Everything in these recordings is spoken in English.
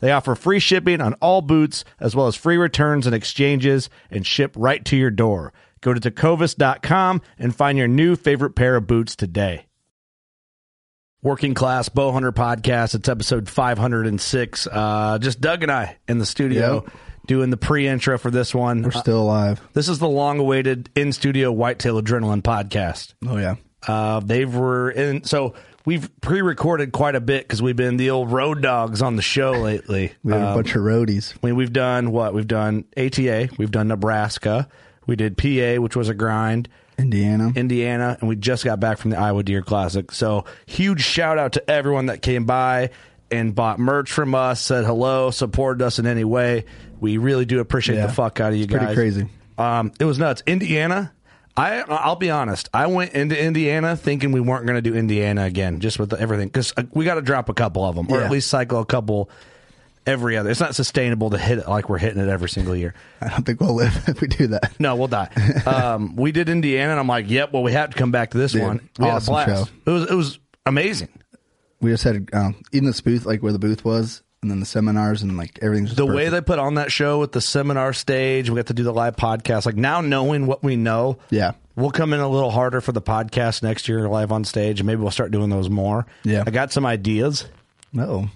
They offer free shipping on all boots, as well as free returns and exchanges, and ship right to your door. Go to tecovas.com and find your new favorite pair of boots today. Working Class Bowhunter Podcast. It's episode 506. Uh, just Doug and I in the studio Yep. doing the pre intro for this one. We're still alive. This is the long awaited in studio Whitetail Adrenaline podcast. Oh yeah. Uh, they were in, so we've pre recorded quite a bit because we've been the old road dogs on the show lately. Uh, We had a bunch of roadies. I mean, we've done what? We've done ATA, we've done Nebraska, we did PA, which was a grind, Indiana. Indiana, and we just got back from the Iowa Deer Classic. So, huge shout out to everyone that came by and bought merch from us, said hello, supported us in any way. We really do appreciate Yeah. the fuck out of you pretty guys. crazy. Um, it was nuts. Indiana. I, I'll be honest. I went into Indiana thinking we weren't going to do Indiana again, just with everything, because we got to drop a couple of them, or Yeah. at least cycle a couple every other. It's not sustainable to hit it like we're hitting it every single year. I don't think we'll live if we do that. No, we'll die. Um, we did Indiana, and I'm like, yep. Well, we have to come back to this Dude, one. we We had a awesome blast. show. It was it was amazing. We just had um, even this booth, like where the booth was, and then the seminars, and like everything's just The way they put on that show with the seminar stage, we got to do the live podcast. Like now, knowing what we know, Yeah. we'll come in a little harder for the podcast next year live on stage, and maybe we'll start doing those more. Yeah. I got some ideas No.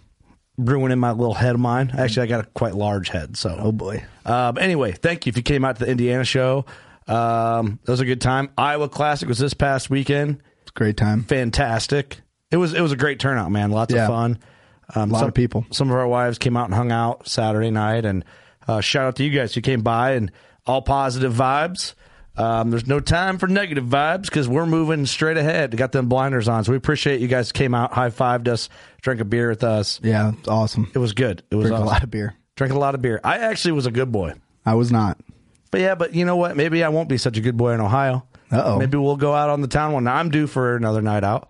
brewing in my little head of mine. Actually, I got a quite large head, so Oh boy. Um, anyway, thank you if you came out to the Indiana show. Um, that was a good time. Iowa Classic was this past weekend. It's a great time. Fantastic. It was it was a great turnout, man. Lots Yeah. of fun. Um, A lot some, of people. Some of our wives came out and hung out Saturday night, and uh, shout out to you guys who came by and all positive vibes. Um, there's no time for negative vibes because we're moving straight ahead. We got them blinders on, so we appreciate you guys came out, high fived us, drank a beer with us. Yeah, it's awesome. It was good. It was Drink a awesome. lot of beer. Drank a lot of beer. I actually was a good boy. I was not. But yeah, but you know what? Maybe I won't be such a good boy in Ohio. Uh-oh. Maybe we'll go out on the town one. I'm due for another night out.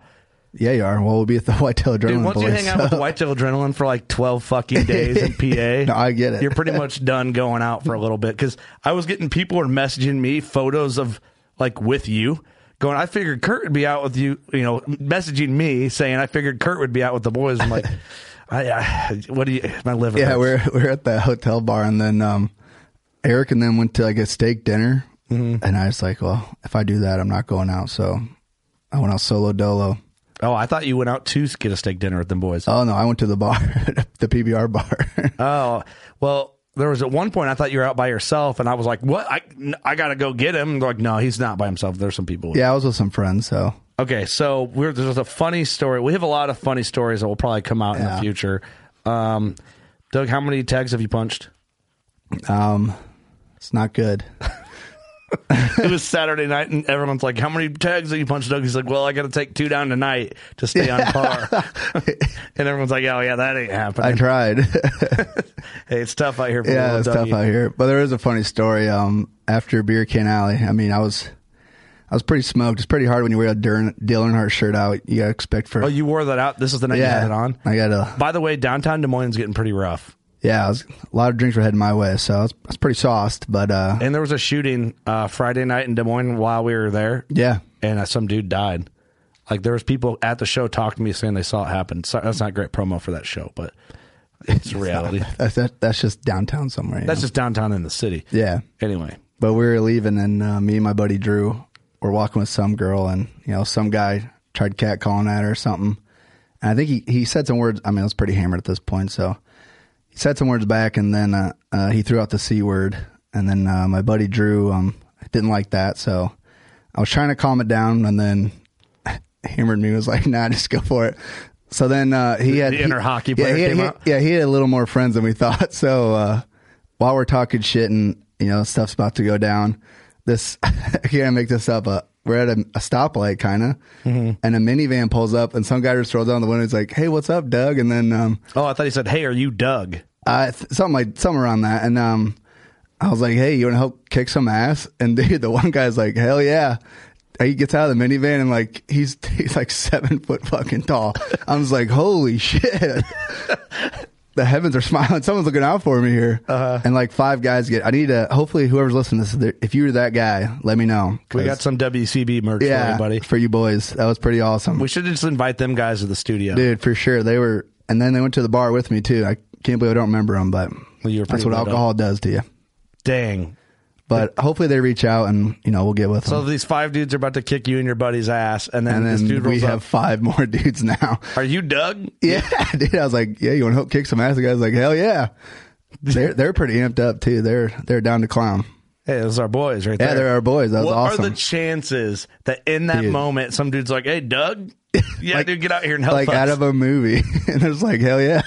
Yeah, you are. Well, we'll be at the Whitetail Adrenaline Dude, once you Boys, hang out with so- the Whitetail Adrenaline for like 12 fucking days in PA, No, I get it. You're pretty much done going out for a little bit because I was getting people were messaging me photos of like with you going, I figured Kurt would be out with you, you know, messaging me saying, I figured Kurt would be out with the boys. I'm like, I, I, what do you, my liver. yeah, hurts. we're we're at the hotel bar, and then um, Eric and them went to like a steak dinner, Mm-hmm. and I was like, well, if I do that, I'm not going out. So I went out solo dolo. oh, I thought you went out to get a steak dinner with them boys. Oh no, I went to the bar, the PBR bar. Oh, well, there was at one point I thought you were out by yourself, and I was like, "What? I I gotta go get him." They're like, "No, he's not by himself. There's some people." with yeah, I was with some friends, so him." Okay, so we're there's a funny story. We have a lot of funny stories that will probably come out in the Yeah. future. Um, Doug, how many tags have you punched? um, it's not good. it was Saturday night, and everyone's like, "How many tags have you punched, Doug?" He's like, "Well, I got to take two down tonight to stay on par." and everyone's like, "Oh yeah, that ain't I happening." tried. hey, it's tough out here. For yeah, little it's Dougie. tough out here. But there is a funny story. Um, after Beer Can Alley, I mean, I was, I was pretty smoked. It's pretty hard when you wear a Dylan, Dylan Hart shirt out. You gotta expect for Oh, you wore that out. This is the night you yeah. had it on. I got a By the way, downtown Des Moines is getting pretty rough. yeah. I was, a lot of drinks were heading my way, so I was, I was pretty sauced. But uh, And there was a shooting uh, Friday night in Des Moines while we were there, yeah, and uh, some dude died. Like there was people at the show talking to me saying they saw it happen. So, that's not great promo for that show, but it's reality. that's that, that's just downtown somewhere. you that's know? just downtown in the city. yeah. Anyway, But we were leaving, and uh, me and my buddy Drew were walking with some girl, and you know, some guy tried catcalling at her or something. And I think he, he said some words. I mean, I was pretty hammered at this point, so he said some words back, and then uh, uh, he threw out the c word, and then uh, my buddy Drew um, didn't like that, so I was trying to calm it down, and then hammered me was like, "Nah, just go for it." So then uh, he had the inner he- hockey yeah, player he had- came he- out? Yeah, he had a little more friends than we thought. So uh, while we're talking shit and you know stuff's about to go down, this I can't make this up. Uh, we're at a, a stoplight, kind of, Mm-hmm. and a minivan pulls up, and some guy just rolls down the window. He's like, "Hey, what's up, Doug?" And then um, Oh, I thought he said, "Hey, are you Doug?" uh, th- something like something around that. And um, I was like, "Hey, you want to help kick some ass?" And dude, the one guy's like, "Hell yeah!" He gets out of the minivan and like he's he's like seven foot fucking tall. I was like, "Holy shit!" the heavens are smiling. Someone's looking out for me here. Uh-huh. And like five guys get. I need to. Hopefully, whoever's listening to this, if you're that guy, let me know. We 'Cause- got some WCB merch for yeah, everybody. for you boys. That was pretty awesome We should just invite them guys to the studio. dude for sure they were and then they went to the bar with me too i can't believe i don't remember them but Well, you were that's pretty what lit up. alcohol does to you Dang. but hopefully they reach out and you know we'll get with So them these five dudes are about to kick you and your buddy's ass, and then, and this then dude we rolls have up. five more dudes now Are you Doug? yeah dude i was like yeah you want to help kick some ass the guy's like hell yeah they're they're pretty amped up too they're they're down to clown Hey, those are boys right yeah there. they're our boys that was what awesome are the chances that in that Dude. moment some dude's like, "Hey, Doug, yeah, dude, get out here and help like us. out of a movie and it's like hell yeah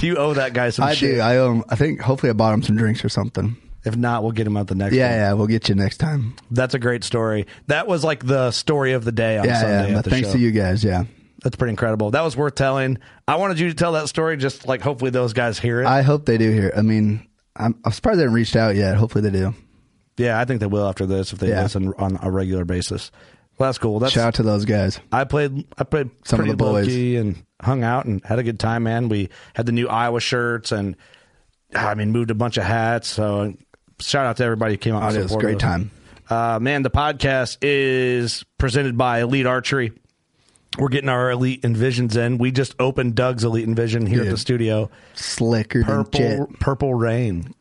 you owe that guy some i shit. do i um i think hopefully i bought him some drinks or something If not, we'll get him out the next. yeah one. yeah we'll get you next time that's a great story. That was like the story of the day on yeah Sunday yeah at but the thanks show. to you guys yeah That's pretty incredible. That was worth telling. I wanted you to tell that story, just like hopefully those guys hear it. I hope they do here. I mean, I'm, I'm surprised they haven't reached out yet. Hopefully they do. yeah, I think they will after this if they Yeah. listen on a regular basis. Well, that's cool. That's Shout out to those guys. I played. I played Some of pretty the boys. low-key and hung out and had a good time. Man, we had the new Iowa shirts and I mean moved a bunch of hats. So shout out to everybody who came out. Oh, and it was a supported us. great time. Uh, man, the podcast is presented by Elite Archery. We're getting our Elite Envisions in. We just opened Doug's Elite Envision here at the Dude. studio. Slicker than jet. Purple, purple rain.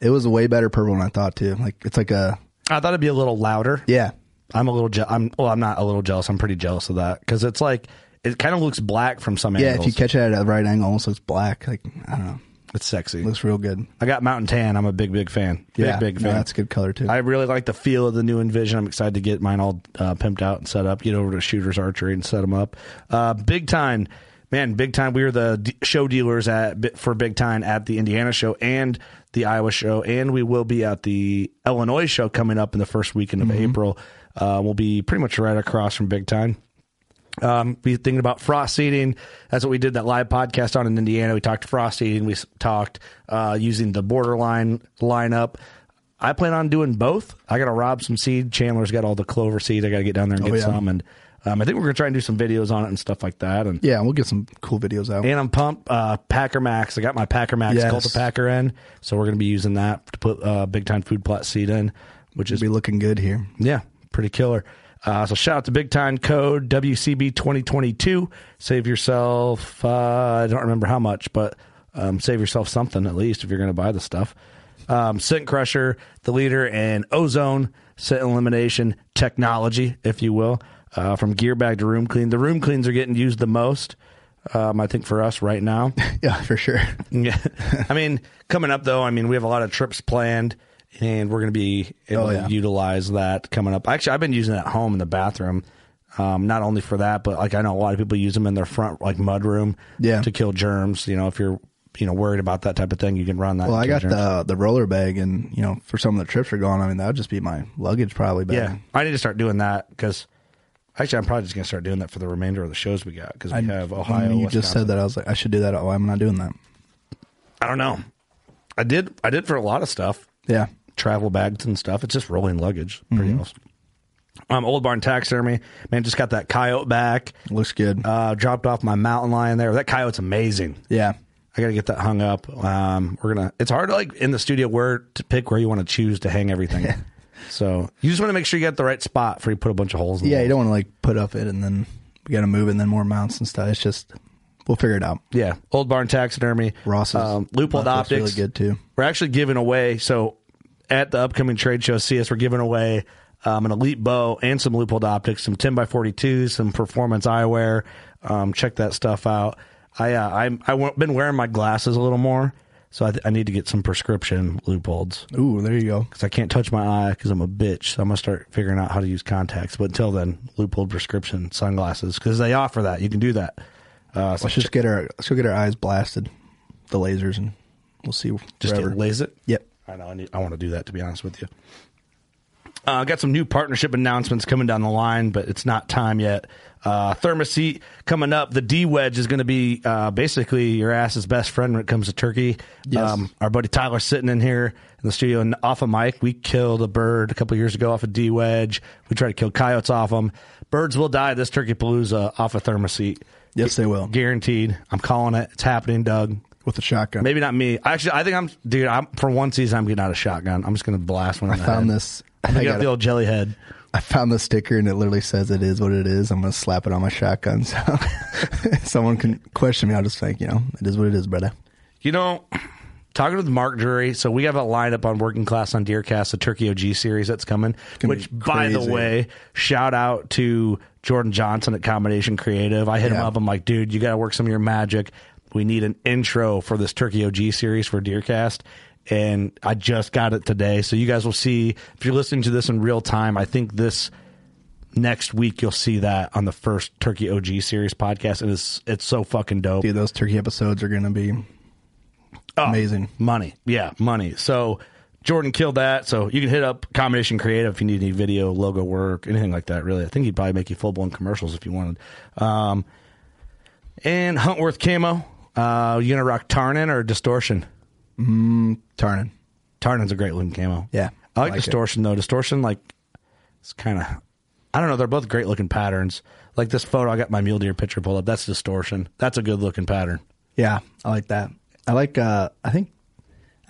It was a way better purple than I thought too. Like it's like a I thought it'd be a little louder. yeah. I'm a little. Je- I'm well. I'm not a little jealous. I'm pretty jealous of that because it's like it kind of looks black from some Yeah, angles. if you catch it at a right angle, it almost looks black. Like I don't know, it's sexy. looks real good. I got Mountain Tan. I'm a big, big fan. Big, yeah, big no, fan. that's a good color too. I really like the feel of the new Envision. I'm excited to get mine all uh, pimped out and set up. Get over to Shooters Archery and set them up. Uh, big time, man. Big time. We were the d- show dealers at for Big Time at the Indiana show and the Iowa show, and we will be at the Illinois show coming up in the first weekend of Mm-hmm. April. Uh, we'll be pretty much right across from Big Time um, be thinking about frost seeding. That's what we did that live podcast on in Indiana. We talked frost seeding. We s- talked uh, using the borderline lineup. I plan on doing both. I got to rob some seed. Chandler's got all the clover seed. I got to get down there and get Oh, yeah. some. And um, I think we're gonna try and do some videos on it and stuff like that. And yeah, we'll get some cool videos out. and I'm pumped. Uh, Packer Max. I got my Packer Max Yes. Cult of Packer in. So we're gonna be using that to put uh, big time food plot seed in, which is It'll be looking good here. yeah, pretty killer. Uh, so shout out to Big Time Code WCB 2022. Save yourself, uh, I don't remember how much, but um, save yourself something at least if you're going to buy the stuff. Um, Scent Crusher, the leader, and Ozone Scent Elimination Technology, if you will, uh, from gear bag to room clean. The room cleans are getting used the most, um, I think, for us right now. Yeah, for sure. Yeah. I mean, coming up though, I mean, we have a lot of trips planned and we're going to be able Oh, yeah. to utilize that coming up. Actually, I've been using it at home in the bathroom. Um, not only for that, but like I know a lot of people use them in their front, like mud room Yeah. to kill germs. You know, if you're, you know, worried about that type of thing, you can run that. Well, and I kill got germs. the the roller bag, and you know, for some of the trips we're going, I mean, that would just be my luggage probably. Bag. Yeah. I need to start doing that because actually I'm probably just going to start doing that for the remainder of the shows we got because we have Ohio. When you just Wisconsin. said that, I was like, I should do that. Oh, I'm not doing that. I don't know. I did, I did for a lot of stuff. Yeah, travel bags and stuff. It's just rolling luggage. Pretty awesome. Um, Old Barn Taxidermy, man, just got that coyote back. looks good. Uh, dropped off my mountain lion there. That coyote's amazing. Yeah. I gotta get that hung up. Um, we're gonna. It's hard to like in the studio where to pick where you want to choose to hang everything. so you just want to make sure you got the right spot before you put a bunch of holes. in the Yeah, wall. you don't want to like put up it and then we got to move it and then more mounts and stuff. It's just we'll figure it out. Yeah, Old Barn Taxidermy, Ross's um, Loophole Buffalo's Optics, really good, too. We're actually giving away. So at the upcoming trade show, see us. We're giving away um, an elite bow and some Loophole Optics, some ten by forty twos, some performance eyewear. Um, check that stuff out. I uh, I'm I w- been wearing my glasses a little more. So I, th- I need to get some prescription loopholes Ooh, there you go. because I can't touch my eye because I'm a bitch. So I'm gonna start figuring out how to use contacts. But until then, loophole prescription sunglasses because they offer that. You can do that. Uh, so Let's just get our let's go get our eyes blasted, the lasers, and we'll see. just wherever. get lays it. Yep. I know. I, need, I want to do that, to be honest with you. Uh, I got some new partnership announcements coming down the line, but it's not time yet. Uh, Thermoseat coming up. The D Wedge is going to be uh, basically your ass's best friend when it comes to turkey. Um, Yes. our buddy Tyler's sitting in here in the studio and off a mic. We killed a bird a couple years ago off a D Wedge. We tried to kill coyotes off them. Birds will die this turkey palooza off a Thermoseat. Yes, they will. Guaranteed. I'm calling it. It's happening, Doug. With a shotgun. Maybe not me. Actually, I think I'm, dude. I'm for one season. I'm getting out of shotgun. I'm just gonna blast one. I in the found head. this. I'm I gonna get got the it. old jelly head. I found the sticker and it literally says it is what it is. I'm gonna slap it on my shotgun. So if someone can question me. I'll just think, you know, it is what it is, brother. You know, talking with Mark Drury. So we have a lineup on Working Class on Deercast, the Turkey OG series that's coming. gonna Which, be by the crazy. way, shout out to Jordan Johnson at Combination Creative. I hit him Yeah. up. I'm like, dude, you got to work some of your magic. We need an intro for this Turkey OG series for Deercast. And I just got it today. So you guys will see if you're listening to this in real time. I think this next week you'll see that on the first Turkey OG series podcast. It is it's so fucking dope. Dude, those turkey episodes are gonna be Oh. amazing. Money. Yeah, money. So Jordan killed that. So you can hit up Combination Creative if you need any video, logo work, anything like that, really. I think he'd probably make you full blown commercials if you wanted. Um, and Huntworth Camo. Uh, you going to rock Tarnin or Distortion? Tarnin. Tarnin's a great looking camo. Yeah, I I like, like it. Distortion, though. Distortion, like, it's kind of, I don't know. They're both great looking patterns. Like this photo, I got my mule deer picture pulled up. That's Distortion. That's a good looking pattern. Yeah, I like that. I like uh I think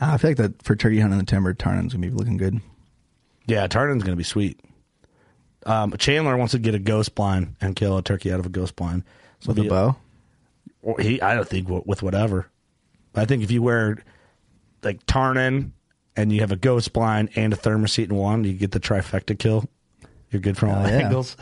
uh, I feel like that for turkey hunting in the timber, Tarnin's gonna be looking good. Yeah, Tarnin's going to be sweet. Um, Chandler wants to get a ghost blind and kill a turkey out of a ghost blind. So With a the- bow. or He, I don't think wi- with whatever. I think if you wear like Tarnin and you have a ghost blind and a thermoset in one, you get the trifecta kill. You're good from all Oh, yeah. angles.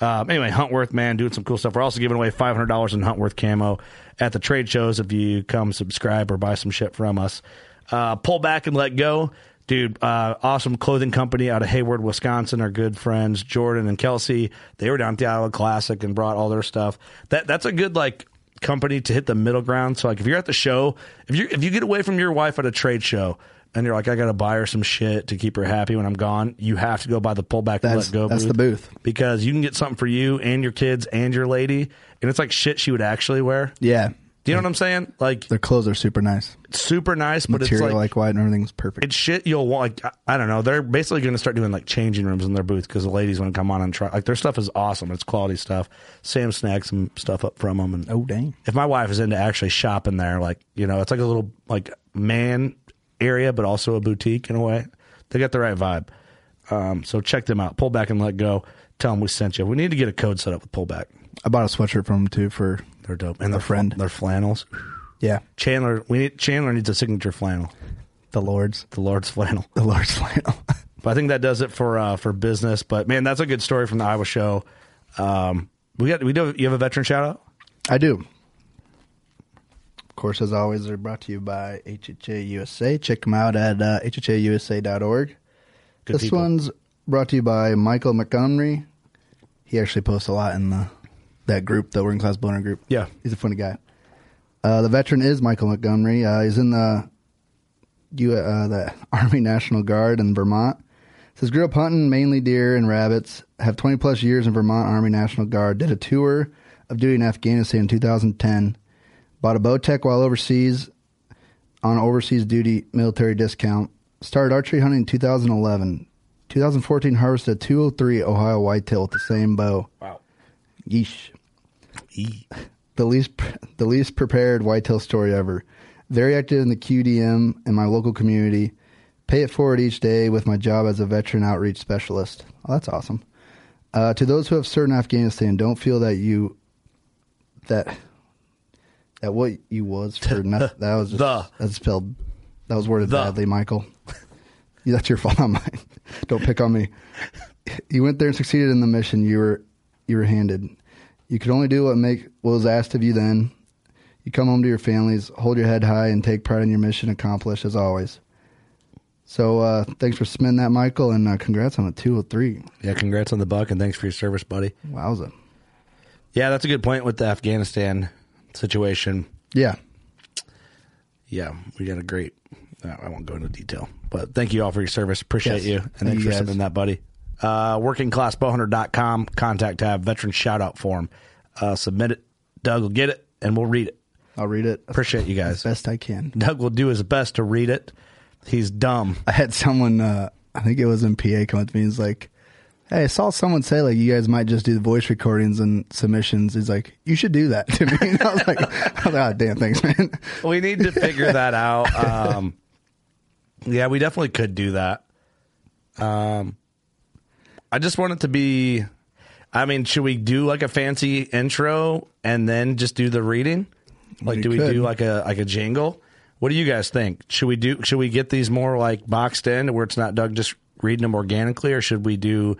Um, anyway, Huntworth, man, doing some cool stuff. We're also giving away $500 in Huntworth camo at the trade shows if you come subscribe or buy some shit from us. Uh, pull back and let go. Dude, uh, awesome clothing company out of Hayward, Wisconsin. Our good friends Jordan and Kelsey, they were down at the Iowa Classic and brought all their stuff. That that's a good like company to hit the middle ground. So like if you're at the show, if you if you get away from your wife at a trade show and you're like, I gotta buy her some shit to keep her happy when I'm gone, you have to go by the pullback and That's- let go. that's the booth. because you can get something for you and your kids and your lady, and it's like shit she would actually wear. Yeah. Do you know what I'm saying? Like Their clothes are super nice. it's super nice, but it's Material like, like, white and everything's perfect. it's shit you'll want. Like, I, I don't know. They're basically going to start doing like changing rooms in their booth because the ladies want to come on and try. Like their stuff is awesome. It's quality stuff. Sam snagged some stuff up from them, and oh dang. if my wife is into actually shopping there, like you know, it's like a little like man area, but also a boutique in a way. They got the right vibe. Um, so check them out. Pull back and let go. Tell them we sent you. We need to get a code set up with pullback. I bought a sweatshirt from him too for They're dope and they're friend. They're flannels. yeah. Chandler, we need Chandler needs a signature flannel, The Lord's the Lord's flannel. the Lord's flannel. But I think that does it for uh, for business. But man, that's a good story from the Iowa show. Um, we got we do you have a veteran shout out? I do. Of course, as always, they're brought to you by HHA USA. Check them out at uh, hhausa.org. Good this people. one's brought to you by Michael Montgomery. He actually posts a lot in the that group, the Working Class Boner group. Yeah. he's a funny guy. Uh, the veteran is Michael Montgomery. Uh, he's in the you uh, the Army National Guard in Vermont. Says grew up hunting mainly deer and rabbits. Have 20 plus years in Vermont Army National Guard. Did a tour of duty in Afghanistan in 2010. Bought a Bowtech while overseas on overseas duty military discount. Started archery hunting in 2011. 2014 harvested a 203 Ohio whitetail with the same bow. Wow. Yeesh the least the least prepared whitetail story ever. Very active in the QDM and my local community. Pay it forward each day with my job as a veteran outreach specialist. Oh, that's awesome. Uh, to those who have served in Afghanistan, don't feel that you that that what you was for nothing. That was just, The. that's spelled that was worded The. badly, Michael. Yeah, that's your fault, not mine. Don't pick on me. You went there and succeeded in the mission you were you were handed. You could only do what make what was asked of you then. You come home to your families, hold your head high, and take pride in your mission accomplished as always. So uh, thanks for spinning that, Michael, and uh, congrats on a 203. Yeah, congrats on the buck and thanks for your service, buddy. Wowza. Yeah, that's a good point with the Afghanistan situation. Yeah. Yeah, we got a great. Uh, I won't go into detail, but thank you all for your service. Appreciate Yes. you. Thank And thanks for you guys. sending that, buddy. Uh, WorkingClassBowhunter.com, contact tab, veteran shout out form. Uh, submit it. Doug will get it and we'll read it. I'll read it. Appreciate you as guys. best I can. Doug will do his best to read it. He's dumb. I had someone, uh, I think it was in PA, come up to me. He's like, "Hey, I saw someone say like you guys might just do the voice recordings and submissions." He's like, "You should do that to me." And I was like, "I was like, oh damn, thanks, man." We need to figure that out. Um, yeah, we definitely could do that. Um, I just want it to be. I mean, should we do like a fancy intro and then just do the reading? Like, We do we could. do like a like a jingle? What do you guys think? Should we do? Should we get these more like boxed in where it's not Doug just reading them organically, or should we do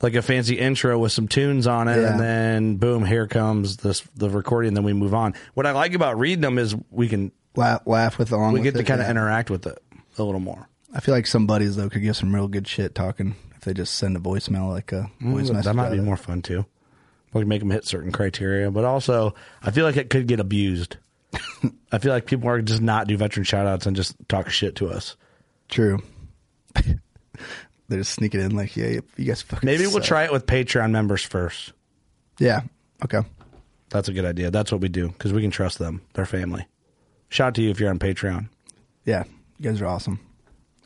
like a fancy intro with some tunes on it, Yeah. and then boom, here comes this the recording, and then we move on. What I like about reading them is we can Laugh, laugh with along. we with get to it, kind of yeah. interact with it a little more. I feel like some buddies though could give some real good shit talking if they just send a voicemail like a voice message. that might out be of it. more fun too. We can make them hit certain criteria, but also I feel like it could get abused. I feel like people are just not do veteran shout outs and just talk shit to us. true. they just sneak it in like, "Yeah, you you guys fucking." Maybe we'll suck." try it with Patreon members first. Yeah. Okay. That's a good idea. That's what we do because we can trust them. They're family. Shout out to you if you're on Patreon. Yeah, you guys are awesome.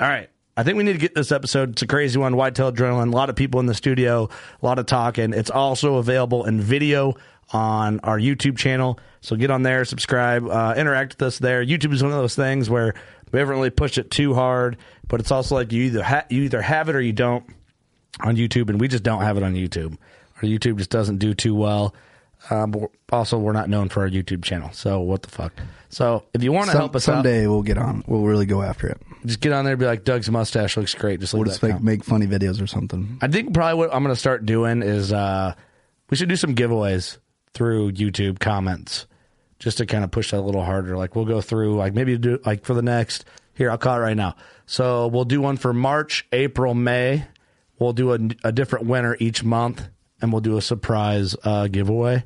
All right. I think we need to get this episode. It's a crazy one. Whitetail Adrenaline. A lot of people in the studio, a lot of talking. It's also available in video on our YouTube channel. So get on there, subscribe, uh, interact with us there. YouTube is one of those things where we haven't really pushed it too hard, but it's also like you either ha- you either have it or you don't on YouTube, and we just don't have it on YouTube. Our YouTube just doesn't do too well. Um, but we're- also, we're not known for our YouTube channel, so what the fuck? So if you want to Some- help us out, someday we'll get on. We'll really go after it. just get on there and be like, Doug's mustache looks great. Just leave We'll that just like comment. make funny videos or something. I think probably what I'm going to start doing is uh, we should do some giveaways through YouTube comments just to kind of push that a little harder. Like we'll go through like maybe do like for the next here I'll call it right now. So we'll do one for March, April, May. We'll do a, a different winner each month, and we'll do a surprise uh, giveaway.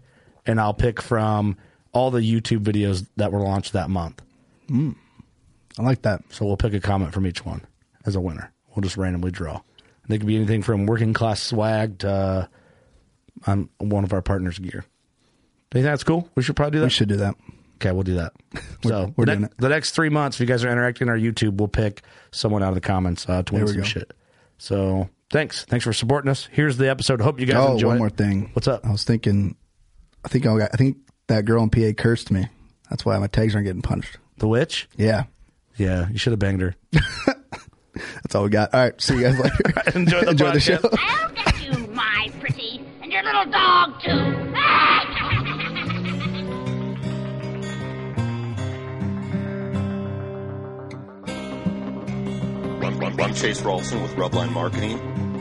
And I'll pick from all the YouTube videos that were launched that month. I like that. So we'll pick a comment from each one as a winner. We'll just randomly draw. They could be anything from working class swag to uh, on one of our partners' gear. Do you think that's cool? We should probably do that. We should do that. Okay, we'll do that. so we're the, doing ne- it. the next three months, if you guys are interacting on our YouTube, we'll pick someone out of the comments uh, to win There some we go. shit. So thanks, thanks for supporting us. Here's the episode. Hope you guys Oh, enjoy. one it. more thing. Oh. What's up? I was thinking. I think I, got, I think that girl in PA cursed me. That's why my tags aren't getting punched. The witch? Yeah, Yeah, you should have banged her. that's all we got. All right, see you guys later. Enjoy the Enjoy the podcast. show. I'll get you, my pretty, and your little dog, too. Run, run, run. Chase Rolson with Rubline Marketing.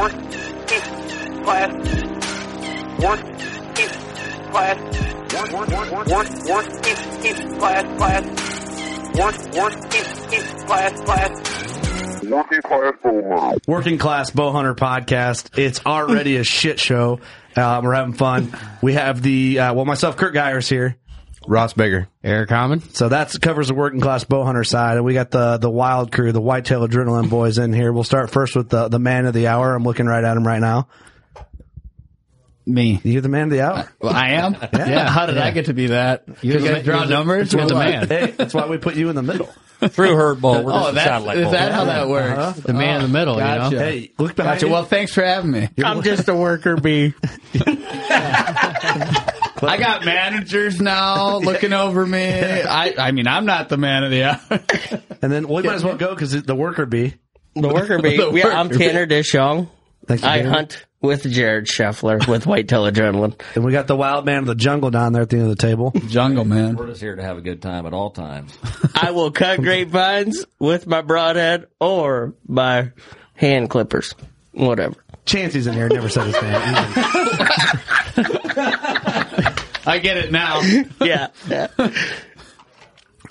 Working Class. Working Class. Work, work, work, work, working class, class. Work, working class, class. Working Class Bowhunter Podcast. It's already a shit show. Uh, we're having fun. We have the uh, well, myself, Kurt Geyer's here. Ross Bigger. Eric Common. So that covers the working class bowhunter side, and we got the the wild crew, the whitetail adrenaline boys in here. We'll start first with the the man of the hour. I'm looking right at him right now. Me. You're the man of the hour. Well, I am. Yeah. How did I get to be that? You guys draw numbers with the man. Hey, that's why we put you in the middle. Through her bowl. We're just Oh, a that's, satellite is bowl. that how that works? The man in the middle, Gotcha. you know? Hey, look behind Uh-huh. Gotcha. you. Well, thanks for having me. I'm just a worker bee. I got managers now looking over me. I, I mean, I'm not the man of the hour. And then we might as well go because the worker bee. The worker bee. The We- I'm worker Tanner Dishong. Thank you, I Tanner. hunt with Jared Scheffler with White Adrenaline. And we got the wild man of the jungle down there at the end of the table. Jungle man. We're just here to have a good time at all times. I will cut grapevines with my broadhead or my hand clippers. Whatever. Chancey's in here. Never said his name. I get it now. Must Yeah. yeah.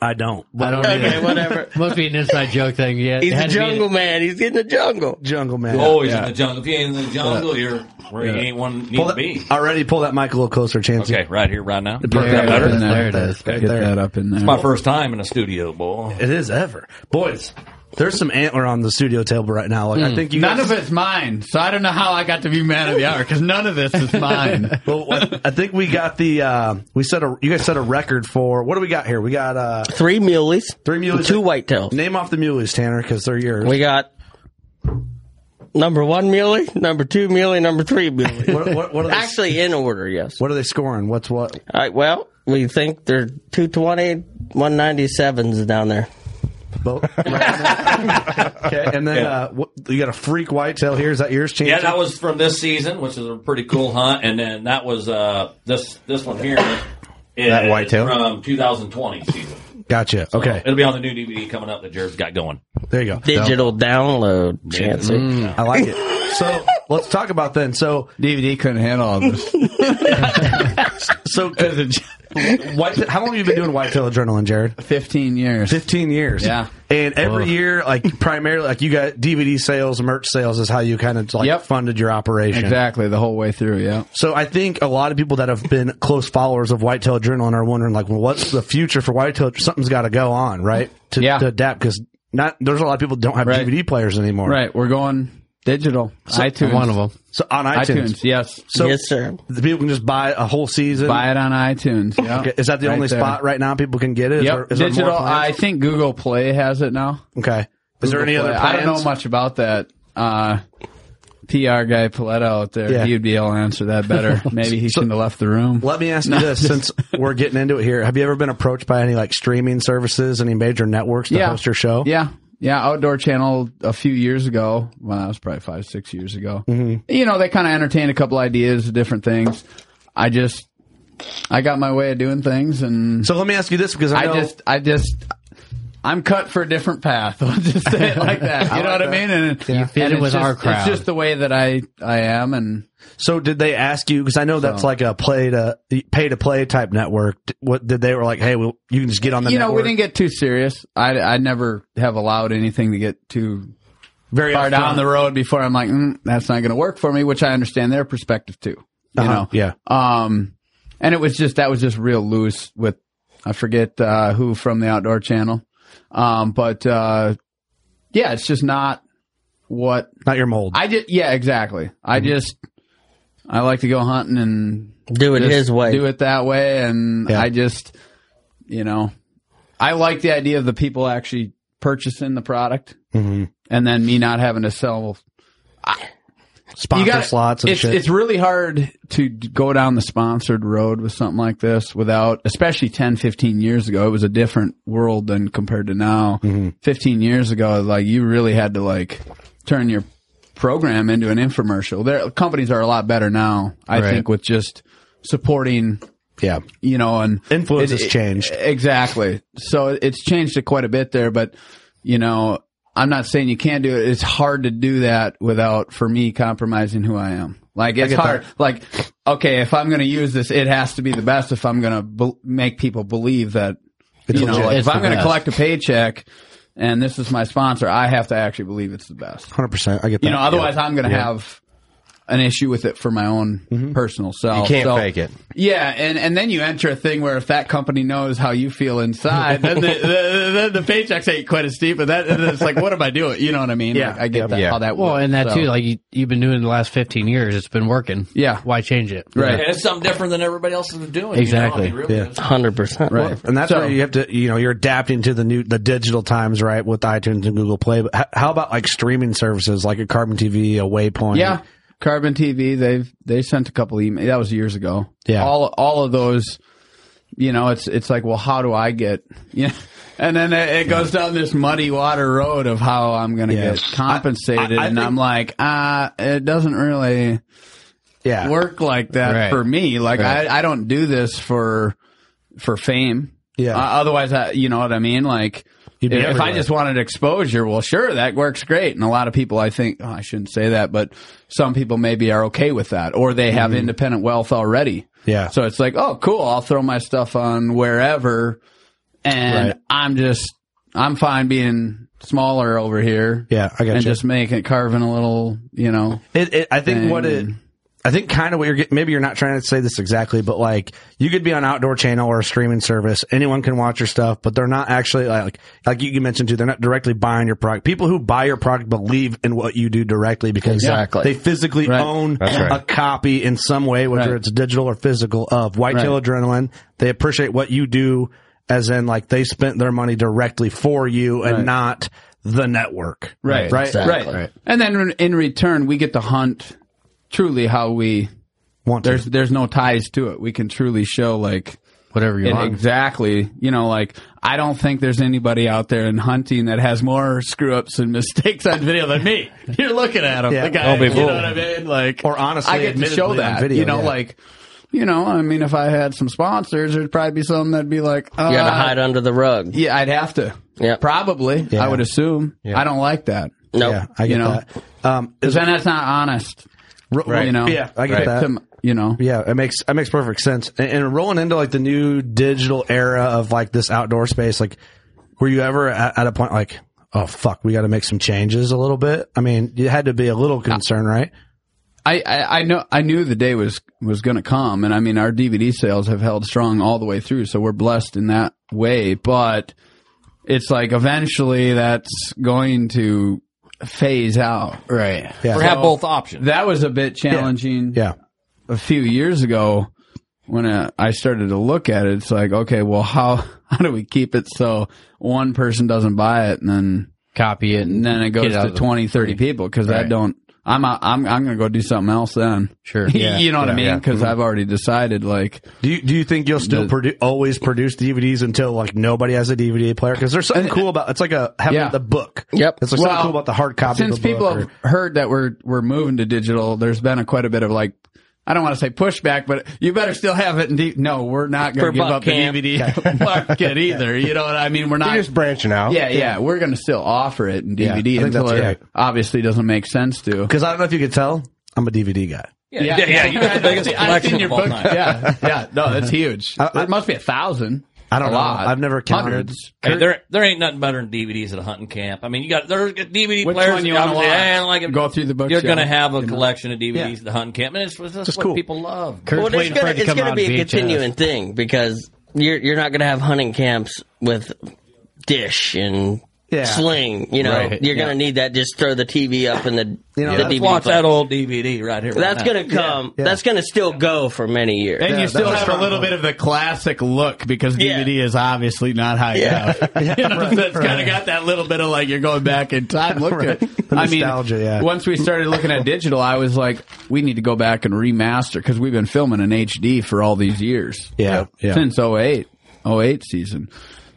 I don't. I don't. Okay, whatever. be an inside joke thing. Yeah, He's a jungle man. He's in the jungle. Jungle man. Always in the jungle. If you ain't in the jungle, you're where you ain't one need Pull to that- be. already pull that mic a little closer, Chancey. Okay, right here, right now. There, that better? it is. there it is. Get there. that up in there. My first time in a studio, boy. It is ever, boys. There's some antler on the studio table right now. Like Hmm. I think you None guys- of it's mine, so I don't know how I got to be man of the hour because none of this is mine. Well, what- I think we got the uh, we set a you guys set a record for what do we got here? We got uh, Three muleys. three muleys, and Two whitetails. Name off the muleys, Tanner, because they're yours. We got number one muley, number two muley, number three muley. what, what, what are they, Actually, in order, yes. what are they scoring? What's what? All right, well, we think they're 220, 197s down there. Both. okay, and then uh, what, you got a freak whitetail here. Is that yours, Chancey? Yeah, that was from this season, which is a pretty cool hunt, and then that was uh this this um, one here. is That whitetail? from 2020 season. gotcha. Okay, It'll be on the new DVD coming up that Jared's got going. there you go. Digital download, Chancey. Mm. I like it. So let's talk about then. So DVD couldn't handle all this. so white, how long have you been doing whitetail adrenaline, Jared? Fifteen years. 15 years. Yeah. And every Ugh. year, like primarily, like you got DVD sales, merch sales is how you kind of like Yep. funded your operation. Exactly the whole way through. Yeah. So I think a lot of people that have been close followers of Whitetail Adrenaline are wondering like, well, what's the future for Whitetail? Something's got to go on, right? To, Yeah. to adapt because not there's a lot of people don't have Right. DVD players anymore. Right. We're going digital. iTunes. One of them. So on iTunes, iTunes. Yes. So yes, sir. the people can just buy a whole season. Buy it on iTunes. Yeah. Okay, Is that the Oh, Right only there. spot right now people can get it? Is Yep. there- is there more digital. I plans? think Google Play has it now. okay. Is there any Google other Play. plans? I don't know much about that. Uh, PR guy Paletta out there, Yeah. he'd be able to answer that better. Maybe he shouldn't have left the room. Let me ask you this: since we're getting into it here, have you ever been approached by any like streaming services, any major networks to host your show? Yeah. Yeah. Outdoor Channel a few years ago, when I was probably five, six years ago. Mm-hmm. You know, they kind of entertained a couple ideas, different things. I just, I got my way of doing things and So let me ask you this because I, I know, just, I just, I'm cut for a different path. I'll just say it like that. You know what I mean? And, you fit in with just, our crowd. It's just the way that I, I am. And so did they ask you? Because I know that's like a play to pay to play type network. What did they were like? Hey, well, you can just get on the you know, network. we didn't get too serious. I, I never have allowed anything to get too very far upfront. down the road before I'm like, mm, that's not going to work for me, which I understand their perspective too. You Uh-huh, know, yeah. Um, and it was just that was just real loose with I forget uh, who from the Outdoor Channel, um, but uh, yeah, it's just not what Not your mold. I did. Yeah, exactly. I Mm-hmm. just I like to go hunting and Do it just his way. do it that way, and Yeah. I just you know I like the idea of the people actually purchasing the product, Mm-hmm. and then me not having to sell Sponsor gotta- slots and it's, shit. It's really hard to d- go down the sponsored road with something like this without, especially 10, 15 years ago. It was a different world than compared to now. Mm-hmm. 15 years ago, like you really had to like turn your program into an infomercial. There, companies are a lot better now, I Right. think, with just supporting yeah. you know, and Influence it- has it- changed. Exactly. So it's changed it quite a bit there, but you know, I'm not saying you can't do it. It's hard to do that without, for me, compromising who I am. Like it's get hard. Like, okay, if I'm going to use this, it has to be the best. If I'm going to be- make people believe that, you know, legit. like, It's if I'm going to best. collect a paycheck and this is my sponsor, I have to actually believe it's the best. Hundred percent. I get that. You know, otherwise Yeah. I'm going to Yeah. have an issue with it for my own personal self. Mm-hmm. You can't So- fake it. Yeah, and, and then you enter a thing where if that company knows how you feel inside, then the, the, the, the paychecks ain't quite as steep. And that and it's like, what am I doing? You know what I mean? Yeah. Like, I get that, how that. Well, works, and that so. too, like you, you've been doing it the last 15 years, it's been working. Yeah. Why change it? And it's something different than everybody else is Oh, doing. Exactly. You know? I mean, really, it's- Hundred percent. Well, and that's where you have to, you know, you're adapting to the new, the digital times, right? With iTunes and Google Play. But h- how about like streaming services like a Carbon TV, a Waypoint? Yeah, Carbon TV. They've they sent a couple emails. That was years ago. Yeah. all all of those. You know, it's it's like, well, how do I get? Yeah, and then it, it goes down this muddy water road of how I'm going to Yeah. get compensated, I- I and think- I'm like, ah, it doesn't really. Yeah. work like that Right. for me. Like Right. I, I don't do this for for fame. Yeah. otherwise, I, you know what I mean. Like You'd be if, if I everywhere. just wanted exposure, well, sure, that works great. And a lot of people, I think, oh, I shouldn't say that, but some people maybe are okay with that, or they have Mhm. independent wealth already. Yeah. So it's like, oh, cool. I'll throw my stuff on wherever, and Right. I'm just I'm fine being smaller over here. Yeah, I got and you. just making carving a little, you know. It, it, I think what it, And- I think kind of what you're getting, maybe you're not trying to say this exactly, but like you could be on outdoor channel or a streaming service. Anyone can watch your stuff, but they're not actually like, like you mentioned too, they're not directly buying your product. People who buy your product believe in what you do directly because Exactly. they physically Right. own That's right. a copy in some way, whether Right. it's digital or physical of Whitetail Right. Adrenaline. They appreciate what you do as in like they spent their money directly for you and Right. not the network. Right. Right. Right. And then in- in return, we get to hunt truly how we want. There's there's no ties to it. We can truly show like whatever you it want. Exactly. You know, like I don't think there's anybody out there in hunting that has more screw ups and mistakes on video than me. You're looking at him. Yeah. The guy, Oh, you know boom. what I mean? Like, or honestly, I get to admittedly show on that. video, you know, yeah. like. You know, I mean, if I had some sponsors, there'd probably be some that'd be like, uh, You gotta hide under the rug. Yeah, I'd have to. Yeah. Probably. Yeah. I would assume. Yeah. I don't like that. No. Yeah, I get You know? that. Um, Because then that's not honest. Right. You know? Yeah, I get Right. that. To- you know? Yeah, it makes it makes perfect sense. And, and rolling into like the new digital era of like this outdoor space, like were you ever at, at a point like, oh fuck, we got to make some changes a little bit? I mean, you had to be a little concerned, right? I, I, I know I knew the day was was going to come, and I mean our DVD sales have held strong all the way through, so we're blessed in that way. But it's like eventually that's going to phase out, right? Or have both options. That was a bit challenging. Yeah. a few years ago when uh, I started to look at it, it's like okay, well how how do we keep it so one person doesn't buy it and then Copy it and then it get goes out to of the- 20, 30 people because I Right. don't. I'm out, I'm I'm gonna go do something else then. Sure, Yeah. you know what Yeah, I mean? yeah. Because I've already decided. Like, Do you do you think you'll still The- produ- always produce DVDs until like nobody has a DVD player? Because there's something cool about it's like a having Yeah. the book. Yep. it's like something Well, cool about the hard copy. since of the book people or- have heard that we're we're moving to digital, there's been a quite a bit of like. I don't want to say pushback, but you better still have it. In D- no, we're not For going to give Buck up Camp. the DVD bucket either. You know what I mean? We're not You're just branching out. Yeah, yeah. We're going to still offer it in Yeah, I DVD think until that's it right. obviously doesn't make sense to. Because I don't know if you could tell, I'm a DVD guy. Yeah, yeah, yeah, you got the biggest I've seen collection your of all book. time. Yeah, yeah. No, that's huge. I- I- It must be a thousand. I don't a know. Lot. I've never counted. Hundreds. Hey, there, there ain't nothing better than DVDs at a hunting camp. I mean, you got there's DVD Which players. one you and wanna obviously, watch? I don't like it. Go through the bookshelf, You're going to have a you know? collection of DVDs Yeah. at the hunting camp, and it's, it's just Just what cool. people love. Kurt's Well, it's waiting for gonna, it to it's come gonna out be a on VHS. continuing thing because you're you're not gonna have hunting camps with dish and Yeah. sling. You know, Right, you're gonna need that. Just throw the TV up and the You know, the let's DVD. watch player. That old DVD right here. right That's now. gonna come. yeah. That's gonna still go for many years. And Yeah, you still that's have strong. a little bit of the classic look because Yeah. DVD is obviously not high Yeah. enough. you know, so it's kind of got that little bit of like you're going back in time. Look, Right. at, The nostalgia, I mean, yeah. once we started looking at digital, I was like, we need to go back and remaster because we've been filming in HD for all these years. Yeah, yeah. since 08, 08 season,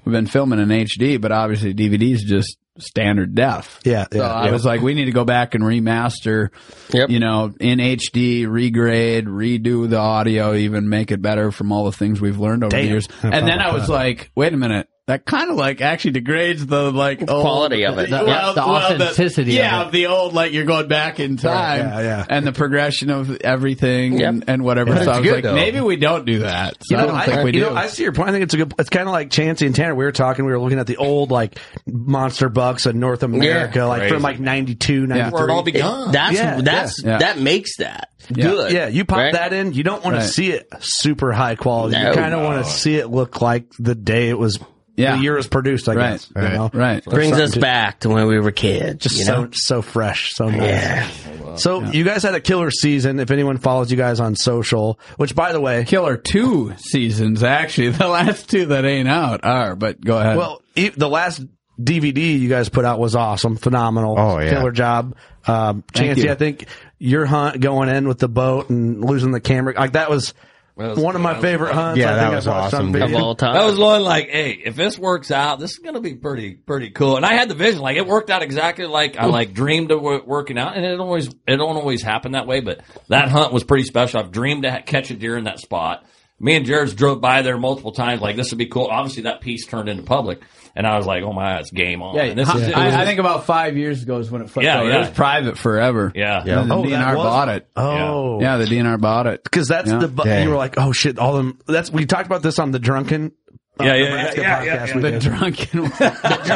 we've been filming in HD, but obviously DVDs just standard def. Yeah, so yeah, I yeah. was like, we need to go back and remaster Yep. you know, in HD, regrade, redo the audio, even make it better from all the things we've learned over Damn. the years. No And then problem I with was that. like, wait a minute, That kind of like actually degrades the like old, Quality of it. Well, That's the well, authenticity of yeah, it. the old like you're going back in time, yeah, yeah. and the progression of everything and, and But whatever. so it's I was good, like, though. maybe we don't do that. You So know, I don't think we you do. know, I see your point. I think it's a good. It's kind of like Chancey and Tanner. We were talking. We were looking at the old like monster bucks of North America, like Crazy. from like 92, 93. Where it all begun. That's- that's- that makes that Yeah. good, Yeah, you pop right? that in. You don't want Right. to see it super high quality. No. you kind of No. want to see it look like the day it was. Yeah. the year it was produced. I Right. guess. Right. Right. There's Brings something us to- back to when we were kids. Just you so know? so fresh, so nice. Yeah. So you guys had a killer season. If anyone follows you guys on social, which by the way, killer two seasons actually. The last two that ain't out are, but go ahead. Well, e- the last DVD you guys put out was awesome, phenomenal, oh, yeah. killer job. Um, Thank Chancey, you. I think your hunt going in with the boat and losing the camera, like that was, was- one of my that was favorite fun. hunts. I think I've watched on dude. video. That was one like, hey, if this works out, this is gonna be pretty pretty cool. And I had the vision, like it worked out exactly like I like dreamed of it working out, and it always it don't always happen that way. But that hunt was pretty special. I've dreamed to ha- catch a deer in that spot. Me and Jared's drove by there multiple times, like this would be cool. Obviously, that piece turned into public, and I was like, oh my, it's game on. yeah, and this is, it was- I, I think about five years ago is when it flipped Yeah, over. yeah. It was private forever. Yeah. And then the Oh, that DNR was- bought it. Oh. yeah, the DNR bought it Cause that's Yeah. the, bu- Dang. you were like, oh shit, all them, that's, we talked about this on the drunken. uh, Yeah, yeah, Nebraska yeah, yeah, podcast yeah, we yeah. did. The drunken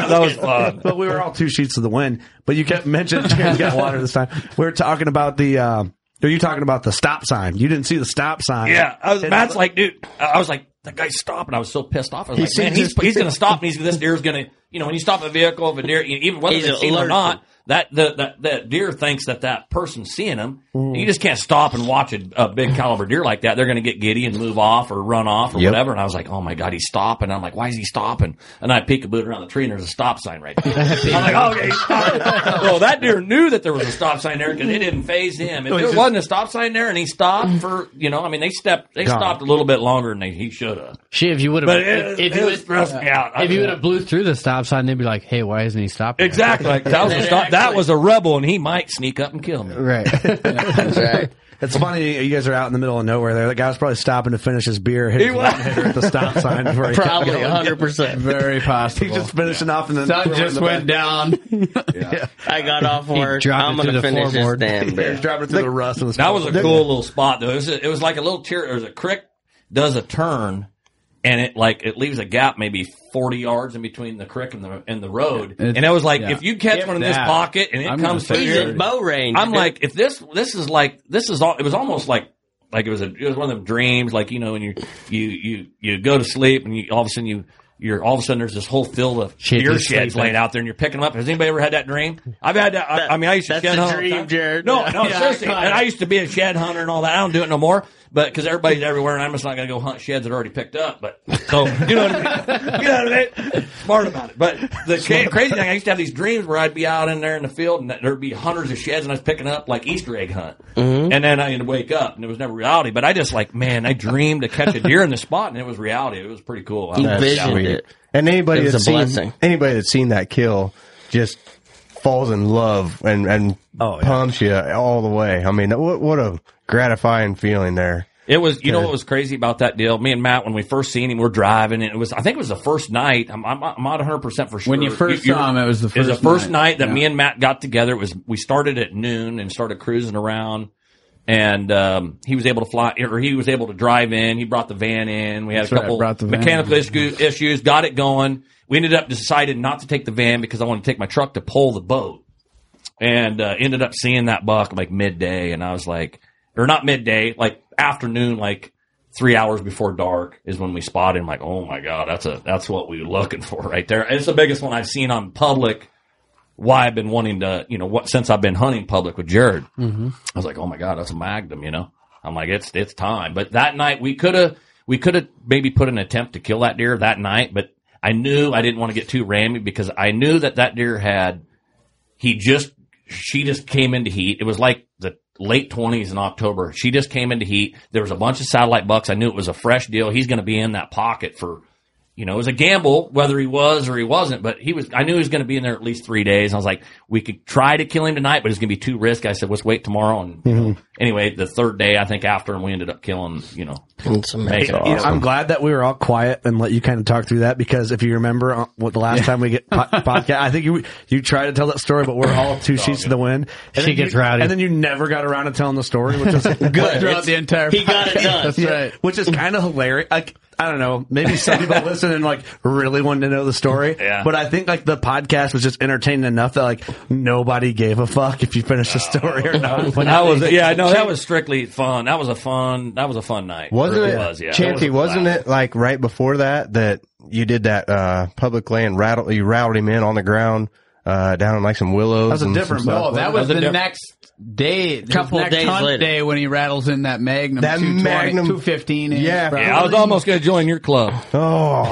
that was fun. But we were all two sheets to the wind. But you kept mentioning Jared's got water this time. We are talking about the. Uh, are you talking about the stop sign? You didn't see the stop sign. Yeah, I was, And- Matt's like, dude, I I was like, that guy's stopping. I was so pissed off. I was He like, man, sees he's, his- he's going to stop, and he's this deer's going to, you know, when you stop a vehicle of a deer, you- even whether He's they see it or alert. not, that the, that that deer thinks that that person's seeing him. You just can't stop and watch a, a big caliber deer like that. They're going to get giddy and move off or run off or Yep. whatever. And I was like, oh my god, he's stopping. I'm like, why is he stopping? And I peek a boot around the tree, and there's a stop sign right there. I'm like, oh, okay, he's stopping. well, that deer knew that there was a stop sign there because it didn't phase him. It If was there just- wasn't a stop sign there, and he stopped for, you know, I mean, they stepped, they Gone. stopped a little bit longer than they, he should have. Shit, if you would have, But it- if it was stressing me out. I If you mean- would have blew through the stop sign, they'd be like, "Hey, why isn't he stopping?" Exactly. Like, that was a stop. That was a rebel, and he might sneak up and kill me. Right. It's funny you guys are out in the middle of nowhere there. That guy was probably stopping to finish his beer. Hit his one hitter at the stop sign. before he kept going. percent. Very possible. He's just finishing off and then Sun throwing just the went back. down. I got off He work. dropped I'm it through the going to finish this floorboard. damn beer. He's dropping through the rust. And the That was a cool little spot, though. It was, a, it was like a little tier. There's a creek does a turn, and it like it leaves a gap maybe forty yards in between the creek and the and the road. It's- and it was like yeah. if you catch If one in this that, pocket and it I'm gonna comes say through he's here, in bow range. I'm like, if this this is like this is all. It was almost like. Like it was a, it was one of them dreams, like you know, when you you you you go to sleep and you all of a sudden you you're all of a sudden there's this whole field of Shit, deer you're sheds sleeping. laid out there and you're picking them up. Has anybody ever had that dream? I've had that. I, I mean, I used to That's shed a hunt all the dream, time. Jared. No, no, Yeah, I seriously. caught And it. I used to be a shed hunter and all that. I don't do it no more, but because everybody's everywhere, and I'm just not going to go hunt sheds that are already picked up. But so you know, what I mean? you know what I mean? Smart about it. But the ca- crazy thing, I used to have these dreams where I'd be out in there in the field, and there'd be hundreds of sheds, and I was picking up like Easter egg hunt. Mm-hmm. And then I'd wake up, and it was never reality. But I just like, man, I dreamed to catch a deer in the spot, and it was reality. It was pretty cool. I You was- visioned yeah. it. And anybody It was that's a seen blessing. anybody that's seen that kill just falls in love and and Oh, pumps you all the way. I mean, what what a gratifying feeling there. It was, you know, what was crazy about that deal? Me and Matt, when we first seen him, we're driving, and it was, I think it was the first night. I'm, I'm, I'm not 100 percent for sure. When you first you're- saw him, it was the It was the first first night. night, that Yeah. me and Matt got together. It was we started at noon and started cruising around, and um, he was able to fly, or he was able to drive in. He brought the van in. We had That's a right, couple brought the van mechanical iscu- issues, got it going. We ended up deciding not to take the van because I wanted to take my truck to pull the boat and uh, ended up seeing that buck like midday, and I was like, or not midday, like afternoon, like three hours before dark is when we spotted him. Like, oh my god, that's a that's what we were looking for right there. And it's the biggest one I've seen on public. Why I've been wanting to, you know, what since I've been hunting public with Jared, Mhm. I was like, oh my god, that's a magnum, you know. I'm like, it's it's time. But that night we could have we could have maybe put an attempt to kill that deer that night, but I knew I didn't want to get too rammy because I knew that that deer had he just she just came into heat. It was like the late twenties in October. She just came into heat. There was a bunch of satellite bucks. I knew it was a fresh deal. He's going to be in that pocket for You know, it was a gamble whether he was or he wasn't, but he was, I knew he was going to be in there at least three days. I was like, we could try to kill him tonight, but it's going to be too risky. I said, let's wait tomorrow. And anyway, the third day, I think after, and we ended up killing, you know, making it. You know, I'm glad that we were all quiet and let you kind of talk through that because if you remember uh, what the last time we get po- podcast, I think you you tried to tell that story, but we're all two sheets to the wind. She then gets you, rowdy. and then you never got around to telling the story, which was good Throughout the entire He got it done. That's right. which is kind of hilarious. Like. I don't know. Maybe some people listen and like really wanted to know the story. Yeah. But I think like the podcast was just entertaining enough that like nobody gave a fuck if you finished the story or not. But that was yeah, no, that was strictly fun. That was a fun. That was a fun night. Wasn't Really it, was, yeah. Chancey? That was a wasn't blast. it like right before that that you did that uh, public land rattle? You rattled him in on the ground uh, down in like some willows. That was a and different some stuff. boat. That was the next day, Couple his next days hunt later. day when he rattles in that Magnum, That 220, Magnum- 215. inch, Yeah. bro. Yeah, I was almost gonna join your club. Oh,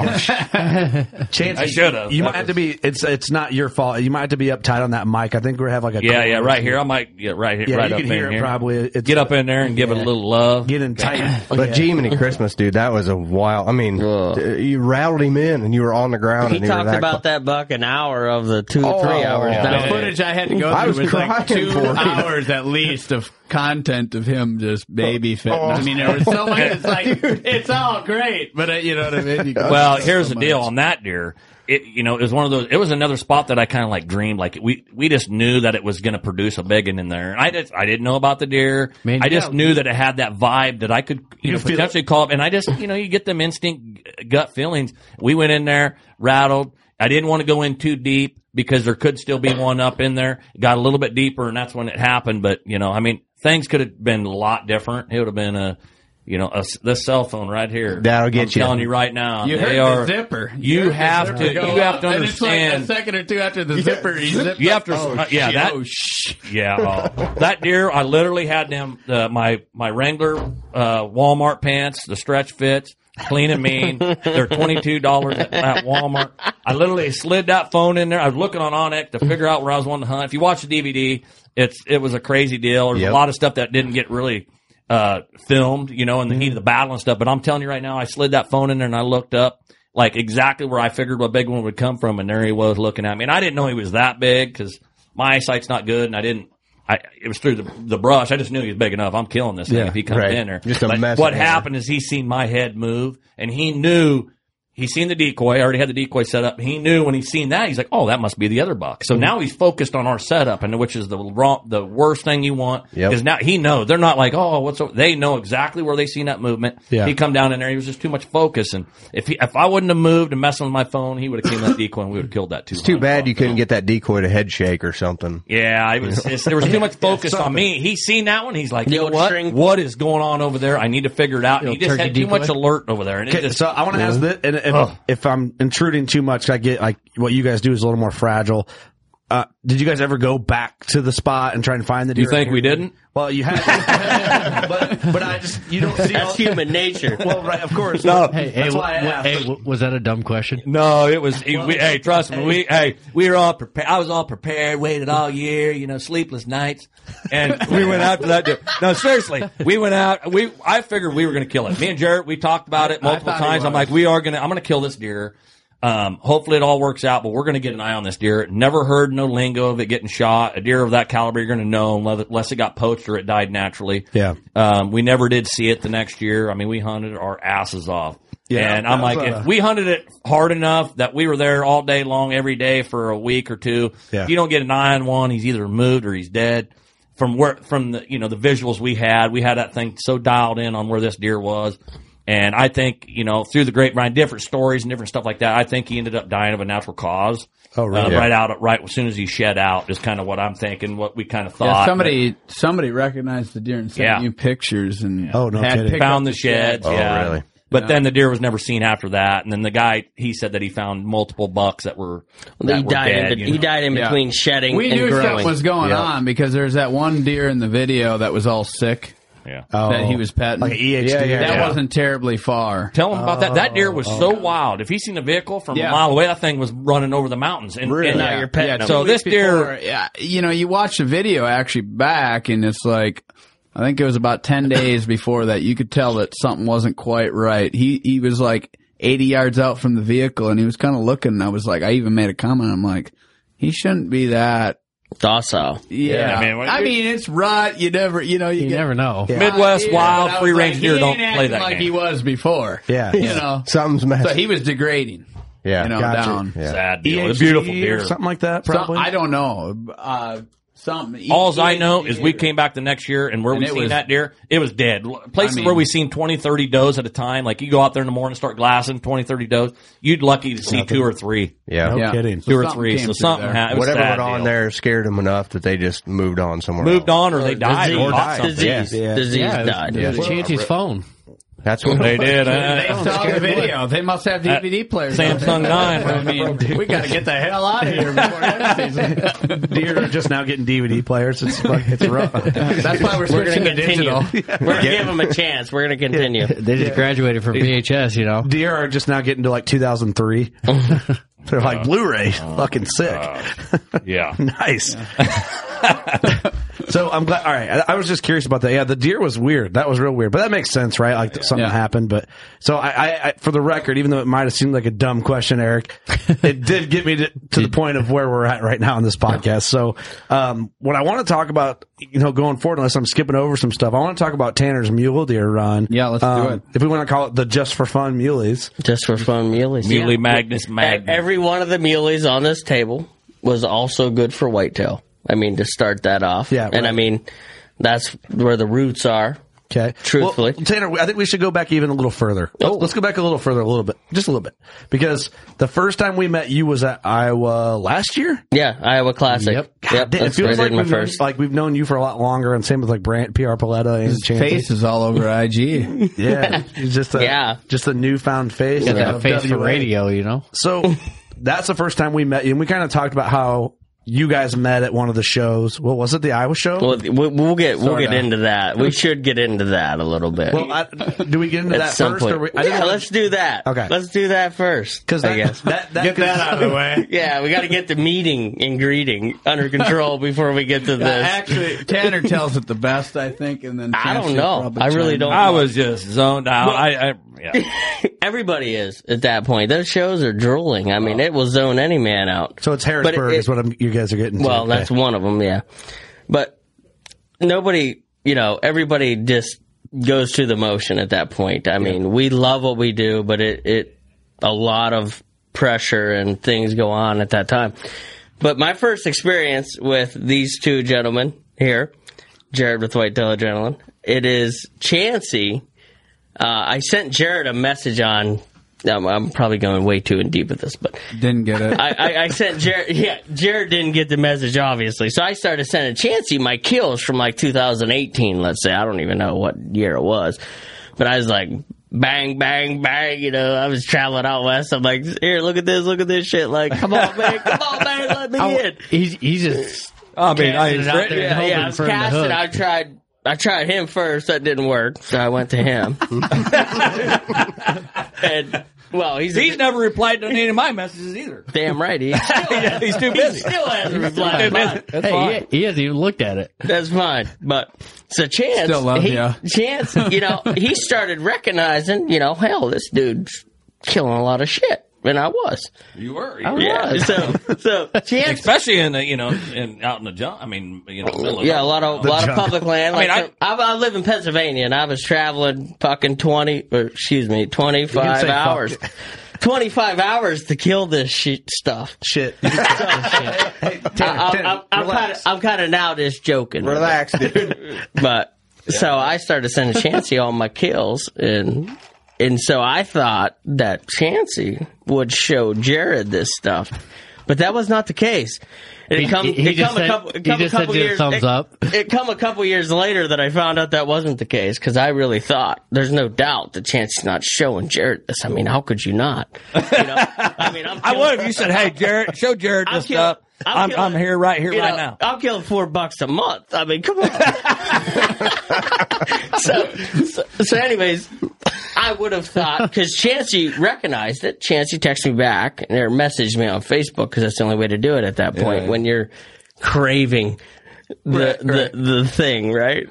Chance, I should've. You That might have to be. It's it's not your fault. You might have to be uptight on that mic. I think we have like a Yeah, yeah, right here. I might get right here, Yeah, right you up can in hear it here. probably. It's, get up in there and give it a little love. Get in tight. But Jiminy Christmas, dude, that was a wild. I mean, d- you rattled him in, and you were on the ground. He and you were talked that about that buck an hour of the two to Oh, three hours. yeah. back. The footage I had to go I through was was, like crying two for it. hours at least of content of him just baby fitting. Oh. I mean, there was so much. It's like it's all great, but uh, you know what I mean. You go- well, here's the deal on that deer. It you know it was one of those. It was another spot that I kind of like dreamed. Like we we just knew that it was going to produce a big one in there. And I just I didn't know about the deer. Man, I just yeah. knew that it had that vibe that I could you, You know feel it. potentially call up. And I just you know you get them instinct g- gut feelings. We went in there rattled. I didn't want to go in too deep because there could still be one up in there. Got a little bit deeper, and that's when it happened. But you know, I mean, things could have been a lot different. It would have been a you know a s this cell phone right here. That'll get I'm you. Telling you right now, You heard they the are- zipper. You, heard the have zipper to. go You have up, to and it's like a understand. second or two after the zipper, he zipped You have up. to. uh, Oh, yeah, shit. that. Oh, shit. yeah, oh. that deer. I literally had them. Uh, my my Wrangler uh, Walmart pants, the stretch fits, clean and mean. They're twenty two dollars at, at Walmart. I literally slid that phone in there. I was looking on Onyx to figure out where I was wanting to hunt. If you watch the DVD, it's it was a crazy deal. There's Yep. a lot of stuff that didn't get really uh, filmed, you know, in the heat of the battle and stuff. But I'm telling you right now, I slid that phone in there and I looked up like exactly where I figured what big one would come from, and there he was looking at me. And I didn't know he was that big because my eyesight's not good, and I didn't. I it was through the, the brush. I just knew he was big enough. I'm killing this thing Yeah, if he comes right. in there. Just a But mess What of hair. happened is he seen my head move, and he knew. He seen the decoy. I already had the decoy set up. He knew when he seen that, he's like, "Oh, that must be the other buck." Mm-hmm. So now he's focused on our setup, and which is the wrong, the worst thing you want. Yep. Because now he knows they're not like, oh, what's over? they know exactly where they seen that movement. Yeah. He come down in there. He was just too much focus, and if he, if I wouldn't have moved and messing with my phone, he would have came that decoy and we would have killed that too. It's too bad you couldn't get that decoy to head shake or something. Yeah, it was, it's, there was too much focus on me. He seen that one. He's like, you know what? What is going on over there? I need to figure it out. And Yo, he just had turkey too much decoy. alert over there. And it Okay, just, so I want to ask this, and if, Ugh. if I'm intruding too much, I get like what you guys do is a little more fragile. Uh, did you guys ever go back to the spot and try and find the deer? You think we didn't? Well, you had, but but I just you don't see That's all- human nature. Well, right, of course. No. Hey, hey, that's wa- why I wa- asked. hey, w- was that a dumb question? No, it was. it- we, hey, trust me. We hey, we were all prepared. I was all prepared. Waited all year, you know, sleepless nights, and we went out to that. Deer. No, seriously, we went out. We I figured we were going to kill it. Me and Jared, we talked about it multiple thought he times. I'm was. like, we are going to. I'm going to kill this deer. Um, hopefully it all works out, but we're going to get an eye on this deer. Never heard no lingo of it getting shot. A deer of that caliber, you're going to know unless unless it got poached or it died naturally. Yeah. Um, we never did see it the next year. I mean, we hunted our asses off. Yeah, and I'm that was like, a- if we hunted it hard enough that we were there all day long, every day for a week or two. Yeah. If you don't get an eye on one, he's either moved or he's dead. From where, from the you know the visuals we had, we had that thing so dialed in on where this deer was, and I think you know through the grapevine, different stories and different stuff like that. I think he ended up dying of a natural cause. Oh, really? Uh, Yeah. Right out, right as soon as he shed out is kind of what I'm thinking. What we kind of thought. Yeah, somebody somebody recognized the deer and sent Yeah. you pictures and Oh, no had kidding. picked found up the sheds. shed. yeah. really? But then the deer was never seen after that. And then the guy, he said that he found multiple bucks that were. Well, that he were died in dead, be- you he know. died in Yeah. between shedding We and knew growing. something was going on because there's that one deer in the video that was all sick Yeah. Oh, that he was petting. Like an EXD. Yeah, yeah, that Yeah. wasn't terribly far. Tell him about that. That deer was so wild. If he seen a vehicle from Yeah. a mile away, that thing was running over the mountains. And, Really? and Yeah. now you're petting. Yeah, him. two so this weeks deer, before, yeah, you know, you watch the video actually back, and it's like, I think it was about ten days before that. You could tell that something wasn't quite right. He he was like 80 yards out from the vehicle and he was kind of looking. And I was like, I even made a comment. I'm like, he shouldn't be that docile. Yeah. Yeah, man, man, I mean, it's rut. You never, you know, you, get- never know. Yeah. Midwest Yeah, wild but I was free like, range he deer ain't don't play acting that like game. he was before. Yeah. You know, something's messed. so he was degrading. Yeah, You know, Gotcha. down. E Yeah. Sad E deal. It's EHD beautiful or deer. something like that, Some- probably? I don't know. Uh, something. All I know is we came back the next year and where And we it seen was- that deer, it was dead. I Places mean- where we seen 20, 30 does at a time, like you go out there in the morning and start glassing 20, 30 does, you'd lucky to see two or three. Yeah. No Yeah. kidding. So Two or something three. came So through something there. happened. Whatever went on there scared them enough that they just moved on somewhere. Moved else. on or they died. Or caught died. something. Disease. Yeah. Disease Yeah, it was- died. It was Yeah. Chanty's phone. That's what They did. They uh, saw the video. They must have That DVD players. Samsung 9. I mean, we got to get the hell out of here before next season. Deer are just now getting DVD players. It's like, it's rough. That's why we're We're switching going to to continue. digital. We're going to give them a chance. We're going to continue. They just graduated from VHS, you know. Deer are just now getting to like 2003. They're like Blu-ray, fucking sick. yeah. nice. so I'm glad. All right, I, I was just curious about that. Yeah, the deer was weird. That was real weird, but that makes sense, right? Like something happened. But so I, I, I, for the record, even though it might have seemed like a dumb question, Eric, it did get me to, to the point of where we're at right now in this podcast. So um, what I want to talk about, you know, going forward, unless I'm skipping over some stuff, I want to talk about Tanner's mule deer run. Yeah, let's do it. Um, If we want to call it the just for fun muleys, just for fun muleys, Muley Magnus E- Magnus. Every one of the muleys on this table was also good for whitetail. I mean, to start that off. Yeah. And I mean, that's where the roots are. Okay. Truthfully. Well, Tanner, I think we should go back even a little further. Let's, let's go back a little further, a little bit, just a little bit, because the first time we met you was at Iowa last year. yeah, Iowa Classic. Yep. God damn, that's it where I feels did like my we've, known, first. like we've known you for a lot longer, and same with like Brant, PR Paletta, and His face is all over IG. Yeah, He's just a, Yeah. just a newfound face. Got that of face for WA. radio, you know. So that's the first time we met you, and we kind of talked about how you guys met at one of the shows. What was it? The Iowa show. Well, we- we'll get we'll get Sorta. into that. We should get into that a little bit. Well, I, do we get into at that some first? point. Or we, yeah, wanna- let's do that. Okay. let's do that first. 'Cause I that- guess that- that- Get that out of the way. yeah, we got to get the meeting and greeting under control before we get to this. Actually, Tanner tells it the best, I think, and then I don't Chancey know. probably I really chimed don't. I know. was just zoned out. I, I yeah. Everybody is at that point. Those shows are drooling. I mean, it will zone any man out. So it's But Harrisburg it- is what I'm, you guys are getting. Well, to. that's one of them, yeah. But nobody, you know, everybody just goes through the motion at that point. I mean, we love what we do, but it, it, a lot of pressure and things go on at that time. But my first experience with these two gentlemen here, Jared with White Tail Adrenaline, it is Chansey. Uh, I sent Jared a message on. I'm, I'm probably going way too in deep with this, but out. Didn't get it. I, I, I sent Jared. Yeah, Jared didn't get the message, obviously. So I started sending Chansey my kills from like 2018. Let's say I don't even know what year it was, but I was like, bang, bang, bang. You know, I was traveling out west. I'm like, here, look at this, look at this shit. Like, come on, man, come on, man, let me in. He's he's just. I mean, I Casting it out there and Yeah, hoping yeah, I was for him to casting. hook. I tried. I tried him first. That didn't work, so I went to him. and well, he's He's never replied to any of my messages either. damn right. He still, He's too he busy. still hasn't replied. to mine. That's hey, fine. He, he hasn't even looked at it. That's fine. But so Chance, Still love he, ya. Chance, you know, he started recognizing, you know, hell, this dude's killing a lot of shit, and I was. You were. I was. So, so Chance, Especially in the, you know, in, out in the jungle. I mean, you know, middle of yeah, a lot of a lot of junk. public land. I mean, Like, I, I, live in Pennsylvania, and I was traveling fucking twenty, or excuse me, twenty five say fuck. hours. 25 hours to kill this shit stuff. shit. Tanner, Tanner, I, I, I'm kind of relax. I'm kind of now just joking. with it. Relax, dude. But so I started sending Chansey all my kills, and and so I thought that Chansey would show Jared this stuff, but that was not the case. And He- it come, he it just come a said- couple, it he come a just said couple did a years. thumbs it, up. It come a couple years later that I found out that wasn't the case because I really thought there's no doubt that Chansey's not showing Jared this. I mean, how could you not? You know, I mean, I'm I killing- would if you said, "Hey, Jared, show Jared I'm this killing- stuff. I'm, I'm, killing- here, right here, you right know, now." I'm killing four bucks a month. I mean, come on. so, so, so, anyways, I would have thought because Chancey recognized it. Chancey texted me back and or messaged me on Facebook because that's the only way to do it at that point when you're craving the, the the thing, right?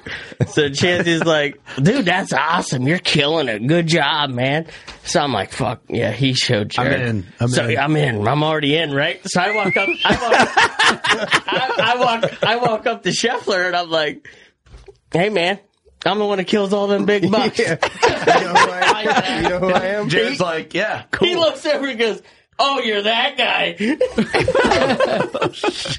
So Chancey's like, dude, that's awesome. You're killing it. Good job, man. So I'm like, fuck, yeah, he showed I'm Jared. in. I'm so in. I'm in. I'm already in, right? So I walk up I walk I, I walk I walk up to Scheffler and I'm like, Hey man, I'm the one that kills all them big bucks. You know who I am? Jared's like, yeah, He looks over and goes, Oh, you're that guy.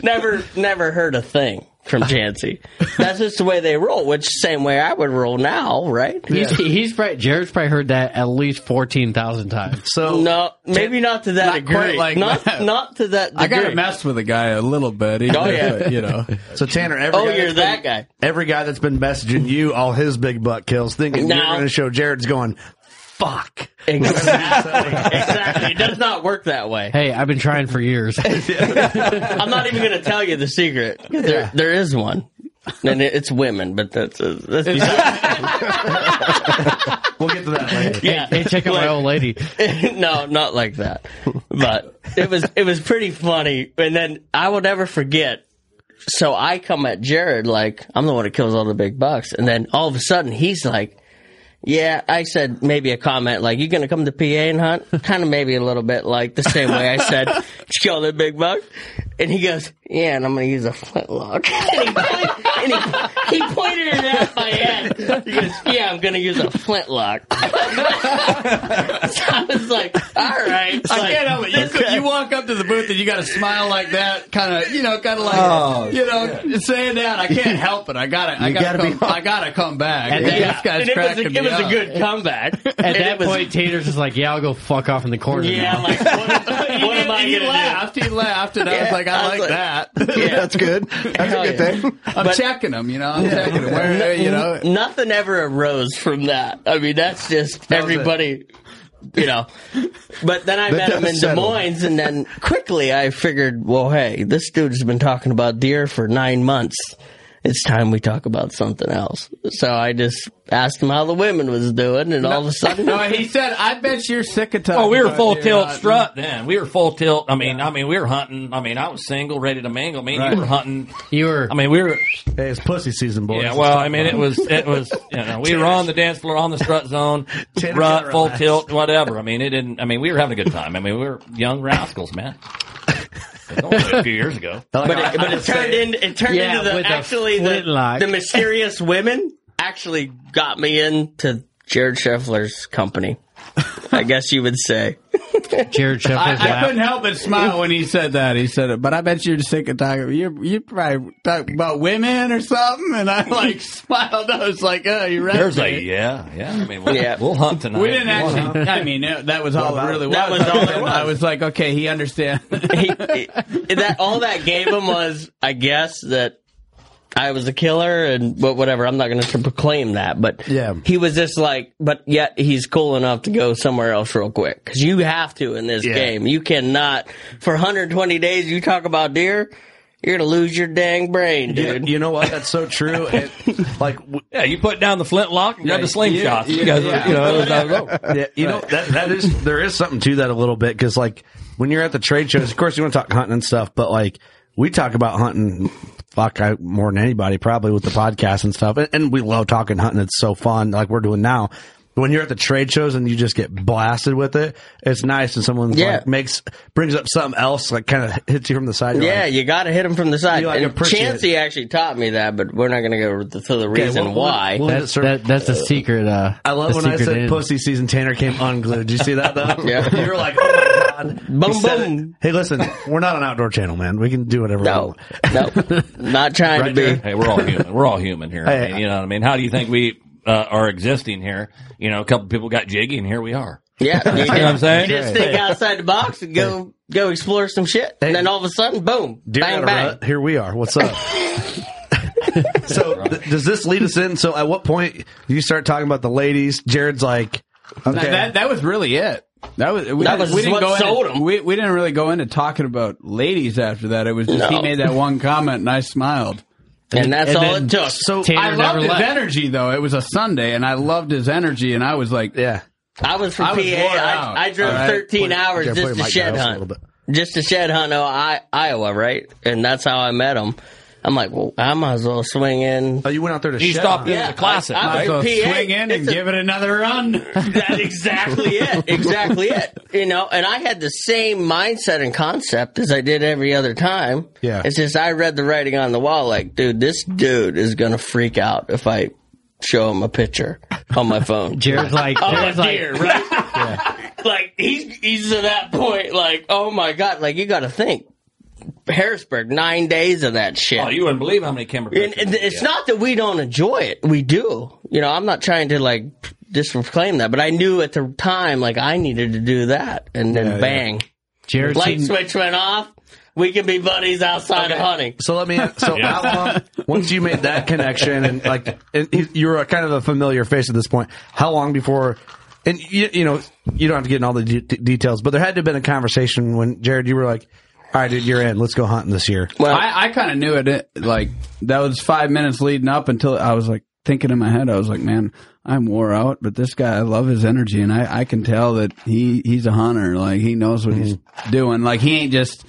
never never heard a thing from Jancy. That's just the way they roll, which same way I would roll now, right? He's, he's probably Jared's probably heard that at least fourteen thousand times. So no, maybe not to that Not degree. quite like not that. not to that degree. I gotta mess with a guy a little bit. Even Oh, yeah. if, you know. So Tanner, every Oh, guy you're that's that been- guy. Every guy that's been messaging you all his big butt kills, thinking you're No. going to show Jared's going. Fuck. Exactly. exactly. It does not work that way. Hey, I've been trying for years. I'm not even going to tell you the secret. 'cause There, there is one, and it- it's women. But that's uh, that's we'll get to that later. Yeah, Hey, check out my old lady. no, not like that. But it was it was pretty funny. And then I will never forget. So I come at Jared like I'm the one that kills all the big bucks, and then all of a sudden he's like, "Yeah, I said maybe a comment like you going to come to PA and hunt, kind of maybe a little bit like the same way I said kill the big buck," and he goes, "Yeah, and I'm going to use a flintlock." and he, point, and he, he pointed it at my head. He goes, "Yeah, I'm going to use a flintlock." I was like, all right. It's I like, can't help it. You, okay. you walk up to the booth and you got to smile like that, kind of, you know, kind of like, Oh, you know, saying that. I can't help it. I got to I You got gotta to be- come. I got to come back. And And then- this guy's and it was a- cracking it me was a up. good comeback. At At that point, Tater's just like, "Yeah, I'll go fuck off in the corner." yeah, now." I'm like, what, am- what am I And he going to laughed. He laughed, and I was Yeah, like, "I, I was like, like- that." That's good. That's Hell a good yeah. thing. I'm But- checking him, you know. I'm checking him. Where, do? you know, N- nothing ever arose from that. I mean, that's just was it. everybody, you know. But then I That met him does in settle. Des Moines, and then quickly I figured, well, hey, this dude's been talking about deer for nine months. It's time we talk about something else. So I just asked him how the women was doing, and all of a sudden, no, he said, "I bet you're sick of talking." Oh, we were about full deer tilt hunting." strut then. We were full tilt. I mean, I mean, we were hunting. I mean, I was single, ready to mingle. Man, Right. you were hunting. You were. I mean, we were. Hey, it's pussy season, boys. Yeah, well, I mean, it was it was. You know, we were on the dance floor, on the strut zone, Tanner rut, got full relaxed. tilt, whatever. I mean, it didn't. I mean, we were having a good time. I mean, we were young rascals, man. It was only a few years ago. but it, but it turned in it turned Yeah, into the with a actually the, flintlock. the mysterious women actually got me into Jared Scheffler's company. I guess you would say. Jared Sheffler's I, I laugh. couldn't help but smile when he said that. He said it, but I bet you're sick of talking. You're you probably talking about women or something. And I like smiled. I was like, "Oh, you're right." There's like, mate." yeah, yeah. I mean, we'll, Yeah. we'll hunt tonight. we didn't We'll hunt. actually. I mean, that that was all it really was. That was all it was. I was like, okay, he understands. He- he- that all that gave him was, I guess, that I was a killer and but whatever. I'm not going to proclaim that, but Yeah. he was just like, but yet he's cool enough to go somewhere else real quick because you have to in this Yeah. game. You cannot for 120 days. You talk about deer, you're going to lose your dang brain, You, dude. you know what? That's so true. It, like, w- Yeah, you put down the flintlock and grab the yeah, slingshots. you guys, yeah. you know, that was, that was- yeah, you know that that is there is something to that a little bit because like when you're at the trade shows, of course you want to talk hunting and stuff, but like we talk about hunting, fuck, I more than anybody probably with the podcast and stuff, and, and we love talking hunting. It's so fun, like we're doing now. But When you're at the trade shows and you just get blasted with it, it's nice and someone Yeah. like makes brings up something else, like kind of hits you from the side. You're Yeah, like, you got to hit him from the side. You, like, and appreciate Chancey actually taught me that, but we're not going to go to the reason we'll- we'll- why. we'll- That's that, that's a secret. Uh, I love a when I secret said in. pussy season. Tanner came unglued. Did you see that though? Yeah. you were like, oh my god, He Boom, said it. boom. Hey, listen, we're not an outdoor channel, man. We can do whatever. we no, want. no, not trying to be. hey, we're all human. We're all human here. I mean, you know what I mean? How do you think we uh, are existing here? You know, a couple people got jiggy, and here we are. Yeah, you, know what I'm saying? You just think outside the box and go go explore some shit, and then all of a sudden, boom, Deer bang outta bang. rut, Here we are. What's up? so th- does this lead us in? So at what point you start talking about the ladies? Jared's like, Now, okay, that that was really it. That was we, That didn't- was we didn't what go sold into, 'em. we, we didn't really go into talking about ladies after that. It was just No. he made that one comment and I smiled. and that's And all then- it took. so Tanner I loved never his left. energy though. It was a Sunday and I loved his energy and I was like, yeah, I was from I was PA. worn out. I, I drove All right. 13 Put- hours yeah, put your just to mic shed down just a hunt, little bit. just to shed hunt, oh, I, Iowa, right? And that's how I met him. I I'm like, well, I might as well swing in. Oh, you went out there to You stopped in the classic, I, I right? was So PA. swing in and It's a- give it another run. That's exactly it. Exactly it. You know, and I had the same mindset and concept as I did every other time. Yeah. It's just I read the writing on the wall like, dude, this dude is going to freak out if I show him a picture on my phone. Jared's like- oh, Jared's like- dear, right? Like, he's, he's to that point, like, oh my God, like, you got to think. Harrisburg, nine days of that shit. Oh, you wouldn't believe how many camera And, and it's not that we don't enjoy it. We do. You know, I'm not trying to like disclaim that, but I knew at the time, like I needed to do that. And then Yeah, yeah. bang, Jared light didn't- switch went off. We can be buddies outside of hunting. So let me. So how long? Once you made that connection, and like and you- you're a kind of a familiar face at this point. How long before? And you, you know, you don't have to get in all the de- de- details, but there had to have been a conversation when Jared, you were like, "All right, dude, you're in. Let's go hunting this year." I, I kind of knew it, it. Like that was five minutes leading up until I was like thinking in my head. I was like, man, I'm wore out, but this guy, I love his energy, and I, I can tell that he he's a hunter. Like he knows what he's Mm-hmm. doing. Like he ain't just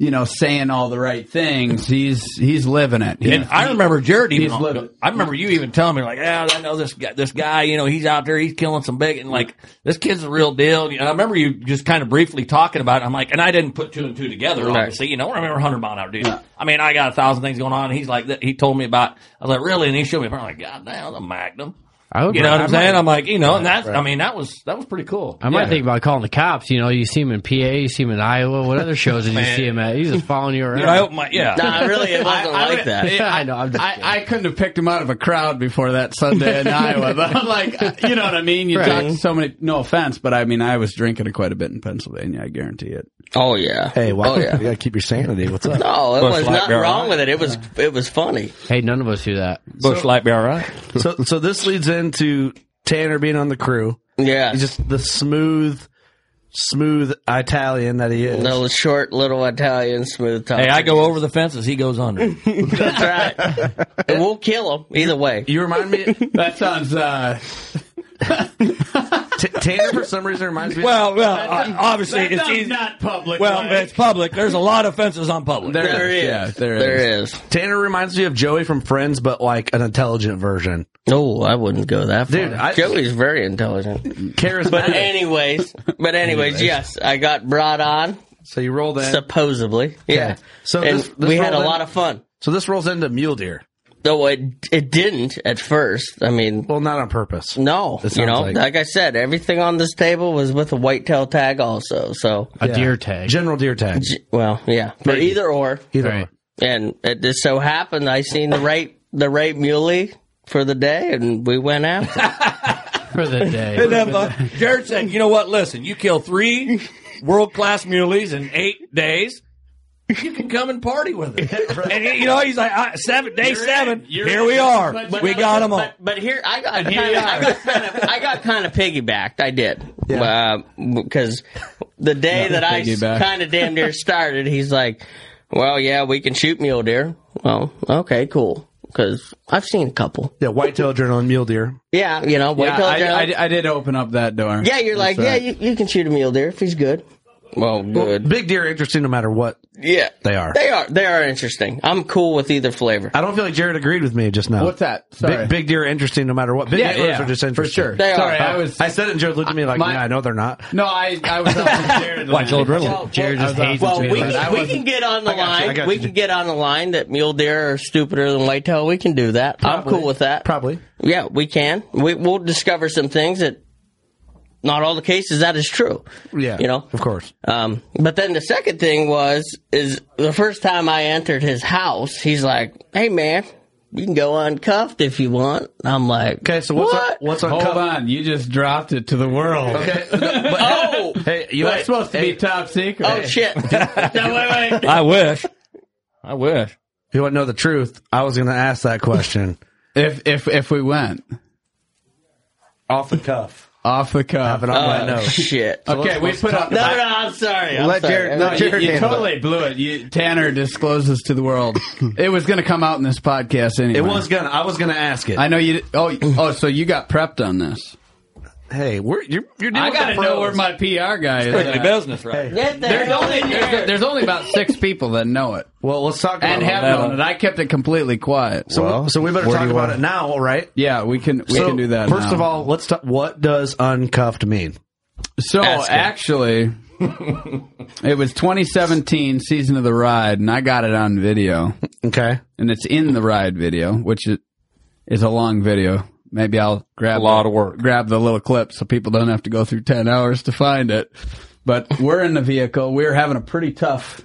you know saying all the right things. He's he's living it. And I remember Jared even. He's On, living. I remember you even telling me like, "Yeah, I know this guy. This guy, you know, he's out there, he's killing some big, and like this kid's the real deal." And I remember you just kind of briefly talking about. it. I'm like, and I didn't put two and two together. Right. Obviously, you know, I remember Hunter Bond out, dude. I mean, I got a thousand things going on. And he's like, that- he told me about. I was like, really? And he showed me. I'm like, God damn, the Magnum. I would- you know what I I'm saying? might- I'm like, you know, and that's. Right. I mean, that was that was pretty cool. I might Yeah. think about calling the cops. You know, you see him in PA, you see him in Iowa. What other shows did you Man. see him at? He's just following you around. Dude, I hope my- yeah. Nah, really, it wasn't like that. Yeah, I know. I'm just I, I couldn't have picked him out of a crowd before that Sunday in Iowa, but I'm like, you know what I mean? You Right. talk to so many, no offense, but I mean, I was drinking quite a bit in Pennsylvania, I guarantee it. Oh yeah. Hey, wow, Oh, yeah. you gotta keep your sanity. What's up? No, it Bush was Light nothing Barrel, wrong with it. It was it was funny. Hey, none of us do that. Bush Light be all right. so, so this leads into Tanner being on the crew. Yeah, just the smooth, smooth Italian that he is. Little short, little Italian smooth top. Hey, I go over the fences. He goes under. And we'll kill him either way. You remind me. That sounds, uh, T- Tanner for some reason reminds me. Well, well, uh, obviously That it's sounds easy. not public. Well, like- it's public. There's a lot of fences on public. There is. yeah, there There is. Tanner reminds me of Joey from Friends, but like an intelligent version. No, Oh, I wouldn't go that far. Dude, I- Joey's very intelligent. But Charismatic. anyways, but anyways, yes, I got brought on so you roll that. supposedly. Yeah. So And this- this we had a rolled in- lot of fun. So this rolls into mule deer. Though it it didn't at first. I mean, Well, not on purpose. no, It you know, sounds like- like, I said, everything on this table was with a whitetail tag also. So, A deer tag. General deer tag. well, yeah, but either or, Either Right. and it just so happened I seen the right the right muley for the day, and we went after. it. For the day. And then, uh, Jared said, "You know what? Listen, you kill three world class muleys in eight days. You can come and party with us." and he- you know, he's like, I, seven day seven. Here we are. we got them all. But, but here, I got kind of, I got kind of, I got kind of piggybacked. I did, Uh, because the day Yeah, that I piggyback. kind of damn near started, he's like, "Well, yeah, we can shoot mule deer." Well, okay, cool, because I've seen a couple. Yeah, whitetail adrenaline mule deer. Yeah, you know, wait Yeah, till I, I, I, I did open up that door. yeah, you're That's like, yeah, right. you, you can shoot a mule deer if he's good. Well, good. Big deer are interesting no matter what yeah, they are. they are they are interesting. I'm cool with either flavor. I don't feel like Jared agreed with me just now. What's that? Sorry. Big, big deer are interesting no matter what. Big Yeah, antlers yeah, are just for interesting. sure. They are. Sorry, I was. I said it and Jared looked at me like, My- yeah, I know they're not. no, I, I was out with Jared. Watch old Well, Riddle. Jared just I was hates off- Well, we, it. I can, we wasn't- can get on the I got you, I line. got we you. can get on the line that mule deer are stupider than whitetail. We can do that. I'm cool with that. Probably. Yeah, we can. We, we'll discover some things that not all the cases that is true. Yeah. you know. Of course. Um, but then the second thing was is the first time I entered his house, he's like, "Hey man, you can go uncuffed if you want." I'm like, Okay, so what's what? on, what's on Hold cup- on, you just dropped it to the world. Okay. but- Oh, Hey, you That's supposed to be top secret. oh shit! no, wait, wait. I wish. I wish. You want to know the truth? I was going to ask that question If if if we went off the cuff. off the cuff, Have it on my Uh, Oh, nose. shit. No, okay, we put up. no, I'm sorry. I'm Let sorry. Jared- no, You- Jared you, handle totally blew it. You, Tanner discloses to the world. it was going to come out in this podcast anyway. It was gonna. I was gonna ask it. I know you. Oh, oh. So you got prepped on this. Hey, we're you're, you're dealing I with gotta the know pros. where my PR guy is. Strictly at. business, right? Get the There's hell only in there's, here. there's only about six people that know it. Well, let's talk and about have that. known it. I kept it completely quiet. So, so we better talk about it now, right? Yeah, we can we So, can do that. First now. of all, let's talk. What does uncuffed mean? So Ask it. actually, it was 2017 season of the ride, and I got it on video. Okay, and it's in the ride video, which is, is a long video. Maybe I'll grab a lot of work. Grab the little clip so people don't have to go through 10 hours to find it. But we're in the vehicle. We're having a pretty tough,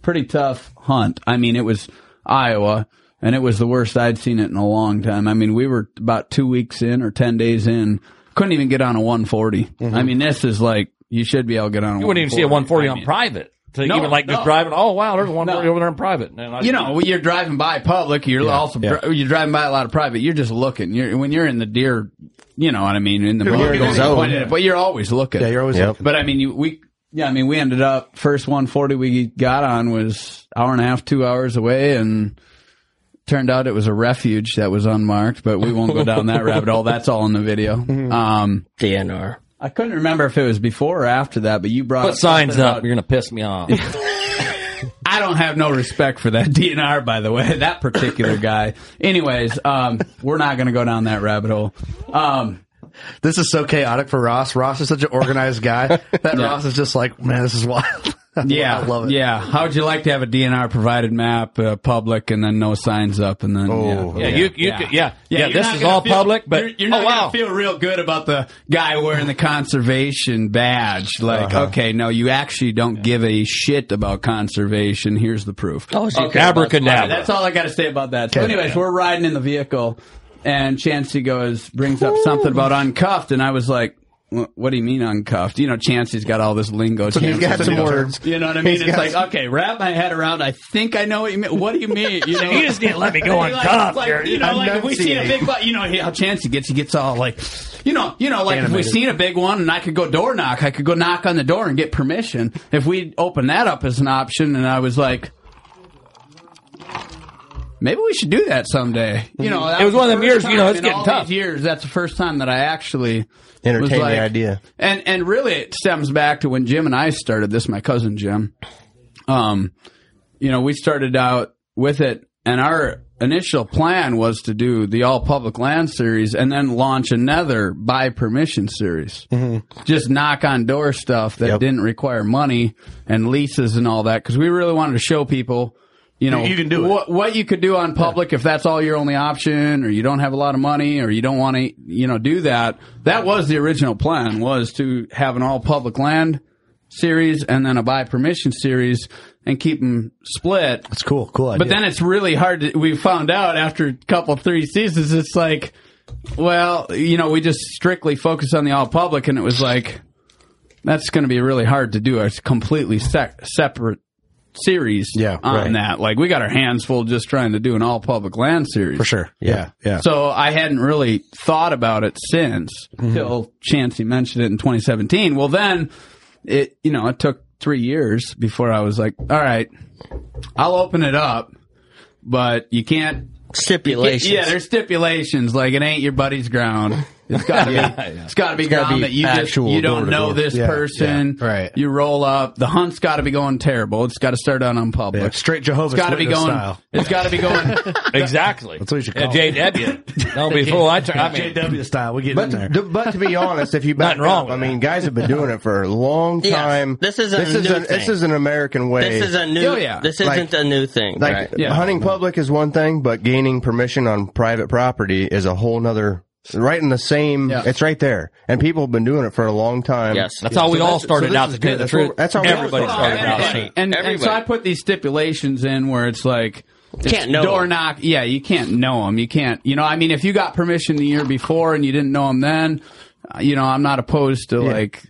pretty tough hunt. I mean, it was Iowa, and it was the worst I'd seen it in a long time. I mean, we were about two weeks in or 10 days in. Couldn't even get on a 140. I mean, this is like, you should be able to get on a Mm-hmm. You wouldn't even see a 140 on private. To No, even like no. just driving. Oh wow, there's a 140 over there in private. And I- you know, when you're driving by public, you're Yeah, also yeah. dri- you're driving by a lot of private. You're just looking. You're when you're in the deer, you know what I mean, in the You're moment, looking you're at the pointing zone. at it, but you're always looking. Yeah, you're always Yep. looking. But I mean, you, we yeah, I mean, we ended up first 140 we got on was hour and a half, two hours away, and turned out it was a refuge that was unmarked. But we won't go down that rabbit hole. That's all in the video. Mm-hmm. Um, DNR. I couldn't remember if it was before or after that, but you brought Put signs something up. about- You're gonna piss me off. I don't have no respect for that DNR, by the way, that particular guy. Anyways, um, we're not going to go down that rabbit hole. Um, This is so chaotic for Ross. Ross is such an organized guy that Ross is just like, man, this is wild. yeah, I love it. Yeah, how would you like to have a DNR provided map, uh, public, and then no signs up, and then Oh, Yeah, you- you could- yeah. Yeah, you're this not is gonna all feel- public, but- you're, you're not oh, gonna wow. feel real good about the guy wearing the conservation badge. Like, Uh-huh. okay, no, you actually don't give a shit about conservation. Here's the proof. Oh, so you okay, care about Abracadabra. That's all I got to say about that. So, Okay. anyways, we're riding in the vehicle, and Chancey goes brings up something about uncuffed, and I was like. "Wh- What do you mean uncuffed? You know, Chancey's got all this lingo. So he's Chancey got some knows. words. You know what I mean? He's it's got like, some- okay, wrap my head around. I think I know what you mean. What do you mean? You, know? You just need to let me go Like- uncuffed. Like, You're- you know, like if we see a enunciating. big, bu- you know how Chancey gets, he gets all like, you know, you know, like if Animated. we seen a big one and I could go door knock, I could go knock on the door and get permission. If we open that up as an option, and I was like. Maybe we should do that someday. You know, that Mm-hmm. It was one of the them first years, you know, time it's in getting all tough. these Years, that's the first time that I actually was Entertain like- the idea. and and really, it stems back to when Jim and I started this. My cousin Jim, um, you know, we started out with it, and our initial plan was to do the all public land series, and then launch another by permission series. Just knock on door stuff that didn't require money and leases and all that, because we really wanted to show people. You know, You- you can do it. what, what you could do on public if that's all your only option, or you don't have a lot of money, or you don't want to, you know, do that. That was the original plan was to have an all public land series and then a buy permission series and keep them split. That's cool. Cool. But then it's really hard. To, we found out after a couple, three seasons, it's like, well, you know, we just strictly focus on the all public, and it was like, that's going to be really hard to do a completely se- separate series yeah, on right. that. Like, we got our hands full just trying to do an all public land series. For sure. Yeah, yeah. So I hadn't really thought about it since Mm-hmm. till Chancey mentioned it in 2017. Well, then it, you know, it took three years before I was like, all right, I'll open it up, but you can't. Stipulations. Yeah, there's stipulations. Like it ain't your buddy's ground. It's got to be. It's got to be It's gotta ground be that you just actual you don't door-to-door. know this Yeah, person. Right. You roll up. The hunt's got to be going terrible. It's got to start out on public. straight Jehovah's It's got to be Witness going. style. It's got to be going. exactly. That's what you should Yeah, call JW. No, before I turn, I mean, JW style. We get But in there. to, but to be honest, if you back Nothing wrong up, with I mean, guys have been doing it for a long Yes, time. this is a this is new an, this thing. is an American way. This is a new. Oh, yeah. This Like- isn't a new thing. like right. hunting public is one thing, but gaining permission on private property is a whole nother. Right in the same, Yeah. it's right there, and people have been doing it for a long time. Yes. That's how we So all this- started so this out is to tell you good. the That's what- truth. That's how we all Oh, Everybody started out. and, and, and so I put these stipulations in where it's like it's Can't know door 'em. knock. Yeah, you can't know them. You can't. You know, I mean, if you got permission the year before and you didn't know them then, uh, you know, I'm not opposed to like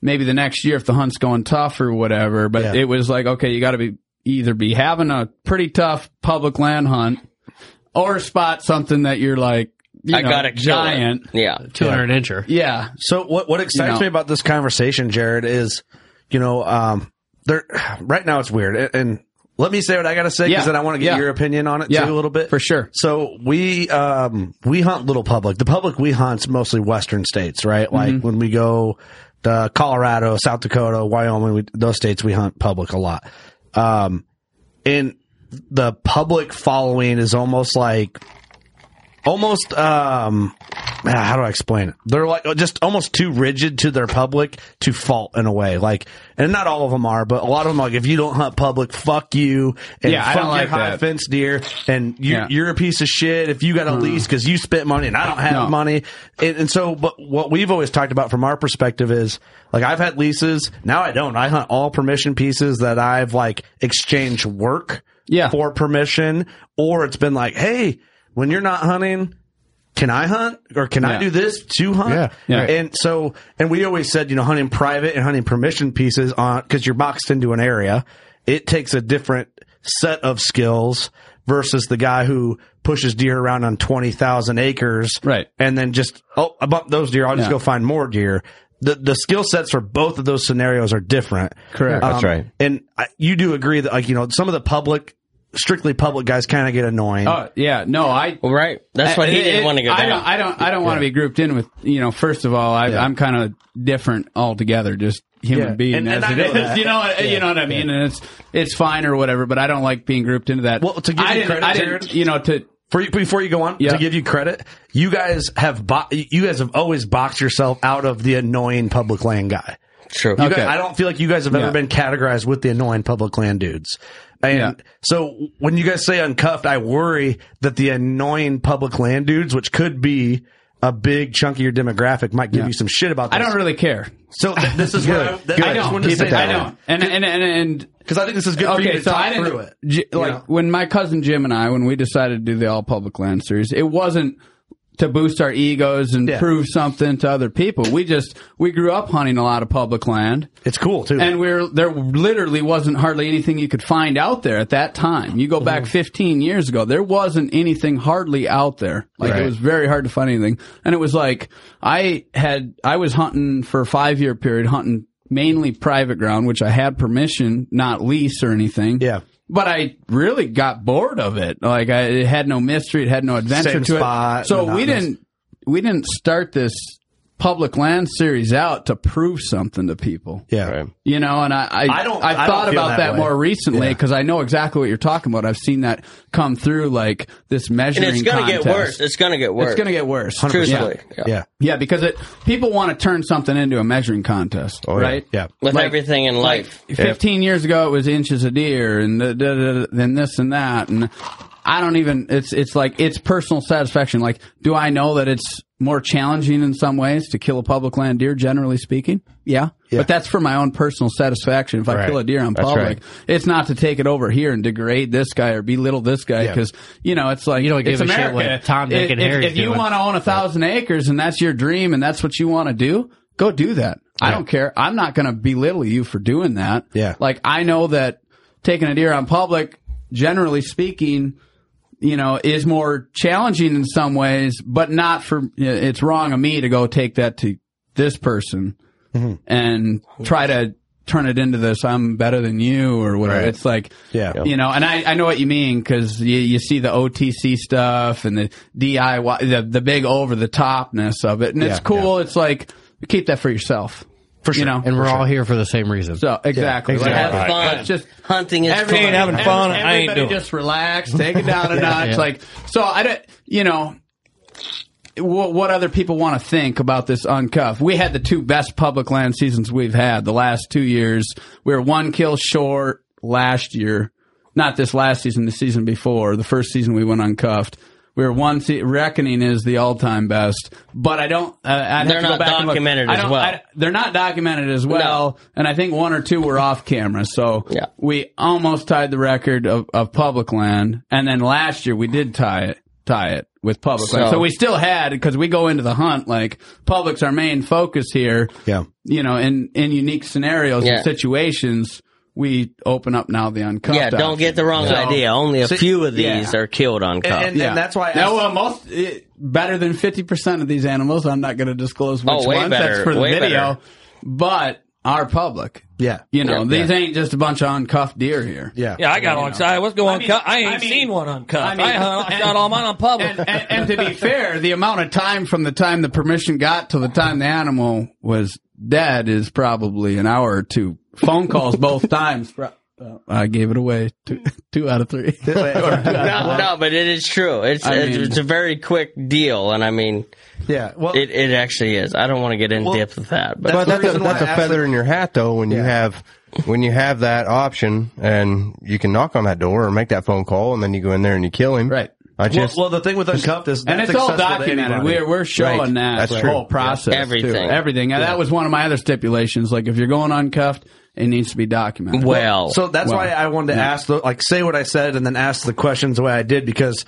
maybe the next year if the hunt's going tough or whatever. But Yeah. it was like okay, you got to be either be having a pretty tough public land hunt or spot something that you're like you I know, gotta kill it. giant. Yeah. 200 incher. Yeah, So what what excites You know. me about this conversation, Jared, is you know um, there right now it's weird, and- and Let me say what I got to say because Yeah. then I want to get Yeah. your opinion on it Yeah, too a little bit. For sure. So we um we hunt little public. The public we hunt's mostly western states, right? Like Mhm. when we go to Colorado, South Dakota, Wyoming, we, those states we hunt public a lot. Um and the public following is almost like almost um man, how do I explain it? They're like just almost too rigid to their public to fault in a way. Like, and not all of them are, but a lot of them are like if you don't hunt public, fuck you, and Yeah, I fuck don't your like high that. fence deer, and you, Yeah. Mm. you're a piece of shit if you got a lease because you spent money and I don't have No. money. And, and so, but what we've always talked about from our perspective is like I've had leases now I don't. I hunt all permission pieces that I've like exchanged work yeah. for permission, or it's been like, hey, when you're not hunting, can I hunt or can I Yeah. do this to hunt? Yeah, yeah. And so, and we always said, you know, hunting private and hunting permission pieces on because you're boxed into an area. It takes a different set of skills versus the guy who pushes deer around on 20,000 acres. Right. And then just, oh, I bumped those deer. I'll just Yeah. go find more deer. The, the skill sets for both of those scenarios are different. Um, Correct. That's right. And I, you do agree that, like, you know, some of the public, strictly public guys kind of get annoying. Uh, Oh yeah, no, I right. That's why what he didn't wanna go I down. don't, I don't. I don't want to be grouped in with you know. First of all, I, I'm kind of different altogether, just human Yeah. being And- as and I it know is. that. You know, Yeah. you know what I mean. And it's it's fine or whatever, but I don't like being grouped into that. Well, to give I you didn't- credit, I didn't- Jared, you know, to for you, before you go on to give you credit, you guys have bo- you guys have always boxed yourself out of the annoying public land guy. True. You Okay. guys, I don't feel like you guys have ever Yeah. been categorized with the annoying public land dudes. And so when you guys say uncuffed, I worry that the annoying public land dudes, which could be a big chunk of your demographic, might give you some shit about I this. don't really care. So th- this is what I, th- I I just don't. wanted to say. I don't. And and and and because I think this is good for you to talk through it, J- you like know? when my cousin Jim and I, when we decided to do the all public land series, it wasn't to boost our egos and Yeah. prove something to other people. We just we grew up hunting a lot of public land. It's cool too, and we're there. Literally, wasn't hardly anything you could find out there at that time. You go Mm-hmm. back 15 years ago, there wasn't anything hardly out there. Like Right. it was very hard to find anything, and it was like I had I was hunting for a five year period hunting mainly private ground, which I had permission, not lease or anything. Yeah. But I really got bored of it. Like I, it had no mystery, it had no adventure Same to spot, it. So we monotonous. didn't we didn't start this public land series out to prove something to people. Yeah. You know, and I I, I don't- I I've don't thought feel about that that, way. more recently because I know exactly what you're talking about. I've seen that come through like this And measuring it's gonna get contest. worse. It's gonna get worse. It's going to get worse. Truthfully. Yeah. yeah. because it people want to turn something into a measuring contest, Oh, yeah. right? Yeah. With everything in life. 15 years ago it was inches of deer and da, da, da, da, then this and that and I don't even it's it's like it's personal satisfaction like do I know that it's more challenging in some ways to kill a public land deer generally speaking yeah, but that's for my own personal satisfaction if I Right. kill a deer on That's public right. it's not to take it over here and degrade this guy or belittle this guy Yeah. because you know it's like you don't give it's a shit America. what Tom, Dick, If- and if- Harry's if you doing. want to own a thousand acres and that's your dream and that's what you want to do, go do that. I don't care. I'm not going to belittle you for doing that. Yeah. Like I know that taking a deer on public, generally speaking, you know, is more challenging in some ways, but not for, it's wrong of me to go take that to this person and try to turn it into this I'm better than you or whatever. Right. It's like, Yeah. you know, and I, I know what you mean because you, you see the OTC stuff and the DIY, the, the big over the topness of it. And it's Yeah, cool. It's like, keep that for yourself. For sure. You know, and we're For all sure. here for the same reason. So exactly. Like, Exactly. have fun. Let's just hunting is fun. Every- Everybody everybody just relax. Take it down a Yeah. notch. Yeah. Like so, I don't. You know. What, what other people want to think about this uncuff? We had the two best public land seasons we've had the last two years. We were one kill short last year, not this last season, the season before, the first season we went uncuffed. We were one. Se- Reckoning is the all-time best, but I don't. Uh, I'd They're have to go not back and look. documented I as don't- well. I- they're not documented as well, and I think one or two were off camera. So we almost tied the record of, of public land, and then last year we did tie it, tie it with public land. So- So we still had because we go into the hunt like public's our main focus here. Yeah, you know, in in unique scenarios Yeah. and situations, we open up now the uncuffed. Yeah, don't get the wrong option. So- idea. Only a So- few of yeah. these are killed on cuff. No, well, most it, better than fifty percent of these animals. I'm not going to disclose which Oh, way ones. better, That's for the way video. better. But our public. Yeah. You know, Yeah. these ain't just a bunch of uncuffed deer here. Yeah. Yeah, I got all excited. What's going I on? I, mean- ain't I mean- seen one uncut. I, I mean- hung- I shot all mine on public. and, and to be fair, the amount of time from the time the permission got till the time the animal was dead is probably an hour or two. Phone calls both times. Pro- uh, I gave it away two, two out of three. no, no, but it is true. It's I it's, mean- it's a very quick deal, and I mean, yeah, well, it it actually is. I don't want to get in depth with that, but, But that's, a, that's a feather in your hat, though, when you have when you have that option and you can knock on that door or make that phone call, and then you go in there and you kill him. Right. I just well, the thing with Uncuffed is and that's it's all accessible to documented. anybody. We're we're showing Right. that That's the true. whole process, Yeah. Everything. too. everything. And That was one of my other stipulations. Like if you're going uncuffed, it needs to be documented. so that's Well. why I wanted to Yeah. ask, the, like, say what I said and then ask the questions the way I did because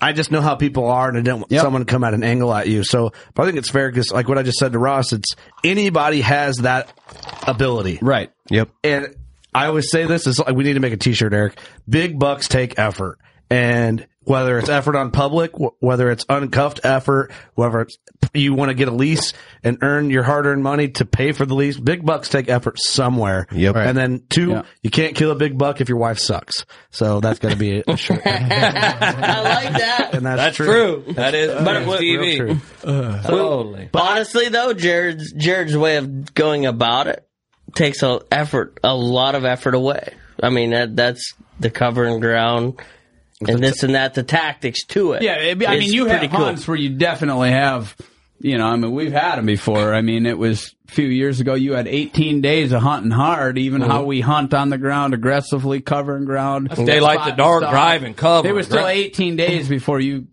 I just know how people are and I didn't want someone to come at an angle at you. So, but I think it's fair because, like, what I just said to Ross, it's anybody has that ability, right? Yep. And I always say this is like, we need to make a T-shirt, Eric. Big bucks take effort, and whether it's effort on public, wh- whether it's uncuffed effort, whether it's you want to get a lease and earn your hard-earned money to pay for the lease, big bucks take effort somewhere. Yep. And then two, Yeah. you can't kill a big buck if your wife sucks. So that's going to be a shirt. I like that. And that's, That's true. true. That is But true what- TV. Real true. Totally. But honestly, though, Jared's Jared's way of going about it takes a effort, a lot of effort away. I mean, that that's the cover and ground, and this and that, the tactics to it. Yeah, it, I mean, It's you pretty have hunts where you definitely have, you know, I mean, we've had them before. I mean, it was a few years ago. You had 18 days of hunting hard, even Mm-hmm. how we hunt on the ground, aggressively covering ground. daylight spotting to dark, stuff. drive and cover. It was still Right. 18 days before you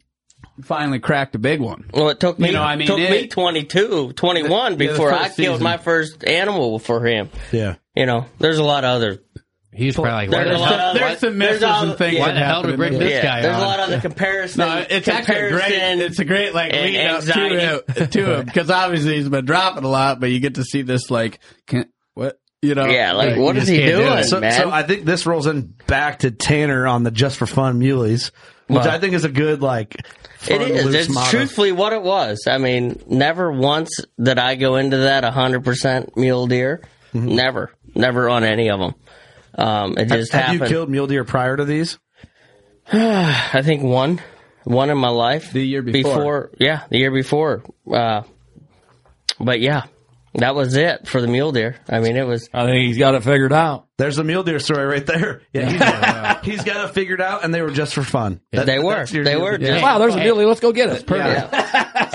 finally cracked a big one. Well, it took me, You know, I mean, took it- me 22, 21 The- yeah, the before I first killed season. my first animal for him. Yeah. You know, there's a lot of other. He's probably like, There's, a why, lot of other- There's some misses there's all- and things yeah, why the hell to happened bring in the- this yeah, guy there's on? a lot of the comparison. No, it's actually a comparison great. It's a great like and lead up anxiety. to him, to him because obviously he's been dropping a lot, but you get to see this like can, what you know. Yeah, like, what you is just he can't do doing? it. So, man. so I think this rolls in back to Tanner on the just for fun muleys, which Wow. I think is a good like. It fun, is. loose It's motto. truthfully what it was. I mean, never once did I go into that 100% mule deer. Never. Never on any of them. Um, it just Have happened. you killed mule deer prior to these? I think one. One in my life. The year before. yeah, the year before. Uh, but yeah, that was it for the mule deer. I mean, it was. I think he's got it figured out. There's the mule deer story right there. Yeah, he's, got, he's got it figured out, and they were just for fun. they were. that's your They mule were. deer. just- Wow, there's a mule. Let's go get it.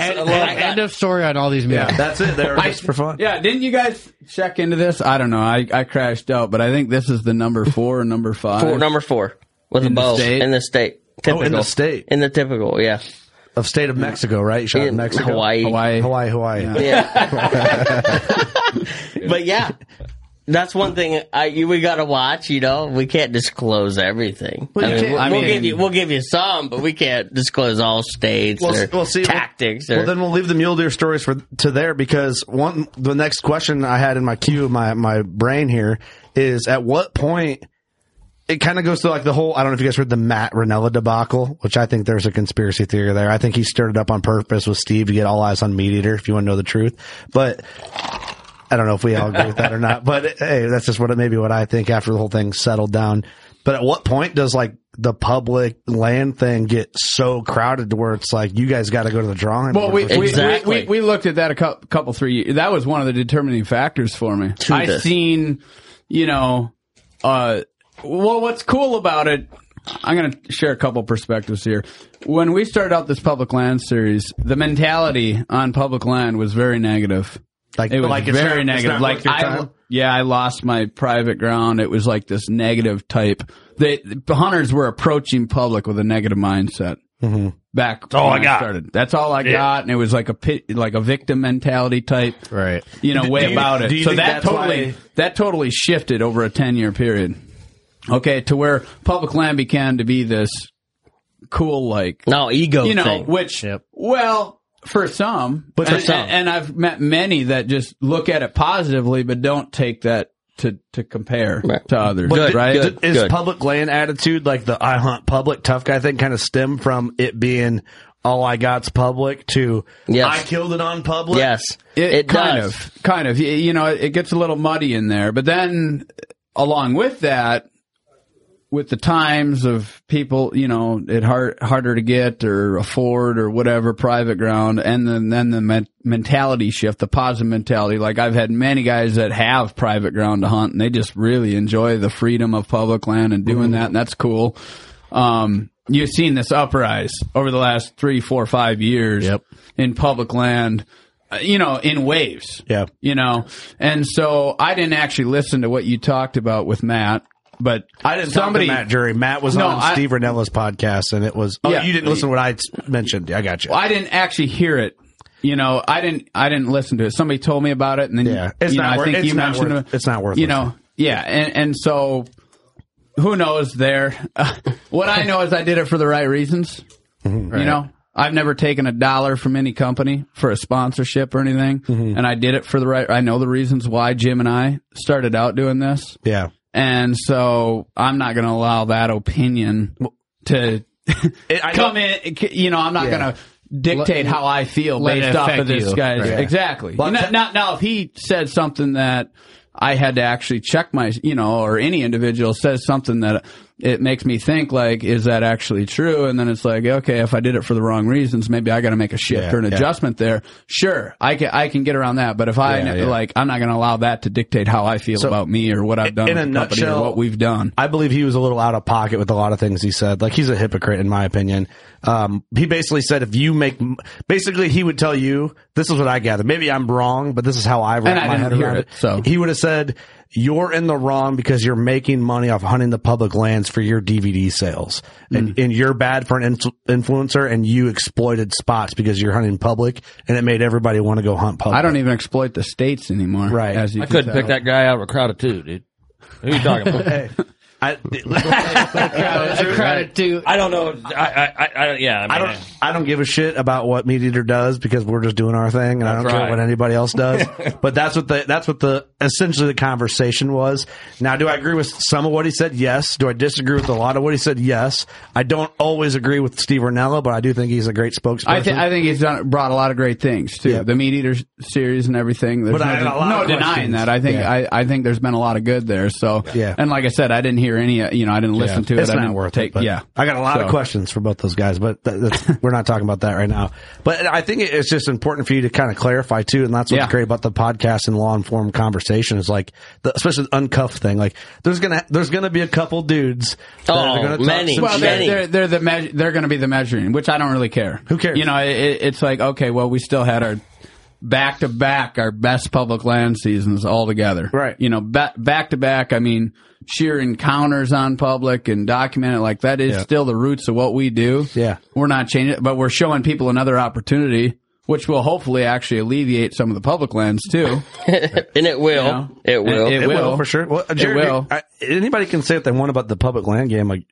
End- end, end of story on all these meals. Yeah, that's it. They were just for fun. Yeah, didn't you guys check into this? I don't know. I, I crashed out, but I think this is the number four or number five. Four, number four with In the a bow state? in the state. Oh, Typical. in the state In the typical, yeah. of state of Mexico, right? You Shot in In Mexico, Hawaii. Hawaii. Hawaii, Hawaii. Yeah. but yeah, that's one thing I, you, we got to watch. You know, we can't disclose everything. Well, I you mean, can't- we'll, I we'll mean- give you we'll give you some, but we can't disclose all states Well, or s- well, see, well- tactics. or, Well, then we'll leave the mule deer stories for to there because one the next question I had in my queue of my my brain here is at what point it kind of goes to like the whole I don't know if you guys heard the Matt Ranella debacle, which I think there's a conspiracy theory there. I think he stirred it up on purpose with Steve to get all eyes on Meat Eater. If you want to know the truth, but I don't know if we all agree with that or not, but hey, that's just what it maybe what I think after the whole thing settled down. But at what point does like the public land thing get so crowded to where it's like you guys got to go to the drawing? Well, board we, for something? we, we, we, we looked at that a couple, couple three. That was one of the determining factors for me. To I this. seen, you know, uh, well, what's cool about it? I'm going to share a couple perspectives here. When we started out this public land series, the mentality on public land was very negative. Like- it was like it's very not- it's negative. not worth Like your I, time? yeah, I lost my private ground. It was like this negative type. They, the hunters were approaching public with a negative mindset Mm-hmm. back that's all I got. started. That's all I got, and it was like a pit, like a victim mentality type, Right. you know, Do way you- about do you it. So think that that's totally why- that totally shifted over a ten year period. Okay, to where public land began to be this cool, like no ego you know, thing. which well. For some, but for and, some. and I've met many that just look at it positively, but don't take that to to compare Right. to others, But did- right? did- is public land attitude like the I hunt public tough guy thing kind of stem from it being all I got's public to I killed it on public. Yes, It, kind of, kind of. Y- You know, it gets a little muddy in there. But then, along with that, with the times of people, you know, it hard harder to get or afford or whatever private ground, and then then the men- mentality shift, the positive mentality. Like I've had many guys that have private ground to hunt, and they just really enjoy the freedom of public land and doing that, and that's cool. Um, you've seen this uprise over the last three, four, five years in public land uh, you know, in waves. Yeah. You know, and so I didn't actually listen to what you talked about with Matt, but I didn't somebody, Matt Jury. Matt was No, on I- Steve Renella's podcast, and it was. Oh, Yeah. you didn't listen to what I s- mentioned. I got you. Well, I didn't actually hear it. You know, I didn't. I didn't listen to it. Somebody told me about it, and then Yeah. It's you know, not I worth- think it's you not mentioned worth- it. it's not worth You know, yeah, and and so who knows? There, what I know is I did it for the right reasons. Mm-hmm. You know, I've never taken a dollar from any company for a sponsorship or anything, Mm-hmm. and I did it for the right. I know the reasons why Jim and I started out doing this. Yeah. And so I'm not going to allow that opinion to come in. You know, I'm not Yeah. going to dictate how I feel Let it based off of affect this you. guy's. Right. Exactly. Well, Not- not- now, if he said something that I had to actually check my, you know, or any individual says something that it makes me think like, is that actually true? And then it's like, okay, if I did it for the wrong reasons, maybe I got to make a shift Yeah, or an yeah. adjustment there. Sure, I can I can get around that, but if I Yeah, yeah. like, I'm not going to allow that to dictate how I feel about me or what I've done in with a the company or nutshell, what we've done. I believe he was a little out of pocket with a lot of things he said. Like he's a hypocrite, in my opinion. Um, he basically said if you make, basically he would tell you this is what I gather. Maybe I'm wrong, but this is how I wrap And I my head didn't hear around it, so. he would have said you're in the wrong because you're making money off hunting the public lands for your DVD sales, Hmm. and, and you're bad for an influ- influencer, and you exploited spots because you're hunting public, and it made everybody want to go hunt public. I don't even exploit the states anymore. Right. As you I can couldn't tell. pick that guy out of a crowd of two, dude. Who you talking about? I, Right. I don't know. I, I, I, I yeah. I, mean, I don't. I don't give a shit about what Meat Eater does because we're just doing our thing, and I don't That's care right. what anybody else does. but that's what the that's what the essentially the conversation was. Now, do I agree with some of what he said? Yes. Do I disagree with a lot of what he said? Yes. I don't always agree with Steve Ornella, but I do think he's a great spokesperson. I, th- I think he's done, brought a lot of great things too. The meat eater s- series and everything. There's But I no, had a lot no of denying questions. that. I think Yeah. I, I think there's been a lot of good there. So yeah. And like I said, I didn't hear any. uh, You know, I didn't listen to it. It's I not didn't worth take, it. but Yeah, I got a lot So- of questions for both those guys, but that, that's, we're not talking about that right now. But I think it's just important for you to kind of clarify too, and that's what's Yeah. great about the podcast and law informed conversation is like, the, especially the uncuff thing. Like, there's gonna there's gonna be a couple dudes. that are gonna talk some Well, shit. they're, they're, they're the meas- they're going to be the measuring, which I don't really care. Who cares? You know, it, it- it's like okay, well, we still had our back to back our best public land seasons all together. Right. You know, back to back. I mean, sheer encounters on public and documented like that is Yeah. still the roots of what we do. Yeah. We're not changing, it, but we're showing people another opportunity. Which will hopefully actually alleviate some of the public lands too. and it will. You know? It will. It, will for sure. Well, Jared, it will. I, anybody can say what they want about the public land game. Like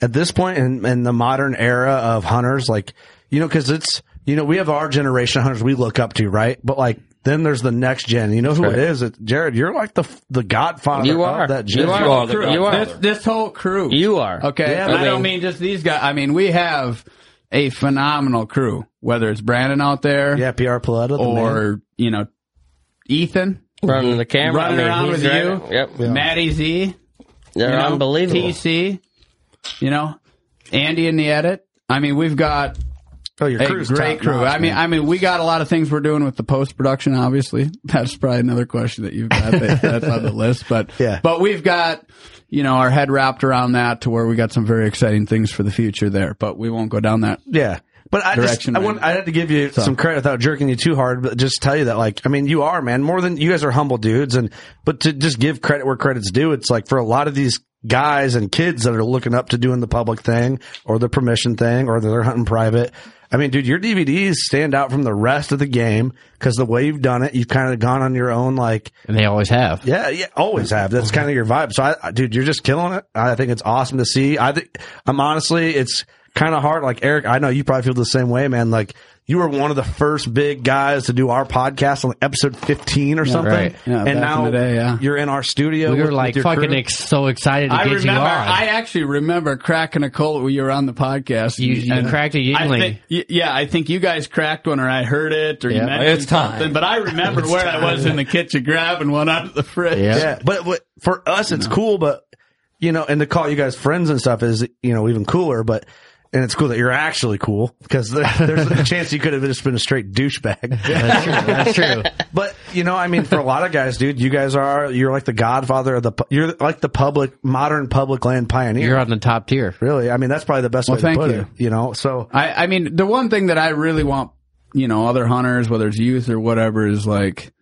at this point in, in the modern era of hunters, like you know, because it's you know we have our generation of hunters we look up to, right? But like then there's the next gen. You know who right. it is? It, Jared, you're like the the godfather. You are. of that gen. You are. You are the You are. godfather. This whole crew. You are. Okay. Yeah, I, I don't mean- mean just these guys. I mean, we have a phenomenal crew, whether it's Brandon out there. Yeah, PR Paletta. Or, you know, Ethan. Running the camera. Running I mean, around he's with right. you. Yep. Yeah. Matty Z. They're you know, unbelievable. TC. You know, Andy in the edit. I mean, we've got. Oh, your crew's great top crew. notch, I mean, man. I mean, we got a lot of things we're doing with the post production. Obviously, that's probably another question that you've got that, that's on the list. But Yeah. but we've got you know our head wrapped around that to where we got some very exciting things for the future there. But we won't go down that. Yeah. But I just, Direction I, right want, I had to give you So. some credit without jerking you too hard, but just tell you that, like, I mean, you are, man, more than you guys are humble dudes. And, but to just give credit where credit's due, it's like for a lot of these guys and kids that are looking up to doing the public thing or the permission thing or they're hunting private. I mean, dude, your DVDs stand out from the rest of the game because the way you've done it, you've kind of gone on your own, like, and they always have. yeah, yeah, always have. That's kind of your vibe. So, I, I- dude, you're just killing it. I think it's awesome to see. I think I'm honestly, it's kind of hard. Like Eric, I know you probably feel the same way, man. Like you were one of the first big guys to do our podcast on episode 15 or Yeah, something. right. Yeah, back and in now the day, yeah. you're in our studio. we with- were with like your fucking crew. ex- so excited to I get remember. you on. I actually remember cracking a cold when you were on the podcast. You- you cracked a Yingling. I think- y- yeah, I think you guys cracked one, or I heard it, or you Yeah. mentioned It's time. something. But I remember It's where time. I was in the kitchen grabbing one out of the fridge. Yeah. But, but for us, it's cool, but, you know, and to call you guys friends and stuff is, you know, even cooler, but, and it's cool that you're actually cool because there, there's a chance you could have just been a straight douchebag. That's true. That's true. But you know, I mean, for a lot of guys, dude, you guys are you're like the godfather of the pu- you're like the public modern public land pioneer. You're on the top tier, really. I mean, that's probably the best Well, way thank to put you. it. You know, so I, I mean, the one thing that I really want, you know, other hunters, whether it's youth or whatever, is like,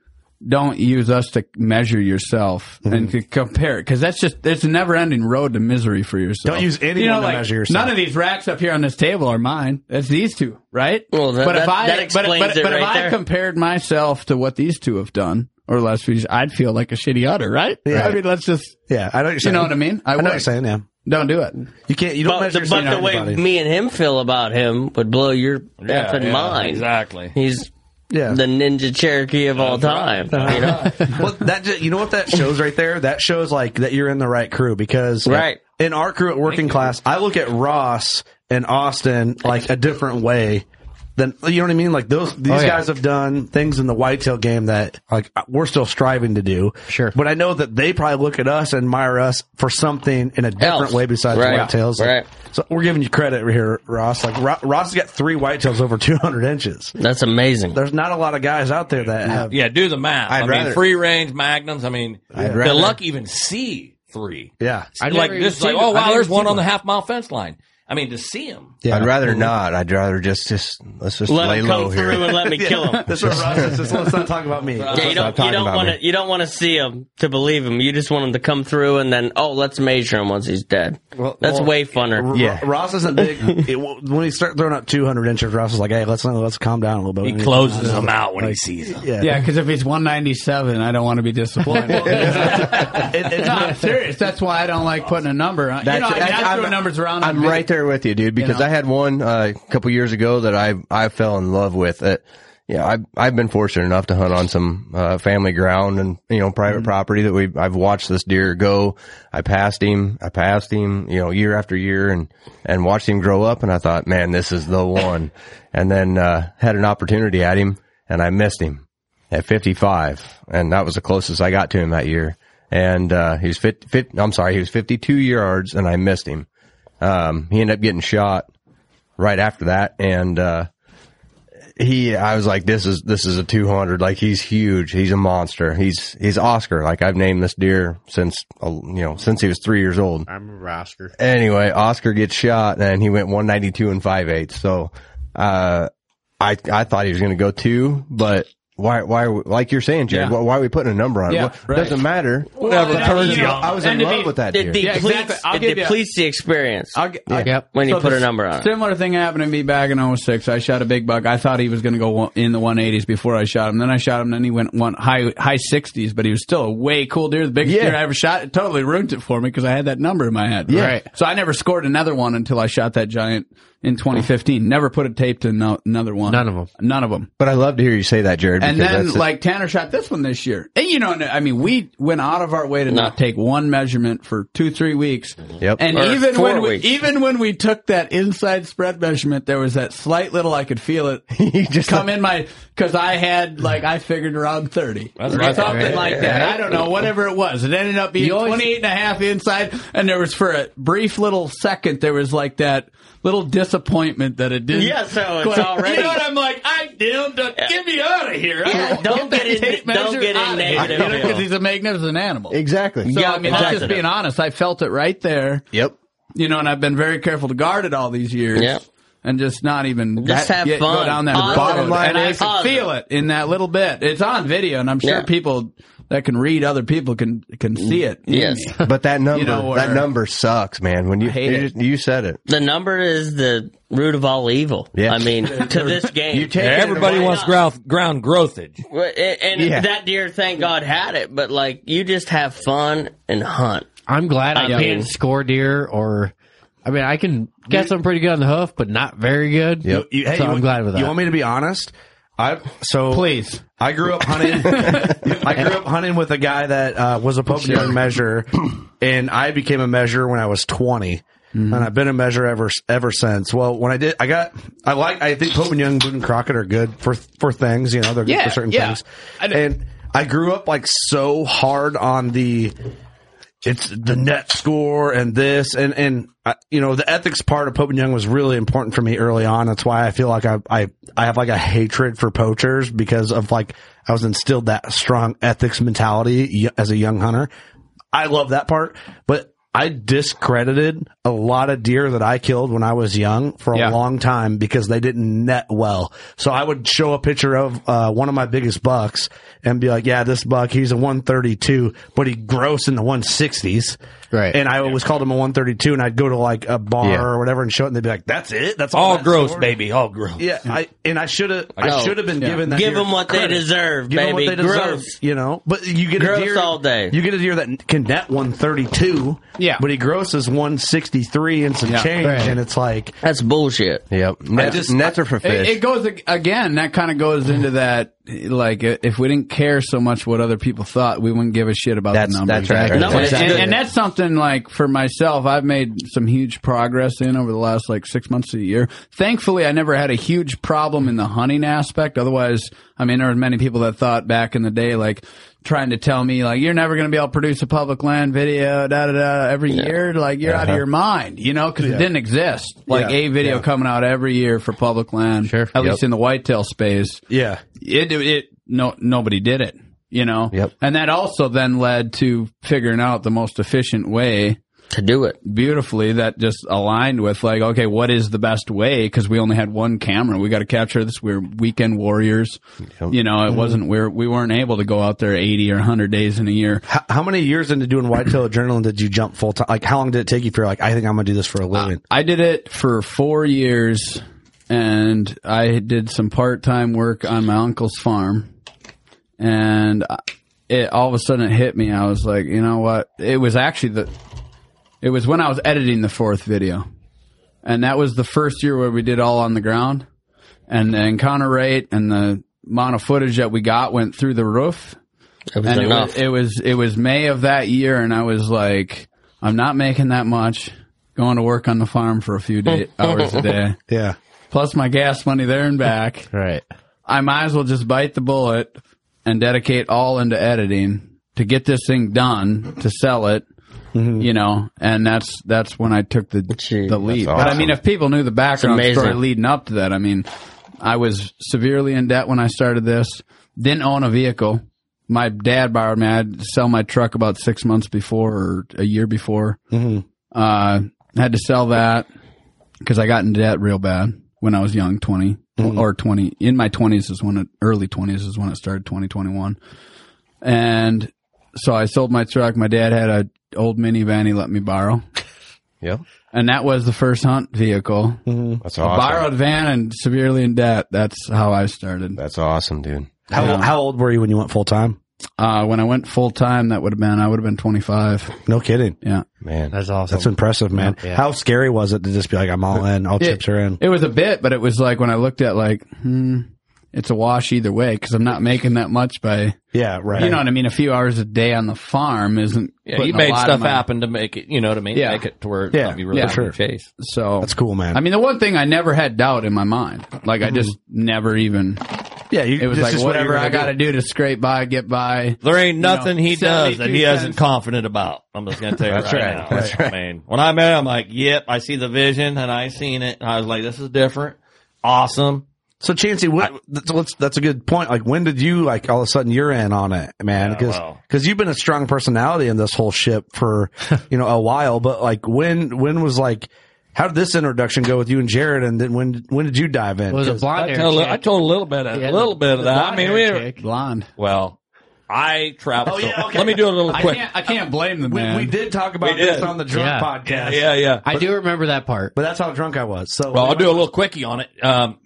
don't use us to measure yourself Mm-hmm. and to compare it because that's just it's a never-ending road to misery for yourself. Don't use anyone to measure yourself. None of these racks up here on this table are mine. It's these two, right? Well, that- but if that- I that but, explains but, it but if right I there. compared myself to what these two have done or the last few years, I'd feel like a shitty utter, right? Yeah. I mean, let's just yeah, I know what you're you saying. know what I mean. I know what would. you're saying. Yeah, Don't do it. you can't. You don't but measure the, but yourself the to way anybody. me and him feel about him would blow your Yeah, effing yeah, mind. exactly. He's Yeah. the Ninja Cherokee of all time. You know? well, that ju- you know what that shows right there. That shows like that you're in the right crew because Right. in our crew at working class, I look at Ross and Austin like a different way than you know what I mean. Like those these Oh, yeah. guys have done things in the whitetail game that like we're still striving to do. Sure, but I know that they probably look at us and admire us for something in a different Else. way besides Right. whitetails. Right. So we're giving you credit here, Ross. Like Ro- Ross has got three whitetails over 200 inches. That's amazing. There's not a lot of guys out there that have. Yeah, do the math. i I'd mean, rather- free range magnums. I mean, I'd the rather- luck even see three. Yeah, I'd like this. is Like, oh wow, there's one on the half mile fence line. I mean, to see him. I'd rather not. I'd rather just just let's just Let lay him low come here. through and let me Yeah, kill him. That's what Ross says. Just let's not talk about me. Yeah, you don't, talking you don't about want me. to you don't want to see him to believe him. You just want him to come through and then oh, let's measure him once he's dead. That's well, way funner. R- Ross isn't big. It- when he start throwing up 200 inches, Ross is like, "Hey, let's let's calm down a little bit." He closes them out when he sees them. Yeah. Yeah, because if it's 197, I don't want to be disappointed. no, I'm serious. That's why I don't like putting a number on. That's- you know, I, that's- I throw I'm- numbers around. I'm right there with you, dude. Because know? I had one uh, a couple years ago that I I fell in love with. Uh, yeah, I've I've been fortunate enough to hunt on some uh, family ground and you know private Mm-hmm. property that we I've watched this deer go. I passed him, I passed him, you know, year after year, and and watched him grow up. And I thought, man, this is the one. And then uh, had an opportunity at him, and I missed him at 55, and that was the closest I got to him that year. And uh, he was 50, 50 I'm sorry, he was 52 yards, and I missed him. Um, he ended up getting shot right after that, and uh, he, I was like, this is this is a 200. Like he's huge, he's a monster. He's he's Oscar. Like I've named this deer since uh, you know since he was three years old. I'm a Oscar. Anyway, Oscar gets shot and he went 192 and 5 eighths. So, uh, I, I thought he was going to go two, but why, why, like you're saying, Jared, Yeah. why, why are we putting a number on it? Yeah, Well, right. Doesn't matter. Well, Whatever and, turns you you. know, I was in and to love be- with that It deer. depletes, exactly. I'll it give you- depletes the experience I'll, get- I'll- when you so put a this number on it. Similar thing happened to me back in 06. I shot a big buck. I thought he was going to go one- in the 180s before I shot him. Then I shot him. Then he went one high high 60s, but he was still a way cool deer. The biggest Yeah. deer I ever shot. It totally ruined it for me because I had that number in my head. Yeah. Right. So I never scored another one until I shot that giant in 2015. Never put a tape to no, another one. None of them. None of them. But I love to hear you say that, Jared. And because then, that's the- like Tanner shot this one this year, and you know, I mean, we went out of our way to not take one measurement for two, three weeks. Yep. And Or even four when we, weeks. even when we took that inside spread measurement, there was that slight little I could feel it just come in my because I had like I figured around thirty That's or right. something Right. like that. I don't know whatever it was. It ended up being You always- 28 and a half inside, and there was for a brief little second there was like that little disappointment that it didn't. Yeah, so it's quite- already- You know what I'm like? I damn done. Get me out of here. I Yeah, don't that get in- tape don't measure get in outta here. negative, You know, Bill. 'cause he's a magnificent animal. Exactly. So Yeah, I mean, I'm just exactly. being honest. I felt it right there. Yep. You know, and I've been very careful to guard it all these years. Yeah. And just not even Just that- have get- go fun. down that Positive. bottom line. And I Positive. can feel it in that little bit. It's on video, and I'm sure Yeah. people that can read other people can can see it. in me. but that number, know, that or- number sucks, man. When you, hate you, it. just- you said it. The number is the root of all evil. Yes. I mean, to this game, You take Everybody wants ground, ground growthage. Well, a- And Yeah. that deer, thank God, had it. But like, you just have fun and hunt. I'm glad I, I mean- can't score deer or. I mean, I can Got some pretty good on the hoof, but not very good. Yep. You, You- hey, so you I'm want- glad with that. you want me to be honest? I so please. I grew up hunting. I grew up hunting with a guy that uh, was a Pope Young measurer, and I became a measurer when I was 20 and I've been a measurer ever ever since. Well, when I did, I got I like I think Pope and Young, Boone and Crockett are good for for things. You know, they're good Yeah, for certain yeah. things. and I grew up like so hard on the it's the net score and this and and uh, you know the ethics part of Pope and Young was really important for me early on. That's why I feel like I I I have like a hatred for poachers because of like I was instilled that strong ethics mentality y- as a young hunter. I love that part, but I discredited a lot of deer that I killed when I was young for a long time because they didn't net well. So I would show a picture of uh, one of my biggest bucks and be like, "Yeah, this buck, he's a 132, but he gross in the 160s." Right. And I always called him a 132, and I'd go to like a bar Yeah. or whatever and show it, and they'd be like, "That's it. That's all, all that gross, scored?" baby. All gross. Yeah, I and I should have No. I should have been oh, Yeah. given that Give deer 'em what they credit. deserve, Give 'em baby. what they deserve, Gross. you know. But you get Gross a deer all day. You get a deer that can net 132. Yeah, but he grosses 163 and some Yeah. change, Right. and it's like that's bullshit. Yep, nets, just- nets are for It, fish. it goes ag- again. That kind of goes into Mm. that. Like, i- if we didn't care so much what other people thought, we wouldn't give a shit about That's- the numbers. that's right. And- Numbers, and- exactly. and, that's something like for myself, I've made some huge progress in over the last like six months to a year. Thankfully, I never had a huge problem in the hunting aspect. Otherwise, I mean, there were many people that thought back in the day, like trying to tell me like you're never going to be able to produce a public land video da da da every year like you're out of Uh-huh. your mind you know because Yeah. it didn't exist like Yeah, a video yeah. coming out every year for public land sure Yep. at least in the whitetail space yeah it, it no nobody did it you know yep. and that also then led to figuring out the most efficient way to do it beautifully that just aligned with like okay what is the best way because we only had one camera we got to capture this we're weekend warriors you know it wasn't we're we weren't able to go out there 80 or 100 days in a year how, how many years into doing whitetail adrenaline did you jump full time? Like how long did it take you for like I think I'm gonna do this for a living? I did it for four years, and I did some part time work on my uncle's farm, and I- it all of a sudden it hit me. I was like, you know what? It was actually the, it was when I was editing the fourth video, and that was the first year where we did all on the ground, and the encounter rate and the amount of footage that we got went through the roof It was and enough. It was, it was it was May of that year, and I was like, I'm not making that much. Going to work on the farm for a few day, hours a day, Yeah. plus my gas money there and back. Right. I might as well just bite the bullet and dedicate all into editing to get this thing done to sell it. Mm-hmm. You know, and that's that's when I took the the leap. But I awesome. mean, if people knew the background It's amazing. story leading up to that, I mean, I was severely in debt when I started this. Didn't own a vehicle. My dad borrowed me. I had to sell my truck about six months before or a year before. Mm-hmm. Uh, had to sell that because I got in debt real bad when I was young, 20 or 20. In my 20s is when it, early 20s is when it started, 2021. and so I sold my truck. My dad had a old minivan he let me borrow. Yep. And that was the first hunt vehicle. That's a awesome. borrowed van and severely in debt. That's how I started. That's awesome, dude. How how old were you when you went full time? Uh, when I went full time, that would have been I would have been twenty five. No kidding. Yeah, man, that's awesome. That's impressive, man. Yeah. How scary was it to just be like I'm all in, all It- chips are in? It was a bit, but it was like when I looked at like, hmm, it's a wash either way because I'm not making that much by. Yeah, right. You know what I mean? A few hours a day on the farm isn't. Yeah, putting you a made lot of stuff my- happen to make it. You know what I mean? Yeah. Make it to where Yeah, yeah, you really yeah, yeah, sure. chase. So that's cool, man. I mean, the one thing I never had doubt in my mind. Like I just never even. Yeah, you, It was Mm-hmm. this like is what you're whatever gonna I got to do do. to scrape by, get by. There ain't You know, nothing he does that he 72 isn't confident about. I'm just gonna tell you That's right, right. now. That's I mean, when I met him, I'm like, yep, I see the vision and I seen it. And I was like, this is different, awesome. So Chancey, what, that's, let's- that's a good point. Like, when did you like all of a sudden you're in on it, man? Because well. you've been a strong personality in this whole ship for you know a while. But like, when when was like, how did this introduction go with you and Jared? And then when when did you dive in? Was it 'Cause- blonde I hair told, chick? I told a little bit, of, a little bit of that. I mean, we were, blonde. well, I traveled. so- Let me do a little I quick. I can't blame them, man. we did talk about We did. this on the drunk Yeah. podcast. Yeah, yeah. I do remember that part. But that's how drunk I was. So Well, I'll do a little quickie on it. Um,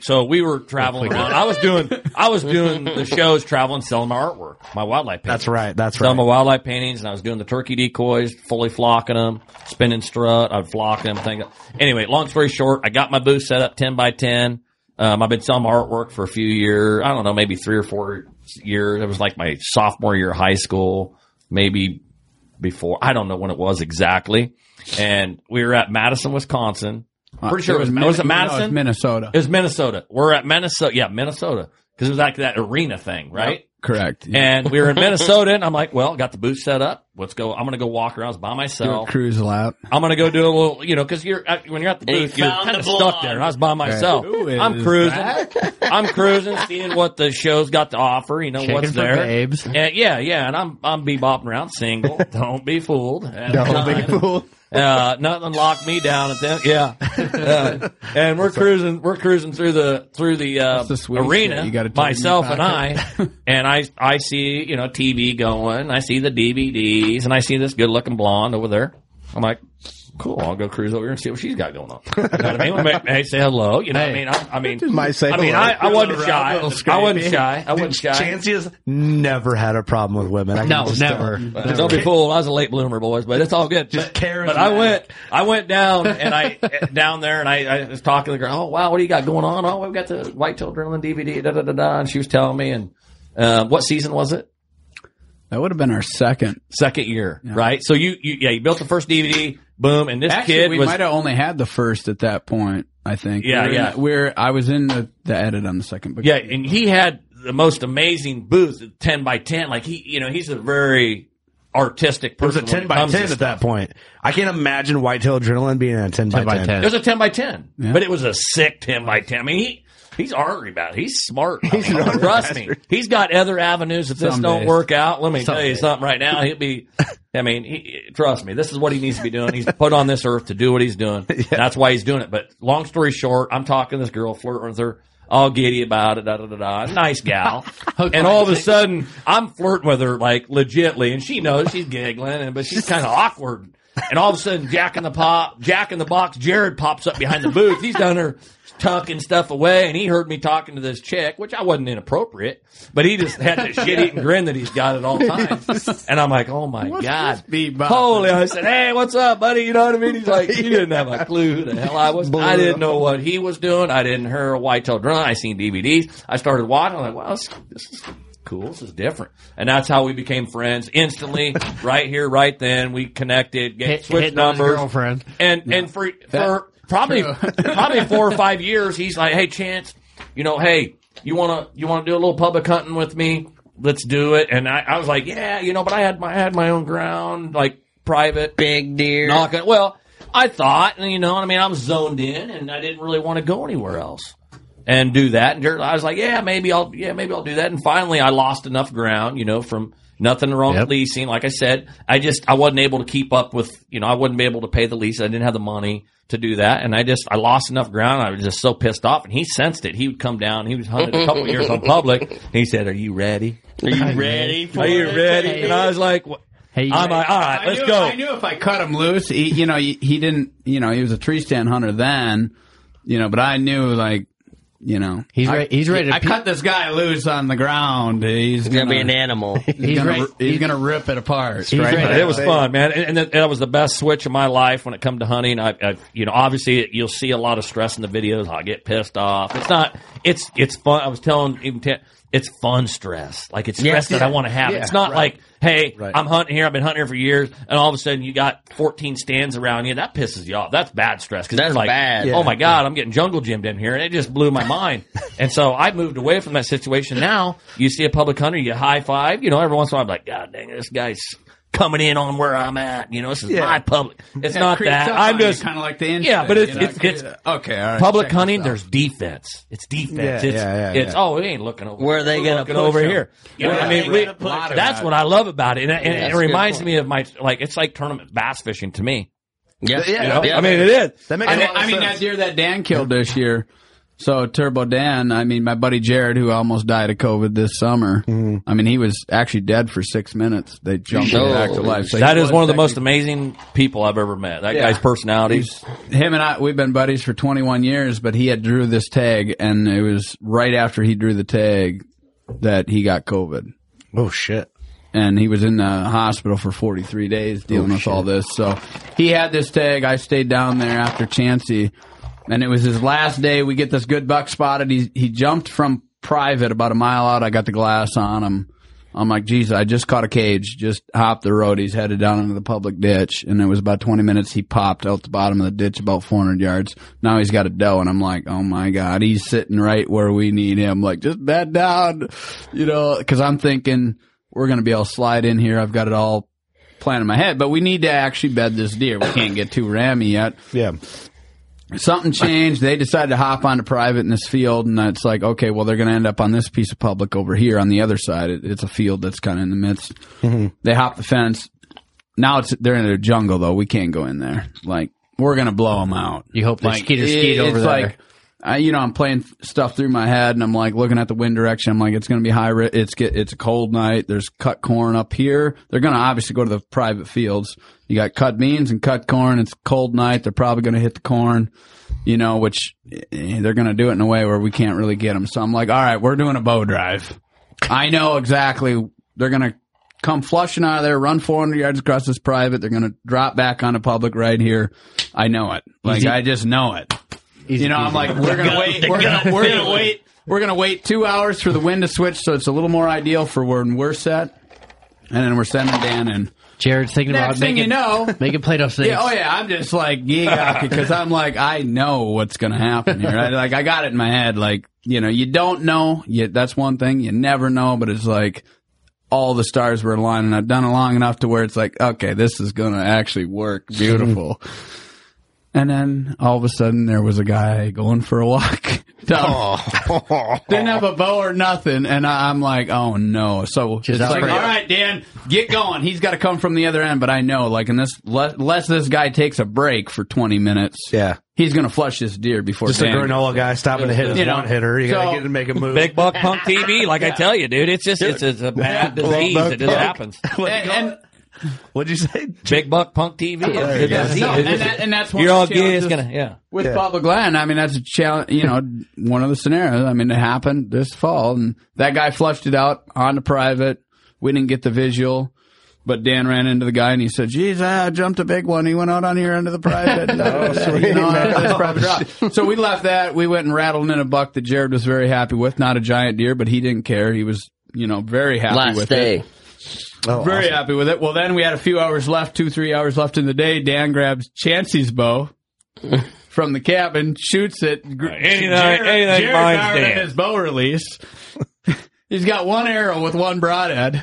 So we were traveling around. I was doing I was doing the shows, traveling, selling my artwork, my wildlife. Paintings. That's right, that's selling right. my wildlife paintings, and I was doing the turkey decoys, fully flocking them, spinning strut. I'd flock them. Thing. Anyway, long story short, I got my booth set up ten by ten. Um, I've been selling my artwork for a few years. I don't know, maybe three or four years. It was like my sophomore year of high school, maybe before. I don't know when it was exactly. And we were at Madison, Wisconsin. I'm pretty sure Uh, it was, Min- was it no, Madison? Minnesota. It was Minnesota. We're at Minnesota. Yeah, Minnesota. Because it was like that arena thing, right? Correct. And we were in Minnesota, and I'm like, well, got the booth set up. Let's go. I'm going to go walk around. I was by Do a myself. cruise lap. I'm going to go do a little, you know, because you're at- when you're at the And he booth, you're found kind the of stuck there. And I was by myself. Who is I'm cruising. I'm cruising, seeing what the show's got to offer. You know Checking what's for there. babes. And, yeah, yeah. And I'm I'm bebopping around, single. Don't be fooled. At the Don't be time. Uh, nothing locked me down at them. Yeah, Uh, and we're cruising. We're cruising through the through the, uh, That's the sweet shit. arena. You gotta turn myself your and I, and I I see you know TV going. I see the DVDs, and I see this good looking blonde over there. I'm like, cool. I'll go cruise over here and see what she's got going on. You know what I mean? May- may say hello. You know what I mean? I, I mean, Just might say I mean, hello. I, I wasn't Little shy. round, little I wasn't scrapey. shy. I wasn't shy. Chancey has never had a problem with women. I can No, just never. tell. But Don't be fooled. I was a late bloomer, boys, but it's all good. Just but, but I went, I went down and I down there and I, I was talking to the girl. Oh wow, what do you got going on? Oh, we've got the White Tail Adrenaline DVD. Da da da da. And she was telling me, and uh, what season was it? That would have been our second. Second year, right? So you, you, yeah, you built the first DVD. Boom, and this Actually, kid we was might have only had the first at that point. I think. Yeah, We're in- yeah. we're I was in the, the edit on the second, but Yeah, and he had the most amazing booth, ten by ten. Like he, you know, he's a very artistic It was person. a when ten it by comes to ten at stuff. that point. I can't imagine Whitetail Adrenaline being a ten, by ten. It was a ten by ten, Yeah. but it was a sick ten by ten. I mean, he he's artery about it. He's smart. I mean, trust me, he's got other avenues. If this Some don't days. work out, let me Some tell you days. something right now. He'll be. I mean, he, trust me. This is what he needs to be doing. He's put on this earth to do what he's doing. That's why he's doing it. But long story short, uh, I'm talking to this girl, flirting with her. All giddy about it, da da da da. Nice gal, and all of a sudden I'm flirting with her like legitly, and she knows she's giggling, and but she's kind of awkward. And all of a sudden, Jack in the Pop, Jack in the Box, Jared pops up behind the booth. He's down there tucking stuff away, and he heard me talking to this chick, which I wasn't inappropriate, but he just had that shit-eating grin that he's got at all times. And I'm like, oh my god, holy! I said, hey, what's up, buddy? You know what I mean? He's like, you didn't have a clue who the hell I was. I didn't know what he was doing. I didn't hear a white tail drone. I seen DVDs. I started watching. I'm like, wow, this, this is cool. This is different. And that's how we became friends instantly, right here, right then. We connected, get, Hit- switched hitting on his numbers, girlfriend. and and for for probably probably four or five years, he's like, hey, Chance, you know, hey, you wanna you wanna do a little public hunting with me? Let's do it. And I, I was like, yeah, you know, but I had my I had my own ground, like private big deer. Knocking. Well, I thought, and you know, I mean, I was zoned in, and I didn't really want to go anywhere else and do that. And Jared- I was like, yeah, maybe I'll, yeah, maybe I'll do that. And finally, I lost enough ground, you know, from nothing wrong with leasing. Like I said, I just I wasn't able to keep up with, you know, I wouldn't be able to pay the lease. I didn't have the money to do that, and I just I lost enough ground. I was just so pissed off, and he sensed it. He would come down. He was hunted a couple years on public. And he said, "Are you ready? Are you ready for Are you it? ready?" And I was like, "What?" you I'm ready? like, all right, I let's knew- go. I knew if I cut him loose, he, you know, he, he didn't, you know, he was a tree stand hunter then, you know, but I knew like, you know, He's I, re- he's ready to I pe- cut this guy loose on the ground. He's It's gonna gonna be an animal. He's He's gonna, re- he's, he's- gonna rip it apart. right? But it was fun, man, and, and that, that was the best switch of my life when it come to hunting. I, I, you know, obviously you'll see a lot of stress in the videos. I get pissed off. It's not. It's it's fun. I was telling even Tim, it's fun stress. Like it's Yes. stress that I want to have. Yeah. it's not Right. like, hey, Right. I'm hunting here. I've been hunting here for years, and all of a sudden you got 14 stands around you. That pisses you off. That's bad stress. Cause That's it's like, bad. Oh my god, I'm getting jungle gymmed in here, and it just blew my mind. and so I moved away from that situation. Now you see a public hunter, you high five. You know, every once in a while, I'm like, God dang, it, this guy's coming in on where I'm at. You know, this is Yeah. my public. It's Yeah, not creeps that. up I'm on you, just kinda like the yeah, instinct, but it's you know, it's, it creeps it's up. Okay, all right, Public check hunting, this out. there's defense. It's defense. Yeah, it's yeah, yeah, it's yeah. oh, we ain't looking over. Where are they We're gonna looking push over them? here? You know Where what I are mean, they we, gonna push them? that's what I love about it, and, and Yeah, that's it a good reminds point. me of my like it's like tournament bass fishing to me. Yeah. You know? Yeah. I mean it is. I mean, I mean that deer that Dan killed this year. So Turbo Dan, I mean, my buddy Jared, who almost died of COVID this summer. Mm-hmm. I mean, he was actually dead for six minutes. They jumped him back to life. So that he is was one of the most amazing people I've ever met. That Yeah. guy's personality. him and I we've been buddies for 21 years but he had drew this tag and it was right after he drew the tag that he got covid oh shit and he was in the hospital for 43 days dealing Oh, with all this so he had this tag I stayed down there after Chansey and it was his last day we get this good buck spotted he he jumped from private about a mile out I got the glass on him I'm like, Jesus, I just caught a cage, just hopped the road. He's headed down into the public ditch. And it was about 20 minutes. He popped out the bottom of the ditch about 400 yards. Now he's got a doe. And I'm like, oh my God, he's sitting right where we need him. Like, just bat down, you know, cause I'm thinking we're going to be able to slide in here. I've got it all planned in my head, but we need to actually bed this deer. We can't get too rammy yet. Yeah. Something changed. They decided to hop onto private in this field, and it's like, okay, well, they're going to end up on this piece of public over here on the other side. It, it's a field that's kind of in the midst. They hop the fence. Now it's they're in a jungle though. We can't go in there. Like we're gonna blow them out. You hope they skeeter skeet over it's there. Like, I, you know, I'm playing stuff through my head, and I'm like looking at the wind direction. I'm like, it's gonna be high. Ri- it's get it's a cold night. There's cut corn up here. They're gonna obviously go to the private fields. You got cut beans and cut corn. It's a cold night. They're probably gonna hit the corn. You know, which eh, they're gonna do it in a way where we can't really get them. So I'm like, all right, we're doing a bow drive. I know exactly. They're gonna come flushing out of there, run 400 yards across this private. They're gonna drop back on a public right here. I know it. Like Easy. I just know it. you know, I'm like, we're gonna wait. We're gonna, we're gonna wait. We're gonna wait two hours for the wind to switch, so it's a little more ideal for when we're set. And then we're sending Dan in. Jared's thinking Next about thing making, you know, making Play-Doh snakes. yeah, oh yeah, I'm just like giga because I'm like I know what's gonna happen here. I, like I got it in my head. Like you know, you don't know. You, that's one thing you never know. But it's like all the stars were aligned, and I've done it long enough to where it's like, okay, this is gonna actually work. Beautiful. and then all of a sudden, there was a guy going for a walk. Down. Didn't have a bow or nothing, and I, I'm like, oh no. So it's out like, for all you. right, Dan, get going. He's got to come from the other end, but I know, like, unless le- unless this guy takes a break for 20 minutes, yeah, he's gonna flush this deer before Just a Dan. granola guy stopping to hit his You know, one hitter. You gotta so- get to make a move. Big buck punk TV, like I tell you, dude. It's just it's, it's a bad Well, disease buck that just punk. happens. And- and- What'd you say? Big buck punk TV. It's There a you go. disease. No, It's and just- that- and that's one you're of all the gay. It's challenges gonna yeah. with Bubba Glenn. I mean, that's a challenge. You know, one of the scenarios. I mean, it happened this fall, and that guy flushed it out on the private. We didn't get the visual, but Dan ran into the guy and he said, "Geez, I jumped a big one. He went out on here under the private." uh, You know, that's private rock. so we left that. We went and rattled in a buck that Jared was very happy with. Not a giant deer, but he didn't care. He was, you know, very happy Last with day. it. Very happy with it. Well, then we had a few hours left, two, three hours left in the day. Dan grabs Chansey's bow from the cabin, shoots it. Gr- anything- anything Jared's mine's already in Dan's. his bow release. He's got one arrow with one broadhead.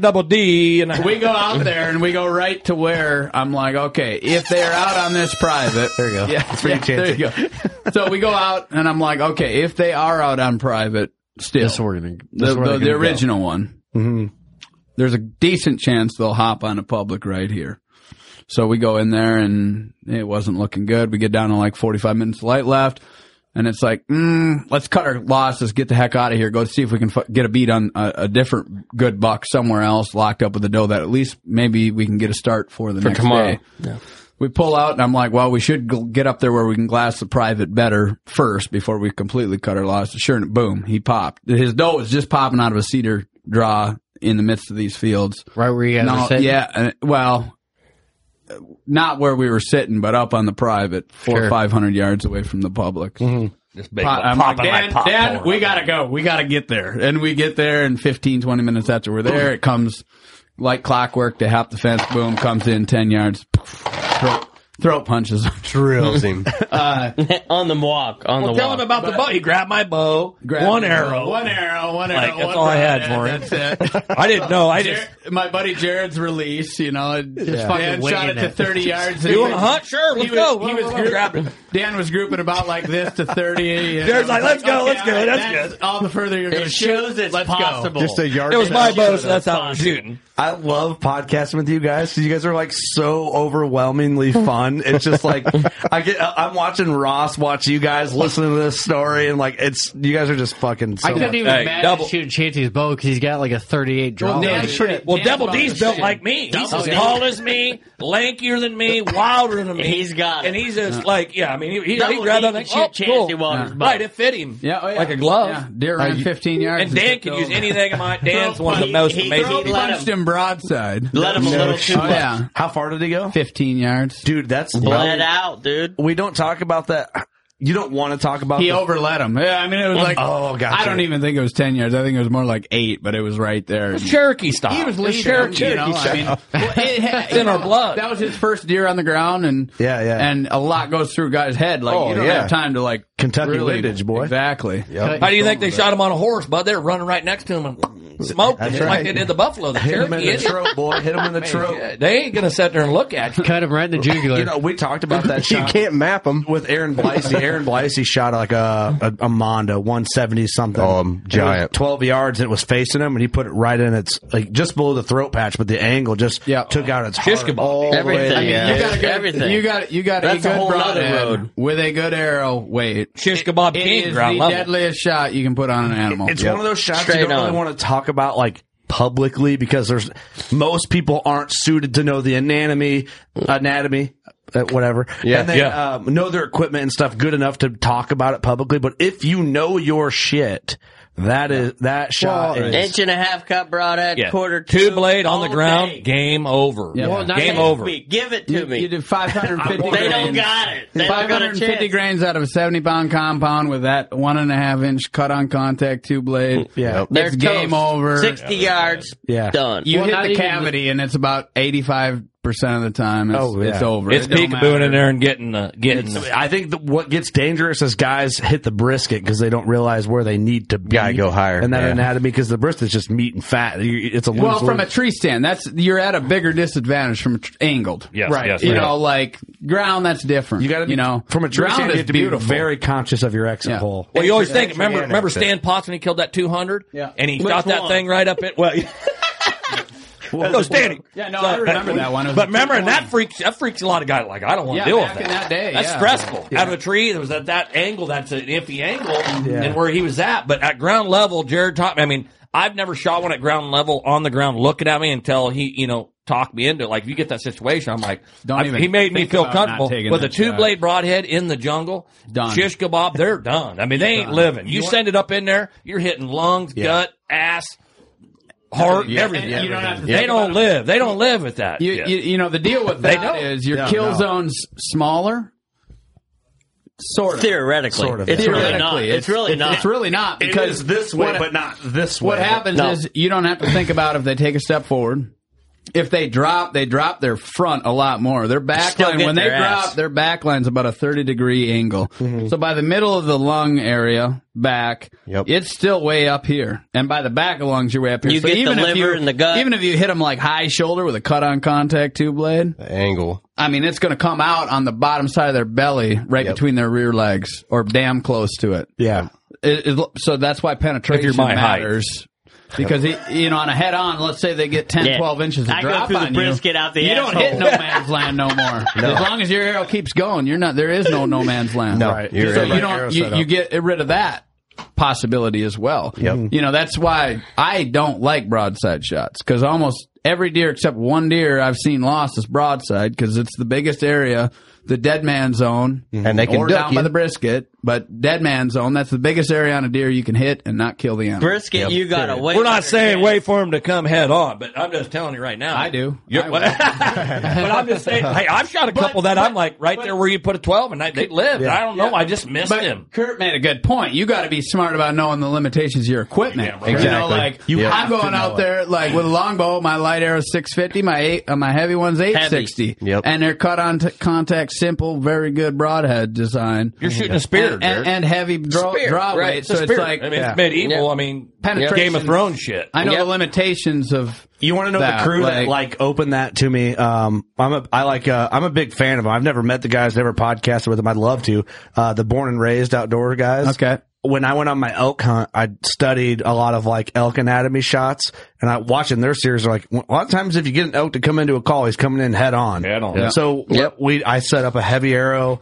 Double D. And We go out there and we go right to where I'm like, okay, if they're out on this private, there you go. Yeah, for you, yeah, there you go. So we go out and I'm like, okay, if they are out on private, still This we're gonna- the, this we're the, gonna go. the original one. Mm-hmm. There's a decent chance they'll hop on a public right here. So we go in there and it wasn't looking good. We get down to like 45 minutes of light left and it's like, mm, let's cut our losses, get the heck out of here, go see if we can f- get a beat on a, a different good buck somewhere else locked up with a doe that at least maybe we can get a start for the For next tomorrow. day. We pull out and I'm like, well, we should gl- get up there where we can glass the private better first before we completely cut our losses. Sure, and boom, he popped. His doe was just popping out of a cedar draw in the midst of these fields. Right where you guys No, are sitting? Yeah, uh, well, uh, not where we were sitting, but up on the private, four Sure. or five hundred yards away from the public. Mm-hmm. Just Pop- I'm like, Dad, Dad, we gotta go. We gotta get there. And we get there and 15, 20 minutes after we're there, it comes like clockwork to half the fence. Boom, comes in 10 yards. Throat, throat punches. Drills him. on the walk, on Well, the tell walk. him about the bow. He grabbed my bow. one arrow. One arrow. One arrow. Like, that's one all I had arrow, for him. That's it. I didn't know. I just Jared- my buddy Jared's release, you know, and Just fucking Dan winging shot it to it. thirty yards. You wanna hunt? Sure, he let's was, go. He Well, was well, grab it. grouping, Dan was grouping about like this to thirty. and I Jared's was like, "Let's go, let's go, all that's good." All the further you're It going to shows shoot, it's let's possible. go. Just a yard. It was my bow, so that's how I'm shooting. I love podcasting with you guys. 'cause You guys are like so overwhelmingly fun fun. It's just like I get. I'm watching Ross watch you guys listening to this story, and like it's you guys are just fucking. So I couldn't much- even imagine shooting Chancey's bow because he's got like a 38 draw. Well, Dan's pretty- well, Double D's built like me. He's as tall as me, lankier than me, wilder than me. He's got it. And he's just like, yeah, I mean, he, he, Double E he grabbed D on that can shit. shoot cool. Chancey Wilder's butt. Right, it fit him. Yeah, oh, yeah. Like a glove. Yeah, deer ran Like, 15 yards And and Dan tipped can over. use anything of mine. Dan's one of the most amazing people. punched him broadside. Let him a little too Oh, much. yeah. How far did he go? 15 yards. Dude, that's Bled out, dude. We don't talk about that. You don't want to talk about. He the- overlet him. Yeah, I mean, it was like, Oh, gotcha. I don't even think it was 10 yards. I think it was more like eight, but it was right there. Cherokee style. He was leading. Cherokee, you know, I mean, style. well, it- It's in our blood. That was his first deer on the ground, and yeah, yeah. and a lot goes through a guy's head. Like Oh, you don't yeah. have time to like Kentucky really, windage, boy. Exactly. Yep. How do you think they shot him on a horse, bud? They're running right next to him and smoked him That's just right. like they did the buffalo. The Hit him in Cherokee the is- throat, boy. Hit him in the Man, throat. yeah, They ain't gonna sit there and look at you. Cut him right in the jugular. You know, we talked about that. You shot can't map them. with Aaron Blasey. Aaron Blasey shot like a a, a Monda one seventy something. Um, giant. It was twelve yards. It was facing him, and he put it right in its like just below the throat patch, but the angle just Yeah. took out its heart. Shish kebab. all the way Everything. down. Yeah. You got a good, Everything. You got you got That's a a good whole nother broadhead road. with a good arrow. Wait, Shish kebab it king is the ground level. deadliest shot you can put on an animal. It's one of those shots Straight you don't on. really want to talk about like publicly because there's most people aren't suited to know the anatomy, anatomy, uh, whatever. Yeah, and they yeah. um, know their equipment and stuff good enough to talk about it publicly. But if you know your shit, that is that shot Well, is. Inch and a half cut broadhead, Yeah. quarter two. two blade on the all ground. day. Game over. Yeah. Well, Not game next over. week. Give it to You, me. you did 550 they don't grains. got it. They don't got a 550 chance. grains out of a 70 pound compound with that one and a half inch cut on contact two blade. Yeah. It's They're game toast. over. Sixty yards. Yeah. done. You Well, not hit the even cavity and it's about 85% of the time it's, Oh, yeah. it's over. It's It don't peekabooing in matter. there and getting the getting. The, I think the, what gets dangerous is guys hit the brisket because they don't realize where they need to be. Gotta go higher, and that yeah. anatomy because the brisket's just meat and fat. You- It's a lose Well, from a tree stand, that's you're at a bigger disadvantage from tr- angled. Yes, right. yes, you right. know, like ground, that's different. You got to be you know, from a tree ground stand, is you have to beautiful. be very conscious of your exit Yeah. hole. well, you always think. Extra Remember, hand remember exit. Stan Potts when he killed that two hundred. Yeah. and he Which shot that one? thing right up it. Well, well go Stanley. Yeah, no, I remember that one. It was But a remember, and that one. freaks that freaks a lot of guys. Like I don't want to Yeah, deal back with in that that. day, that's yeah. stressful. Out of a tree, there was at that angle. That's an iffy angle, Yeah. and where he was at. But at ground level, Jared taught me. I mean, I've never shot one at ground level on the ground looking at me until he, you know, talked me into it. Like if you get that situation, I'm like, Don't I- even he made me think feel about not comfortable taking with a that two shot. blade broadhead in the jungle. Done. Shish kebab, they're done. I mean, they ain't living. You send it up in there, you're hitting lungs, gut, ass, heart, Yeah. everything. And you don't have to they think about don't it. live. They don't live with that. You, Yeah. you, you know, the deal with They that don't. is your Yeah, kill no. zone's smaller. Sort of. Theoretically, Sort of. it's really Theoretically, not. It's really not. It's really not because what, not this What happens No. is you don't have to think about if they take a step forward. If they drop, they drop their front a lot more. Their back Still line, get when they their ass. drop, their back line's about a 30 degree angle. So by the middle of the lung area, back, Yep. it's still way up here. And by the back of lungs, you're way up here. You so get the even if liver you, and the gut. Even if you hit them like high shoulder with a cut on contact two blade, The angle. I mean, it's going to come out on the bottom side of their belly, right between their rear legs, or damn close to it. Yeah. It- it- so that's why penetration If you're my height. matters. Because it, you know, on a head on, let's say they get 10, Yeah. 12 inches of I go drop through the on you, brisket out the You don't hit asshole. no man's land no more. As long as your arrow keeps going, you're not. There is no no man's land. No, Right. you're so right. you Arrow don't. You, setup. you get rid of that possibility as well. You know that's why I don't like broadside shots because almost every deer except one deer I've seen lost is broadside because it's the biggest area, the dead man zone, Mm-hmm. And they can or duck down you. by the brisket. But dead man zone, that's the biggest area on a deer you can hit and not kill the animal. Brisket, you got away. We're not saying wait for him to come head on, but I'm just telling you right now. I do. You're- I will. but I'm just saying. Hey, I've shot a couple that I'm like right there where you put a 12, and I, they lived. I don't know. I just missed But him. Kurt made a good point. You got to be smart about knowing the limitations of your equipment. Yeah, right. You know, Exactly. like You I'm going out there like with a longbow, my light arrow's 650, my eight, uh, my heavy one's 860, Yep. and they're cut on t- contact, simple, very good broadhead design. You're shooting a spear, and, and, and heavy draw, Spear, draw right. weight, It's so it's spear. like I mean, it's medieval. I mean, Penetration. Game of Thrones shit. I know Yep. the limitations of You want to know that, the crew like- that like opened that to me? Um, I'm a, I like, uh, I'm a big fan of them. I've never met the guys, never podcasted with them. I'd love to. Uh, the born and raised outdoor guys. Okay. when I went on my elk hunt, I studied a lot of like elk anatomy shots, and I watching their series. Like a lot of times, if you get an elk to come into a call, he's coming in head on. Head on. Yeah. So what we I set up a heavy arrow.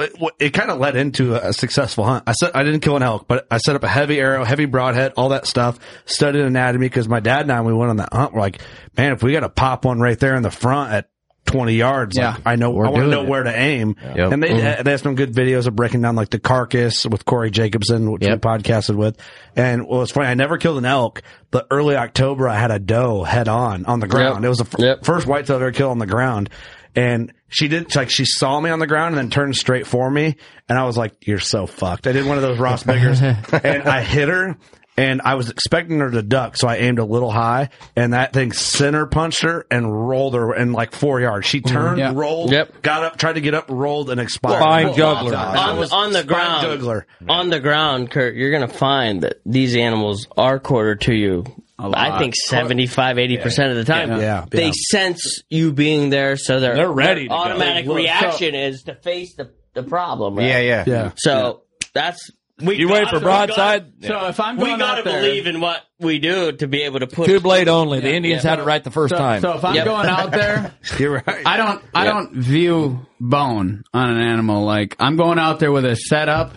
It, it kind of led into a successful hunt. I set, I didn't kill an elk, but I set up a heavy arrow, heavy broadhead, all that stuff. Studied anatomy because my dad and I when we went on that hunt. We're like, man, if we got to pop one right there in the front at 20 yards. Yeah. Like, I know, I want to doing know it. where to aim. Yep. And they, Mhm. they have some good videos of breaking down like the carcass with Corey Jacobson, which we podcasted with. And well, it's funny. I never killed an elk, but early October, I had a doe head on on the ground. It was the f- first white tail I've ever killed on the ground. And she did like she saw me on the ground and then turned straight for me. And I was like, you're so fucked. I did one of those Ross Biggers and I hit her and I was expecting her to duck, so I aimed a little high, and that thing center punched her and rolled her in like four yards. She turned, yeah. rolled, got up, tried to get up, rolled, and expired. Fine I On, was on the spine ground. juggler. On the ground, Kurt, you're going to find that these animals are quarter to you. I think 75, 80% of the time. Yeah. Yeah. They Yeah. sense you being there, so they're, They're ready to go. automatic They look. reaction is to face the, the problem. right? Yeah, yeah. Yeah. So that's. We You wait for we gotta- broadside? So if I'm we going got to out there- believe in what we do to be able to push. Two blade only. The Indians had it right the first So- time. So if I'm going out there, you're right. I don't I Yeah. don't view bone on an animal like I'm going out there with a setup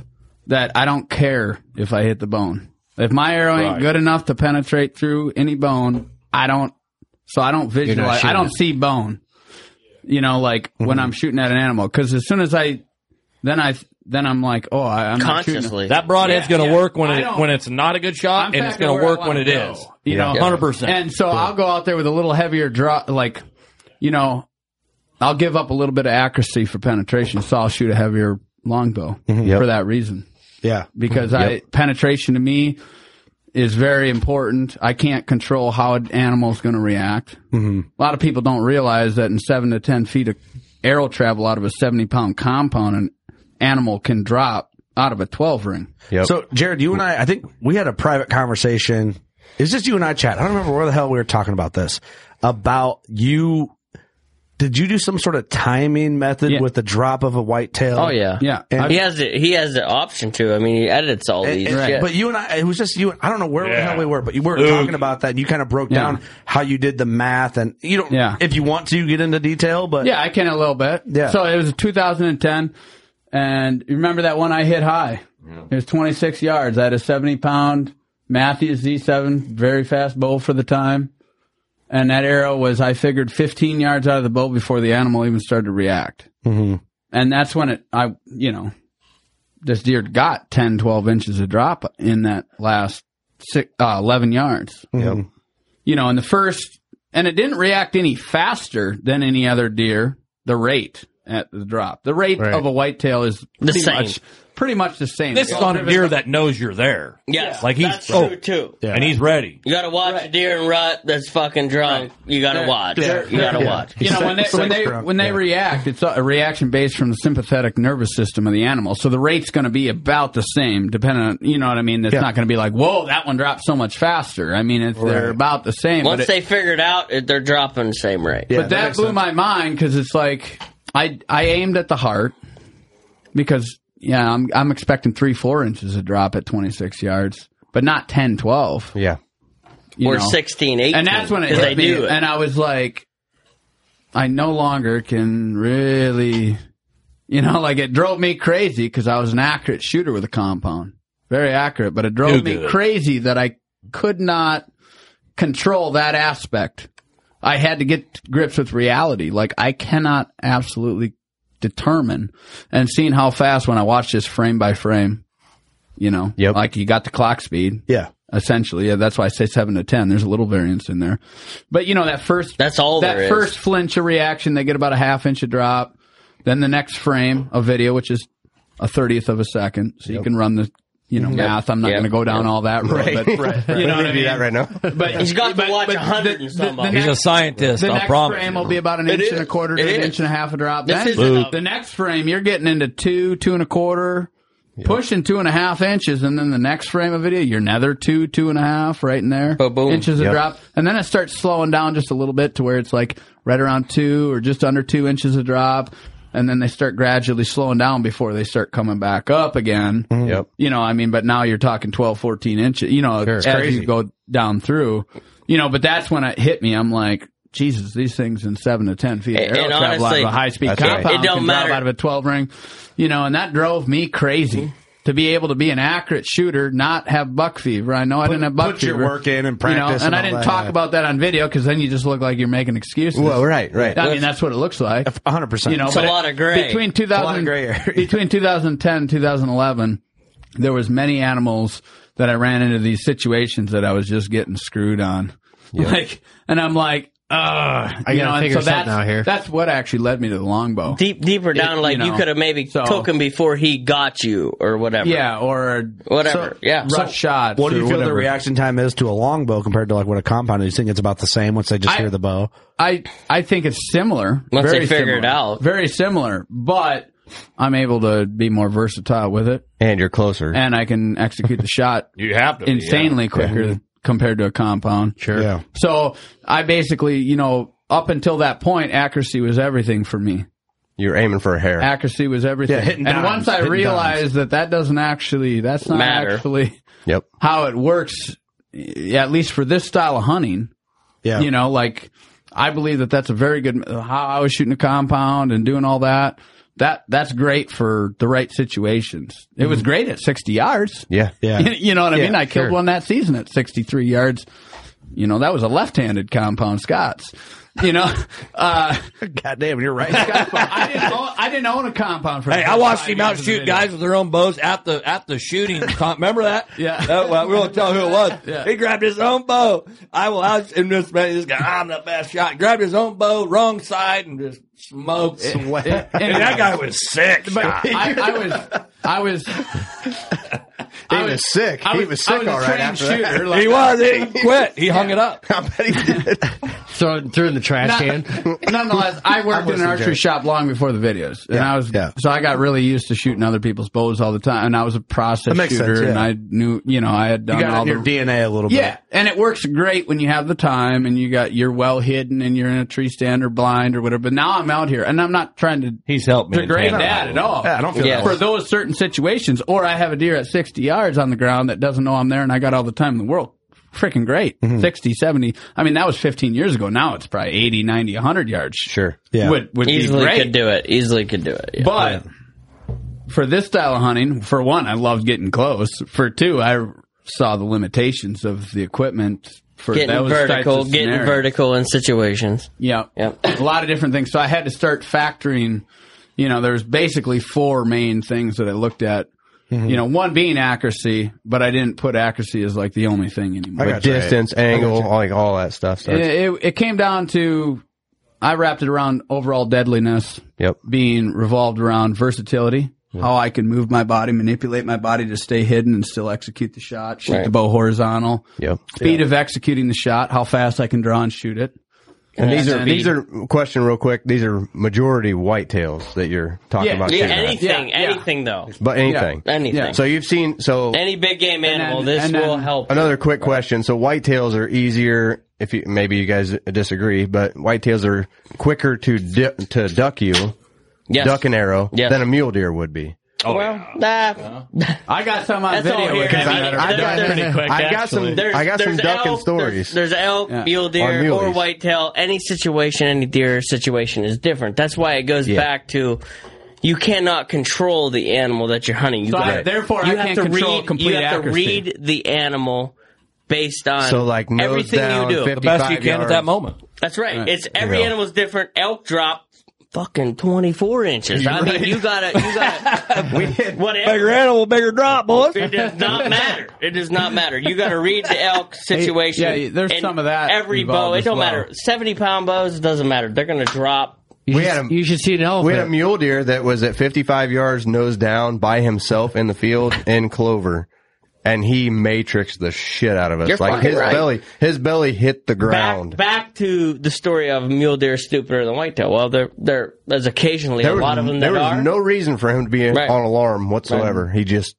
that I don't care if I hit the bone. If my arrow ain't Right. good enough to penetrate through any bone, I don't. So I don't visualize. shooting I don't it. Mm-hmm. see bone. You know, like when I'm shooting at an animal, because as soon as I, then I, then I'm like, oh, I, I'm not shooting- that broadhead's Yeah, going to yeah. work when I it don't- when it's not a good shot, I'm and it's packing going where to I work when wanna it is. go, You know, hundred percent. And so I'll go out there with a little heavier draw, like, you know, I'll give up a little bit of accuracy for penetration, so I'll shoot a heavier longbow Mm-hmm. Yep. for that reason. Yeah, because I Yep. penetration to me is very important. I can't control how an animal's going to react. Mhm. A lot of people don't realize that in seven to ten feet of arrow travel out of a seventy pound compound, an animal can drop out of a twelve ring. So, Jared, you and I, I think we had a private conversation. It's just you and I chat. I don't remember where the hell we were talking about this. About you. Did you do some sort of timing method with the drop of a white tail? Oh yeah, And- he has the, he has the option to. I mean, he edits all And- these. and- shit. But you and I, it was just you. I don't know where the hell we were, but you were Luke. talking about that. and You kind of broke down how you did the math, and you don't. Yeah. If you want to get into detail, but Yeah, I can a little bit. Yeah. So it was 2010, and you remember that one I hit high? It was 26 yards. I had a 70 pound Matthews Z7, very fast bow for the time. And that arrow was, I figured, 15 yards out of the bow before the animal even started to react. Mhm. And that's when it, I, you know, this deer got 10, 12 inches of drop in that last six, uh, 11 yards Yep. you know, in the first, and it didn't react any faster than any other deer. The rate at the drop, the rate Right. of a whitetail is The pretty same. much pretty much the same. This is on a deer that knows you're there. Yes, like he's that's oh, true too. and he's ready. You gotta watch a deer and rut that's fucking drunk. You gotta They're- watch. they're- You gotta yeah. watch. You know when they when they when they react, it's a reaction based from the sympathetic nervous system of the animal. So the rate's going to be about the same, depending on you know what I mean. It's not going to be like whoa, that one dropped so much faster. I mean, it's, they're Right. about the same. but Once it- they figure it out, it- they're dropping the same rate. but that, blew my mind because it's like I I aimed at the heart because yeah I'm I'm expecting three four inches of drop at 26 yards, but not 10 12. Yeah, you or know? 16, 18. and that's when it 'cause hit they me, do it. and I was like, I no longer can really, you know, like it drove me crazy because I was an accurate shooter with a compound, very accurate, but it drove Too me good. crazy that I could not control that aspect. I had to get to grips with reality. Like I cannot absolutely determine and seeing how fast when I watch this frame by frame, you know, yep. like you got the clock speed. Yeah. Essentially. Yeah. That's why I say seven to 10. There's a little variance in there, but you know, that first, that's all that there is. first flinch of reaction, they get about a half inch of drop. Then the next frame of video, which is a 30th of a second. So you Yep. can run the, you know, Yep. math. I'm not Yep. going to go down Yep. all that road, Right. but Right. you know what I do mean? that right now. But He's got to watch but a hundred the- and the- some the of next- them. He's a scientist. The I next promise. frame will be about an It inch is. and a quarter to It an is. inch and a half of drop. This Then is Boom. the next frame, you're getting into two, two and a quarter, pushing two and a half inches, and then the next frame of video, you're another two, two and a half, right in there, inches of Yep. drop, and then it starts slowing down just a little bit to where it's like right around two or just under two inches of drop. and then they start gradually slowing down before they start coming back up again. Mm-hmm. Yep. You know, I mean, but now you're talking 12, 14 inches, you know, as Crazy. you go down through, you know, but that's when it hit me. I'm like, Jesus, these things in seven to 10 feet. of And- air and travel out honestly- of a high speed That's right. compound. It don't can matter. Drive out of a 12 ring, you know, and that drove me crazy. Mm-hmm. To be able to be an accurate shooter, not have buck fever. I know I didn't have buck put your fever. work in and You know, practice and, and I all didn't that, talk yeah. about that on video because then you just look like you're making excuses. Well, right, right. I mean, That's- that's what it looks like. 100%. You know, It's a but it- lot of gray. Between It's a 2000, lot of gray area. between 2010 and 2011, there was many animals that I ran into these situations that I was just getting screwed on. Like, and I'm like, ugh. I you gotta know, and figure so that's, something out here. That's what actually led me to the longbow. Deep, deeper down, It- like you you, know, could have maybe took him before he got you or whatever. Yeah, or Whatever, yeah. rush shots. What do you or feel the whatever. reaction time is to a longbow compared to like when a compound? Do you think it's about the same once they just I- hear the bow? I I think it's similar. Once Very they figure it similar. out. very similar, but I'm able to be more versatile with it, and you're closer. and I can execute the shot You have to be, insanely yeah. quicker Yeah. compared to a compound. Sure. Yeah. So I basically, you know, up until that point, accuracy was everything for me. You're aiming for a hair. Accuracy was everything. Yeah, hitting and dimes, once I hitting realized that that doesn't actually, that's not Matter. actually Yep. how it works, y- at least for this style of hunting. Yeah. You know, like I believe that that's a very good how I was shooting a compound and doing all that. That that's great for the right situations. It Mm-hmm. was great at 60 yards. Yeah. You, you know what I Yeah, mean? I killed sure. one that season at 63 yards. You know, that was a left-handed compound Scott's. You know, uh, God damn, you're right. I, didn't own, I didn't own a compound for Hey, I watched him out shoot guys. guys with their own bows at the at the shooting. Con- Remember that? Yeah. That, well, we won't tell who it was. Yeah. He grabbed his own bow. I will out and this man, this guy, "Ah, I'm the best shot. Grabbed his own bow, wrong side, and just smoked. Sweat. and that guy was sick. shot. I, I was, I was, He was, sick. I he was- was I sick was a all right trained after shooter, that. like- he was. He quit. He hung it up. Throw it threw it in the trash Not- can. Nonetheless, I worked in an archery shop long before the videos, and I was so I got really used to shooting other people's bows all the time, and I was a process That makes shooter, sense, yeah. and I knew, you know, I had You done got all it the in your DNA a little bit. yeah, and it works great when you have the time and you got you're well hidden and you're in a tree stand or blind or whatever. But now I'm out here, and I'm not trying to He's helped me. degrade in tandem. that at all. Yeah, I don't feel Yeah. that for way. those certain situations, or I have a deer at 60 yards on the ground that doesn't know I'm there, and I got all the time in the world. Freaking great. Mm-hmm. Sixty, seventy. 60, 70. I mean, that was 15 years ago. Now it's probably 80, 90, 100 yards. Sure. Yeah. Would, would be Easily great. could do it. Easily could do it. Yeah. But for this style of hunting, for one, I loved getting close. For two, I saw the limitations of the equipment for getting those vertical, types of getting scenarios. vertical in situations. Yeah. Yep. A lot of different things. So I had to start factoring, you know, there's basically four main things that I looked at. You know, one being accuracy, but I didn't put accuracy as like the only thing anymore. But distance, angle, all, like all that stuff. So It, it's- it, it came down to, I wrapped it around overall deadliness Yep. being revolved around versatility, how I can move my body, manipulate my body to stay hidden and still execute the shot, shoot Right. the bow horizontal, Yep. speed of executing the shot, how fast I can draw and shoot it. And these are And- these are question real quick. These are majority whitetails that you're talking Yeah. about. Yeah, shooting at. anything, Yeah, yeah. anything though, But anything. anything. Yeah. So you've seen so Any big game animal, then- this and will then- help. Another quick question. So whitetails are easier. If you maybe you guys disagree, but whitetails are quicker to di- to duck you, Yes. duck an arrow Yes. than a mule deer would be. Oh, well, yeah. nah, I got some on that's all video. here. because I mean, I- there- got- there's- pretty quick, I got some- There's, I got some there's ducking elk, stories. There's, there's elk, Yeah. mule On deer, muleys. or whitetail. Any situation, any deer situation is different. That's why it goes Yeah. back to you cannot control the animal that you're hunting. You So I- gotta- therefore, I you have can't to control read, complete You have accuracy. to read the animal based on So like nose everything down, you do. 50 the best you 55 can at that yards. moment. That's right. It's every Yeah. animal's different. Elk drop fucking twenty four inches. I mean, you gotta, you gotta, we did whatever. Bigger animal, bigger drop, boys. It does not matter. It does not matter. You got to read the elk situation. yeah, there's and some of that Every involved bow, it as don't well. matter. Seventy pound bows, it doesn't matter. They're gonna drop. You, We should, had a- you should see an We had a elephant. mule deer that was at 55 yards, nose down, by himself in the field in clover, and he matrixed the shit out of us. You're like fucking his right. belly, his belly hit the ground. Back, back to the story of mule deer stupider than whitetail. Well, there, there, there's occasionally there a was, lot of them there that was are. no reason for him to be Right. on alarm whatsoever. He just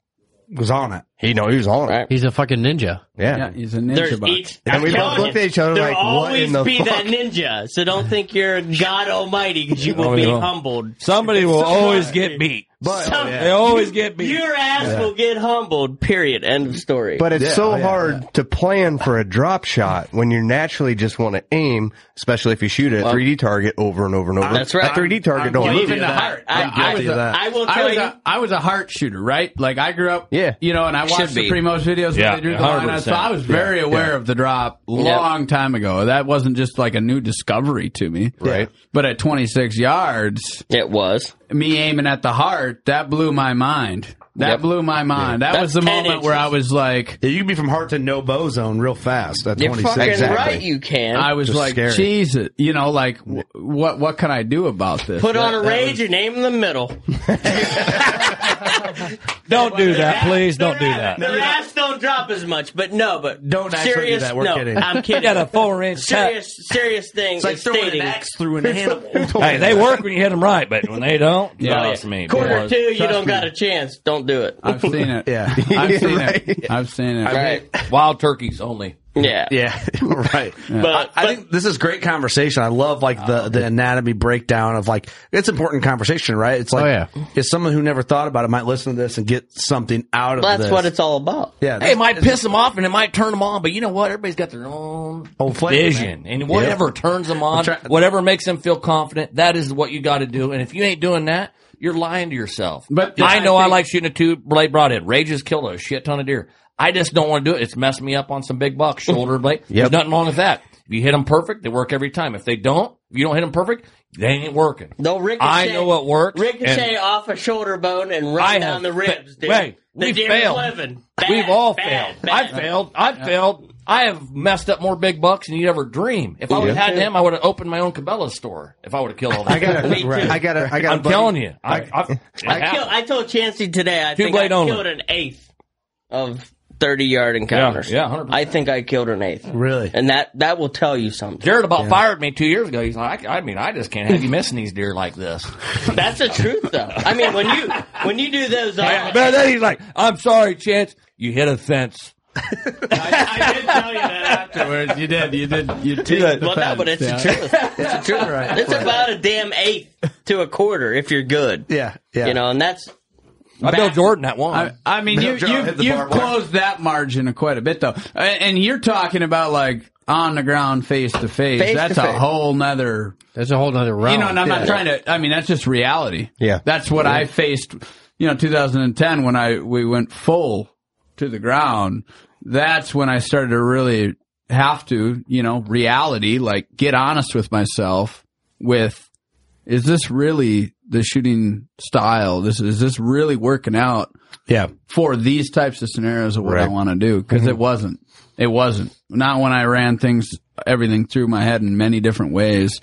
Was on it. You know, he was on it. He's a fucking ninja. Yeah. he's a There's each, and I'm we both telling looked you, at each other there'll like, what always in the be fuck? that ninja. So don't think you're God Almighty because you will Oh, be yeah. humbled. Somebody will always get beat. Some- They always get beat. Your ass Yeah. will get humbled. Period. End of story. But it's Yeah. so hard to plan for a drop shot when you naturally just want to aim, especially if you shoot at a 3D target over and over and over. That's right. That 3D target I'm don't guilty move. of that. I'm I guilty was of a- that. I will I tell was, you- a, I was a heart shooter, right? Like I grew up, yeah, you know, and I Should watched the be. Primos videos Yeah, when they drew the line, 100%. so I was very Yeah, aware yeah. of the drop Yeah. long time ago. That wasn't just like a new discovery to me, right? But at 26 yards, it was me aiming at the heart. That blew my mind. That Yep. blew my mind. That That's was the 10 moment where I inches. was like, Yeah, you can be from heart to no bow zone real fast. At You're 26. fucking Exactly. right, you can. I was Just like, scary. Jesus, you know, like w- what what can I do about this? Put That- on a that rage and aim in the middle. Don't do that, please. Don't do that. Their ass don't drop as much, but no, but Don't actually do serious, that. We're no, kidding. I'm kidding. You got a four-inch serious, serious thing. It's like is throwing an stating, axe through an animal. hey, they work when you hit them right, but when they don't, Yeah. yeah, trust me. Oh, Quarter boys. two, you Trust don't me. got a chance. Don't do it. I've seen it. Yeah. I've seen it. I've seen it. Right. Wild turkeys only. Yeah. Yeah, right. But- I, I think this is great conversation. I love like the Uh, the anatomy breakdown of like it's important conversation, right? Oh, It's like yeah. it's someone who never thought about it might listen to this and get something out of That's this. what it's all about. Yeah, Hey, it might piss them off and it might turn them on, but you know what? Everybody's got their own Own flavor, vision, man. and whatever Yeah. turns them on, I'm try- whatever makes them feel confident, that is what you got to do. And if you ain't doing that, you're lying to yourself. But I know I think- like shooting a two blade broadhead. Rage has killed a shit ton of deer. I just don't want to do it. It's messed me up on some big bucks, shoulder blade. There's nothing wrong with that. If you hit them perfect, they work every time. If they don't, if you don't hit them perfect, they ain't working. They'll ricochet. I know what works. Ricochet and- off a shoulder bone and I right have down the fa- ribs, dude. Hey, the we deer's failed. living. Bad, We've all bad, failed. bad. I failed. I failed. I have messed up more big bucks than you'd ever dream. If I would have had him, I would have opened my own Cabela store. If I would have killed all. I got a- these right. I got a- I got a I'm buddy- telling you. I, I, I, I- kill, I told Chancey today I Two think I blade only. killed an eighth of 30 yard encounters. Yeah, yeah, 100%. I think I killed an eighth. Really? And that, that will tell you something. Jared about fired me two years ago. He's like, I, I mean, I just can't have you missing these deer like this. That's the truth, though. I mean, when you when you do those, uh, But then he's like, I'm sorry, Chance, you hit a fence. I did tell you that. afterwards. You did. You did. You did. Well, no, but it's the truth. It's the truth. It's about a damn eighth to a quarter if you're good. Yeah, yeah. You know, and that's I Bill Jordan that one. I, I mean, you, Bill Jordan you, hit the you've barbed wire. closed that margin quite a bit, though. And, and you're talking about like on the ground, face to face. Face That's to a face. whole nother. That's a whole other round. You know, and I'm not trying to. I mean, that's just reality. Yeah, that's what I faced. You know, 2010 when I we went full to the ground. That's when I started to really have to, you know, reality. Like, get honest with myself. With is this really the shooting style? This is this really working out? Yeah, for these types of scenarios of what I Right. want to do because it wasn't. It wasn't. Not when I ran things, everything through my head in many different ways.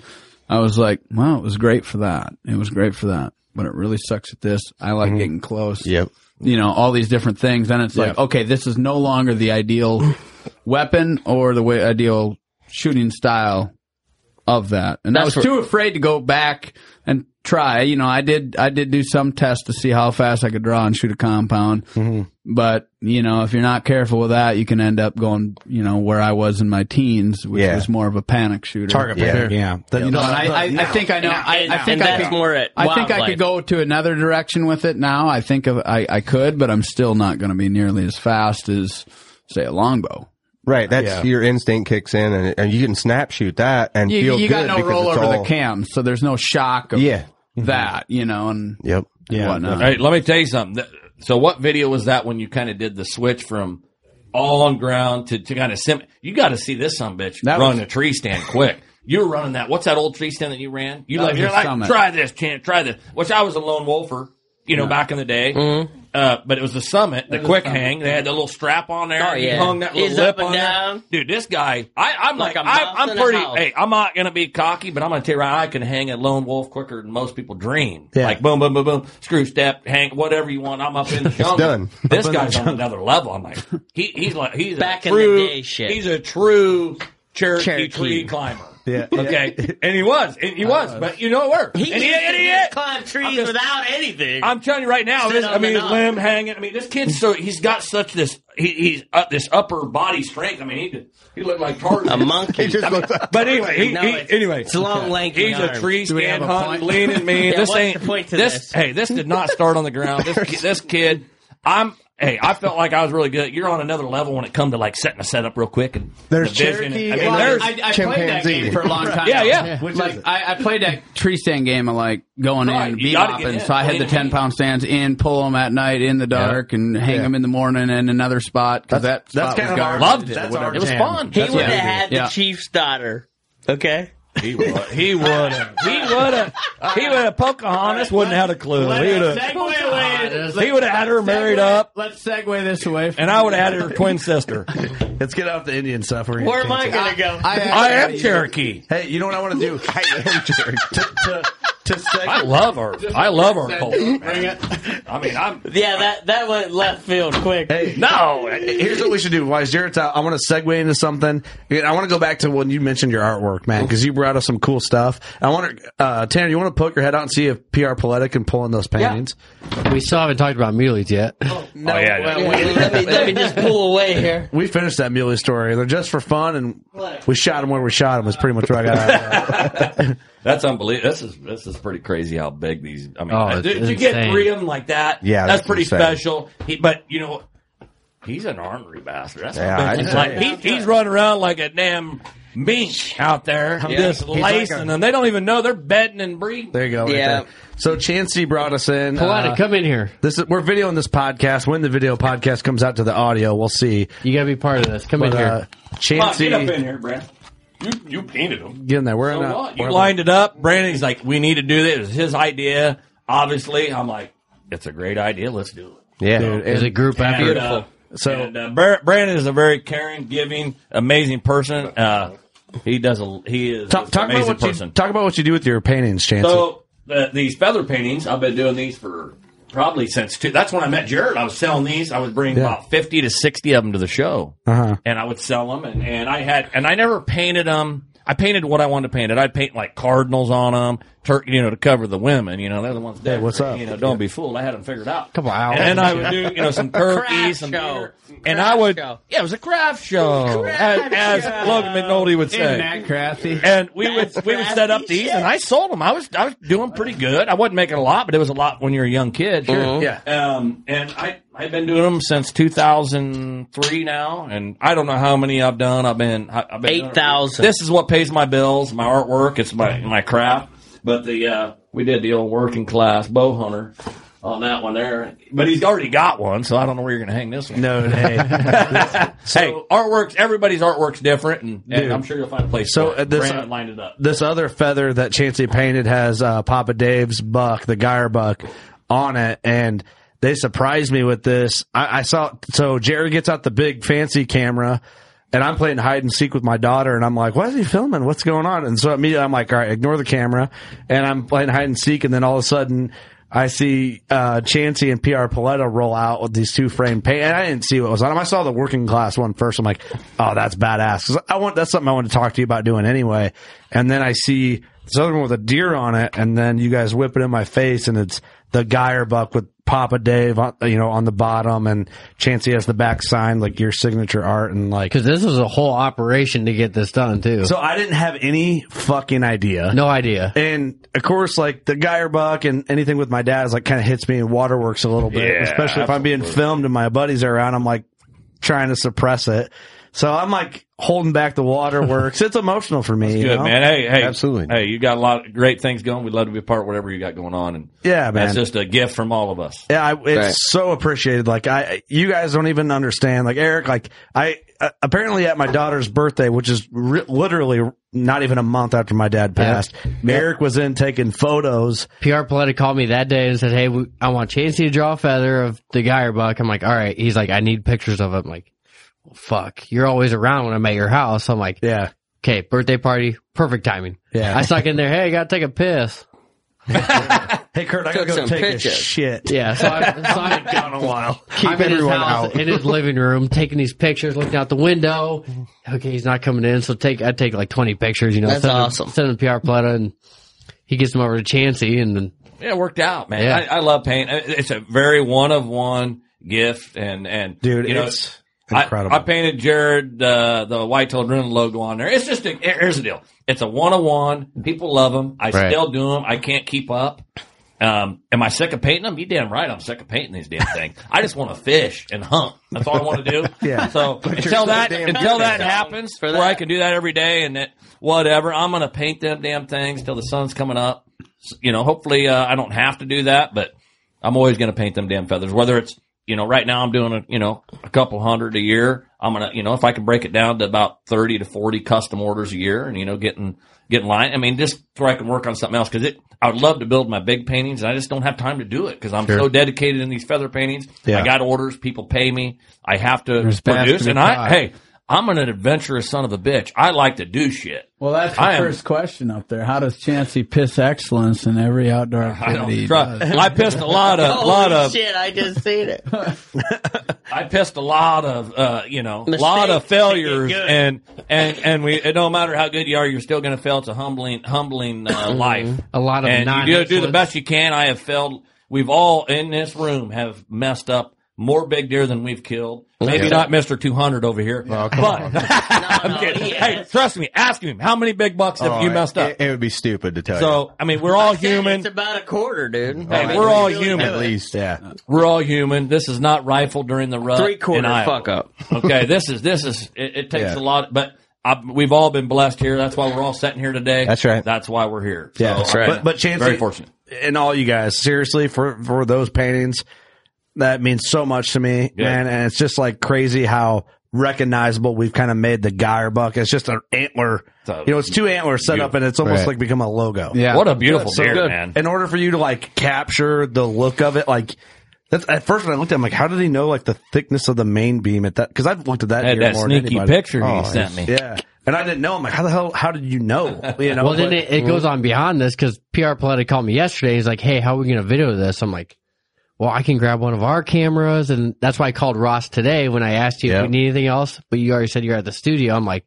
I was like, wow, it was great for that. It was great for that, but it really sucks at this. I like getting close. Yep. You know, all these different things. Then it's like, okay, this is no longer the ideal weapon or the way ideal shooting style of that. And I was That's too afraid to go back and try. You know, I did I did do some tests to see how fast I could draw and shoot a compound. Mm-hmm. But, you know, if you're not careful with that, you can end up going, you know, where I was in my teens, which Yeah. was more of a panic shooter. Target prepared. Yeah. The- You know, the- and I, I, the- I think I know. now, I, I now. think And I that's could, more at I think I wildlife. could go to another direction with it now. I think of, I, I could, but I'm still not going to be nearly as fast as, say, a longbow. Right. That's Yeah. your instinct kicks in and, and you can snap shoot that and You, feel you good got no because roll it's over all, the cam, so there's no shock of Yeah. Mm-hmm. that, you know, and Yep. yeah, whatnot. Hey, let me tell you something. Th- So, what video was that when you kind of did the switch from all on ground to, to kind of sim? You got to see this some bitch That run was- a tree stand quick. You were running that. What's that old tree stand that you ran? You That like was you're the like summit. try this, can't try this. Which I was a lone wolfer, you know, back in the day. Uh, but it was the summit, the was quick the summit. hang. They had the little strap on there. Oh, and you yeah. hung that little He's lip up and on there. down. Dude, this guy, I, I'm like, Like a I, mouse I'm in a pretty. house. Hey, I'm not gonna be cocky, but I'm gonna tell you, right, I can hang a lone wolf quicker than most people dream. Yeah. Like boom, boom, boom, boom, screw step, hang, whatever you want. I'm up in the jungle. done. Up This in the guy's on another level. I'm like, he, he's like, he's Back a in the true, day shit. He's a true Cherokee, Cherokee. tree climber. Yeah. Okay. And he was. And he was. But you know it worked. He, and he, and he hit. climbed I'm trees just- without anything. I'm telling you right now, Sit this, I on mean, and his up. limb hanging. I mean, this kid. So he's got such this. He, he's up this upper body strength. I mean, he he looked like Tarzan. A monkey. He just I mean, looks like- but anyway, he, No, he- it's- anyway, it's long, lanky He's arms. a tree Do we have stand a hunting, point? leaning man. Yeah, this what's ain't the point to this? Hey, this did not start on the ground. This ki- this kid. I'm. Hey, I felt like I was really good. You're on another level when it come to like setting a setup real quick and There's the vision. Cherokee I mean, and there's I- I played that game for a long time. Yeah, yeah. Like, I, I played that tree stand game of like going Right, in, you gotta get bebopping. in. So I had Get the in. ten pound stands in, pull them at night in the dark, and hang Yeah. them in the morning in another spot because that spot that's was kinda garbage. hard. Loved it. That's Whatever. our It was jam. fun. He That's would what have we did. had Yeah. the chief's daughter. Okay. He would. He would have. He would have. He would have. Pocahontas wouldn't have had a clue. He would have. He would have had her married up, Let's segue this away. From and I would have had her twin sister. Let's get off the Indian stuff. We're Where am gonna I cancel. going to go? I, am Cherokee. Hey, you know what I want to do? I am Cherokee. to, to, to seg- I love her. I love her. Culture, Bring it. I mean, I'm. Yeah, that, that went left field quick. No. Here's what we should do. Why Jarrett's out, I want to segue into something. I want to go back to when you mentioned your artwork, man, because you brought us some cool stuff. I want to, uh, Tanner, you want to poke your head out and see if PR Poletic can pull in those paintings? We still haven't talked about muleys yet. Oh, No, Oh, yeah, well, Yeah, let, me, let me just pull away here. We, we finished that Muley story. They're just for fun, and we shot him where we shot him. Is pretty much what I got. Out of it. That's unbelievable. This is this is pretty crazy how big these. I mean, Oh, uh, it's to, to get insane. three of them like that, Yeah, that's, that's pretty insane. special. He, but you know, he's an armory bastard. That's Yeah, what I I'm just- like he, he's running around like a damn mink out there, just He's like lacing a- them. They don't even know they're bedding and breeding. There you go. right Yeah. there. So Chancey brought us in. Polana, uh, come in here. This is we're videoing this podcast. When the video podcast comes out to the audio, we'll see. You got to be part of this. Come in But, here. uh, Chancey, Come on, get up in here, Brad. You you painted them. get in there. We're So in a- what? we're You in a- lined it up. Brandon's like, we need to do this. It was his idea. Obviously, I'm like, it's a great idea. Let's do it. Yeah. Dude, There's and- a group effort. And, uh, So- and, uh, Bar- Brandon is a very caring, giving, amazing person. Uh, he does a he is Talk, an talk about amazing what person. you talk about what you do with your paintings, Chancey. so uh, these feather paintings, I've been doing these for probably since two. That's when I met Jared. I was selling these. I was bringing Yeah. about fifty to sixty of them to the show, Uh-huh. and I would sell them. And, and I had and I never painted them. I painted what I wanted to paint. And I'd paint like cardinals on them, turkey, you know, to cover the women. You know, they're the ones. Hey, what's up? You know, don't be fooled. I had them figured out. Couple hours. And, I would do, you know, some turkeys, some show. deer. Craft and I would. show. Yeah, it was a craft show, as, as Logan McNulty would say. Isn't that crafty? And we would That's we would set up crafty these, shit. and I sold them. I was I was doing pretty good. I wasn't making a lot, but it was a lot when you're a young kid. Mhm. Yeah. Um. And I I've been doing them since 2003 now, and I don't know how many I've done. I've been I- I've been doing it- 8,000. This is what pays my bills, my artwork. It's my my craft. But the uh, we did the old working class bow hunter on that one there. But he's already got one, so I don't know where you're going to hang this one. no, hey, hey, artworks. Everybody's artwork's different, and, and Dude. I'm sure you'll find a place. So, for it. uh, this- Brandon lined it up. this other feather that Chancey painted has uh, Papa Dave's buck, the Geyer buck, on it, and they surprised me with this. I, I saw so Jared gets out the big fancy camera. And I'm playing hide and seek with my daughter, and I'm like, "Why is he filming? What's going on?" And so immediately I'm like, "All right, ignore the camera." And I'm playing hide and seek, and then all of a sudden I see uh, Chansey and PR Paletta roll out with these two frame paint, and I didn't see what was on them. I saw the working class one first. I'm like, oh, that's badass. 'Cause I want that's something I want to talk to you about doing anyway. And then I see this other one with a deer on it, and then you guys whip it in my face, and it's the Geyer buck with Papa Dave, uh, on, you know, on the bottom, and Chansey has the back sign like your signature art, and like. Because this was a whole operation to get this done, too. So I didn't have any fucking idea. no idea. And of course, like the Geyer buck and anything with my dad is like kind of hits me in waterworks a little bit, Yeah, especially if I'm being filmed and my buddies are around. I'm like trying to suppress it. So I'm like holding back the waterworks. it's emotional for me. you Good know? man. Hey, hey, Absolutely. Hey, you got a lot of great things going. We'd love to be a part of whatever you got going on, and Yeah, man. that's just a gift from all of us. Yeah, I, it's Right. so appreciated. Like I, you guys don't even understand. Like Eric, like I uh, apparently at my daughter's birthday, which is re- literally not even a month after my dad passed, Eric was in taking photos. PR Paletta called me that day and said, Hey, we, I want Chancey to draw a feather of the Geyer buck. I'm like, All right. He's like, I need pictures of it. I'm like, well, Fuck, you're always around when I'm at your house. I'm like, Yeah, Okay, birthday party, perfect timing. Yeah. I snuck in there, Hey, I got to take a piss. hey, Kurt, I gotta Took go some take pictures. a shit. Yeah, so I- so I- I've been gone a while. I'm in his house, in his living room, taking these pictures, looking out the window. Okay, he's not coming in, so take I take like twenty pictures. You know, That's send him- awesome. send him to PR Plata, and he gets them over to Chansey, and then Yeah, it worked out, man. Yeah. I, I love paint. It's a very one of one gift, and and Dude, you know, it's I- incredible. I, painted Jared uh, the white-tailed Ruin logo on there. It's just a, here- here's the deal. It's a one of one. People love them. I Right. still do them. I can't keep up. Um, am I sick of painting them? You damn right, I'm sick of painting these damn things. I just want to fish and hunt. That's all I want to do. Yeah. So But you're so until that damn until good at that it. happens, where I can do that every day and that whatever, I'm gonna paint them damn things till the sun's coming up. S- You know, hopefully uh, I don't have to do that, but I'm always gonna paint them damn feathers. Whether it's you know, right now I'm doing a you know a couple hundred a year. I'm gonna you know if I can break it down to about thirty to forty custom orders a year, and you know getting getting line. I mean, just so I can work on something else because it. I would love to build my big paintings, and I just don't have time to do it because I'm Sure. so dedicated in these feather paintings. Yeah. I got orders, people pay me. I have to There's paths produce, to be and I trod. hey, I'm an adventurous son of a bitch. I like to do shit. Well, that's the I am- first question up there. How does Chansey piss excellence in every outdoor I don't activity? he trust- does? I pissed a lot of Holy lot of Oh, shit. I just seen it. I pissed a lot of uh, you know a lot of Mistakes. failures Good. and and and we it no matter how good you are you're still going to fail it's a humbling humbling uh, life Mm-hmm. a lot of and non. you do, do the best you can I have failed we've all in this room have messed up more big deer than we've killed maybe Yeah. not Mister Two Hundred over here but I'm kidding. hey trust me ask him how many big bucks have Oh, you messed up It, it would be stupid to tell you. so I mean we're all human It's about a quarter, dude. Hey, I mean, we're we all really human. do it. least, yeah. We're all human. This is not rifle during the rut. Three quarter in Iowa. fuck up. okay, this is this is it, it takes Yeah. a lot, but I, we've all been blessed here. That's why we're all sitting here today. That's right. That's why we're here. Yeah, that's right. But, But- but but chance Chancey- very fortunate. and all you guys, seriously, for for those paintings, that means so much to me, Yeah. man. And it's just like crazy how recognizable we've kind of made the Geyer buck. It's just an antler, you know, it's two antlers set up, and it's almost Right. like become a logo. Yeah. What a beautiful So deer, good. man. In order for you to like capture the look of it, like. That's, at first, when I looked at, it, I'm like, "How did he know like the thickness of the main beam at that?" Because I've looked at that Had deer that more than sneaky anybody. Oh, picture he sent me. Yeah, and I didn't know. I'm like, "How the hell? How did you know?" You know. well, then but- it, it goes on beyond this because PR Paletta called me yesterday. He's like, "Hey, how are we going to video this?" I'm like, "Well, I can grab one of our cameras," and that's why I called Ross today when I asked you Yeah. if we need anything else. But you already said you're at the studio. I'm like,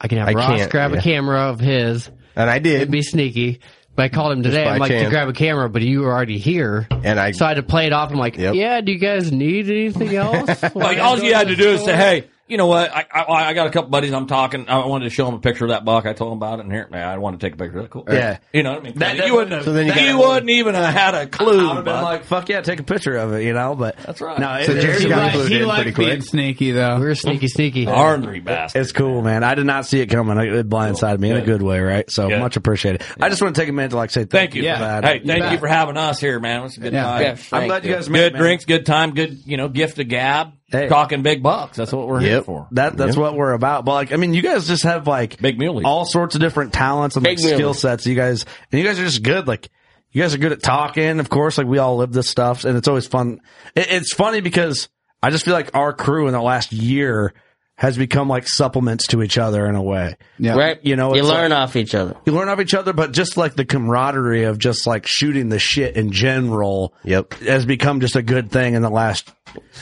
"I can have I Ross can't, grab a yeah. camera of his." And I It'd did. be sneaky. But I called him today. by I'm like, to chance. grab a camera, but you were already here. And I. So I had to play it off. I'm like, Yep. yeah, do you guys need anything else? Like all you had to do is say, "Hey, you know what? I, I I got a couple buddies. I'm talking. I wanted to show them a picture of that buck. I told them about it, and here, man, I want to take a picture. of that. Cool. Yeah. you know what I mean. That- you wouldn't. Have, so then you you, gotta- wouldn't even have had a clue. I would have bud. been like, "Fuck yeah, take a picture of it," you know. But That's right. No, it, So it's- Jerry it's- got it's- included he in liked pretty being quick. sneaky though. We were sneaky, sneaky. Ornery bastard. It's cool, man. I did not see it coming. It it blindsided me in a Good. good way, right? So Good. much appreciated. I just want to take a minute to like say thank, Thank you. for that. Hey, thank you bet. for having us here, man. It was a good Yeah. time. Yeah, I'm glad you guys made it, good man. drinks, good time, good you know, gift of gab, Hey. talking big bucks. That's what we're here Yep. for. That that's Yeah. what we're about. But like, I mean, you guys just have like Big muley. all sorts of different talents and like, Big Muley. skill sets. You guys and you guys are just good. Like you guys are good at talking. Of course, like we all live this stuff, and it's always fun. It, it's funny because I just feel like our crew in the last year has become like supplements to each other in a way. Yeah. Right? You know, you it's learn off each other. you learn off each other, but just like the camaraderie of just like shooting the shit in general Yep. has become just a good thing in the last.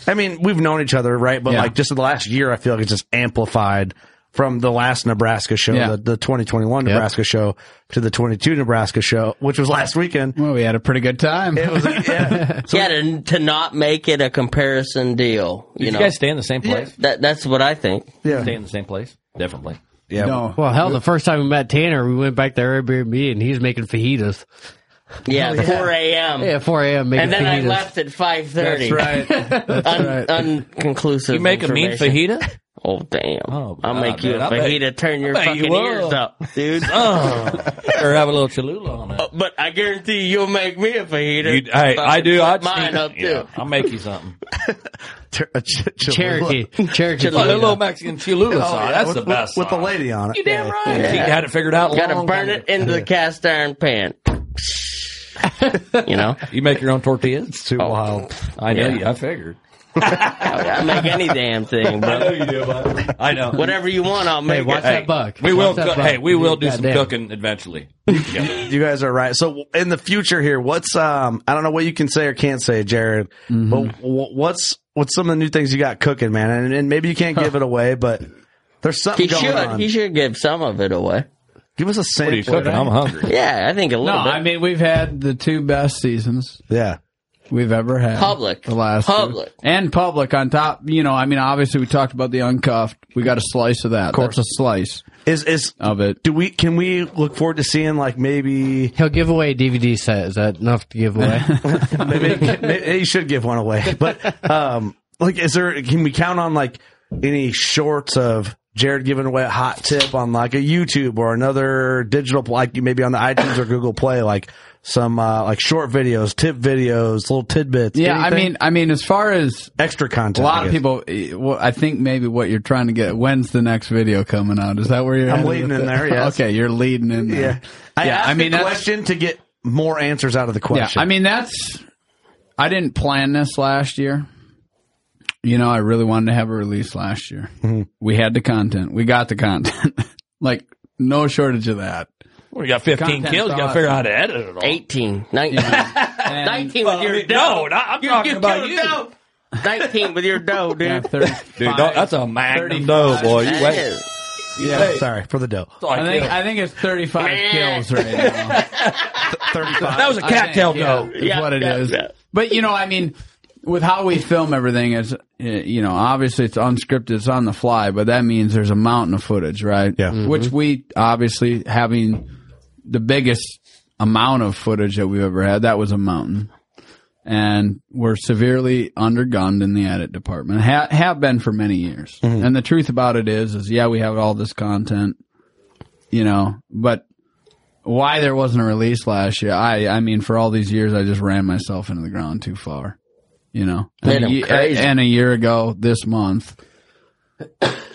I mean, we've known each other, right? But Yeah. like just in the last year, I feel like it's just amplified from the last Nebraska show, Yeah. the, the 2021 Nebraska show to the 22 Nebraska show, which was last weekend. Well, we had a pretty good time. It was, yeah. yeah, to, to not make it a comparison deal. You Did you, know, guys stay in the same place? that, that's what I think. Yeah. Stay in the same place? Definitely. yeah. No. Well, hell, the first time we met Tanner, we went back to Airbnb and he was making fajitas. Yeah, 4 a.m. Yeah, 4 a.m. making and then I fajitas. left at 5.30. That's right. That's Un- right. Unconclusive. You make a mean information. fajita? Oh damn! Oh, I'll God, make you man, a I bet- fajita. Turn your I bet you fucking will. ears up, dude. Oh, or have a little Cholula on it. But I guarantee you'll make me a fajita. You- hey, I do. I'd Fuck mine sneak- up too. yeah, I'll make you something. Cherokee. Cherokee. Oh, that fajita. little Mexican Cholula Oh, sauce. yeah, That's with- the best. With, with sauce. the lady on it. You damn right. She had it figured out. Gotta long burn time it into the cast iron pan. you know, ago. You make your own tortillas. It's too wild. I know Yeah. you. I figured. I make any damn thing. But I know you do, bud. I know. Whatever you want, I'll Hey, make. watch it. that buck. We Watch will. that cook- buck. hey, we You will do do that some damn. cooking eventually. You guys are right. So in the future here, what's um I don't know what you can say or can't say, Jared, Mm-hmm. but wh- what's what's some of the new things you got cooking, man? And, and maybe you can't give it away, but there's something He going should. on. He should give some of it away. Give us a sample. yeah, I think a No, little bit. I mean we've had the two best seasons. Yeah. We've ever had Public. the last two. Public. and public on top. You know, I mean, obviously we talked about the uncuffed. We got a slice of that. That's a slice. Is is of it? Do we can we look forward to seeing like maybe He'll give away a DVD set. Is that enough to give away? maybe, maybe you should give one away. But um, like, is there? Can we count on like any shorts of Jared giving away a hot tip on like a YouTube or another digital, like maybe on the iTunes or Google Play, like some uh, like short videos, tip videos, little tidbits. Yeah, I mean, I mean, as far as extra content, a I lot of guess. people. eh, Well, I think maybe what you're trying to get. When's the next video coming out? Is that where you're? I'm headed leading with in that? there, yes. okay, you're leading in there. yeah, I Yeah, asked I mean, the that's- question to get more answers out of the question. Yeah, I mean that's. I didn't plan this last year. You know, I really wanted to have a release last year. Mm-hmm. We had the content. We got the content. like no shortage of that. We got 15 Content kills. You got to thought. figure out how to edit it all. 18, 19. 19 Well, with your I mean, dough. no, not- I'm you, talking you about killed you. a dough. 19 with your dough, dude. Dude, don't- that's a magnum dough, boy. You That wait. is. Yeah. Yeah, sorry for the dough. I think I think it's 35 kills right now. 35. That was a I cattail think, dough. Yeah, is what it is. But you know, I mean, with how we film everything, is eh, you know, obviously it's unscripted, it's on the fly, but that means there's a mountain of footage, right? Yeah. Which we obviously having the biggest amount of footage that we've ever had. That was a mountain. And we're severely undergunned in the edit department. Ha- have been for many years. Mm-hmm. And the truth about it is, is yeah, we have all this content, you know, but why there wasn't a release last year. I I mean, for all these years, I just ran myself into the ground too far, you know. Made and, a, him ye- crazy. and a year ago this month,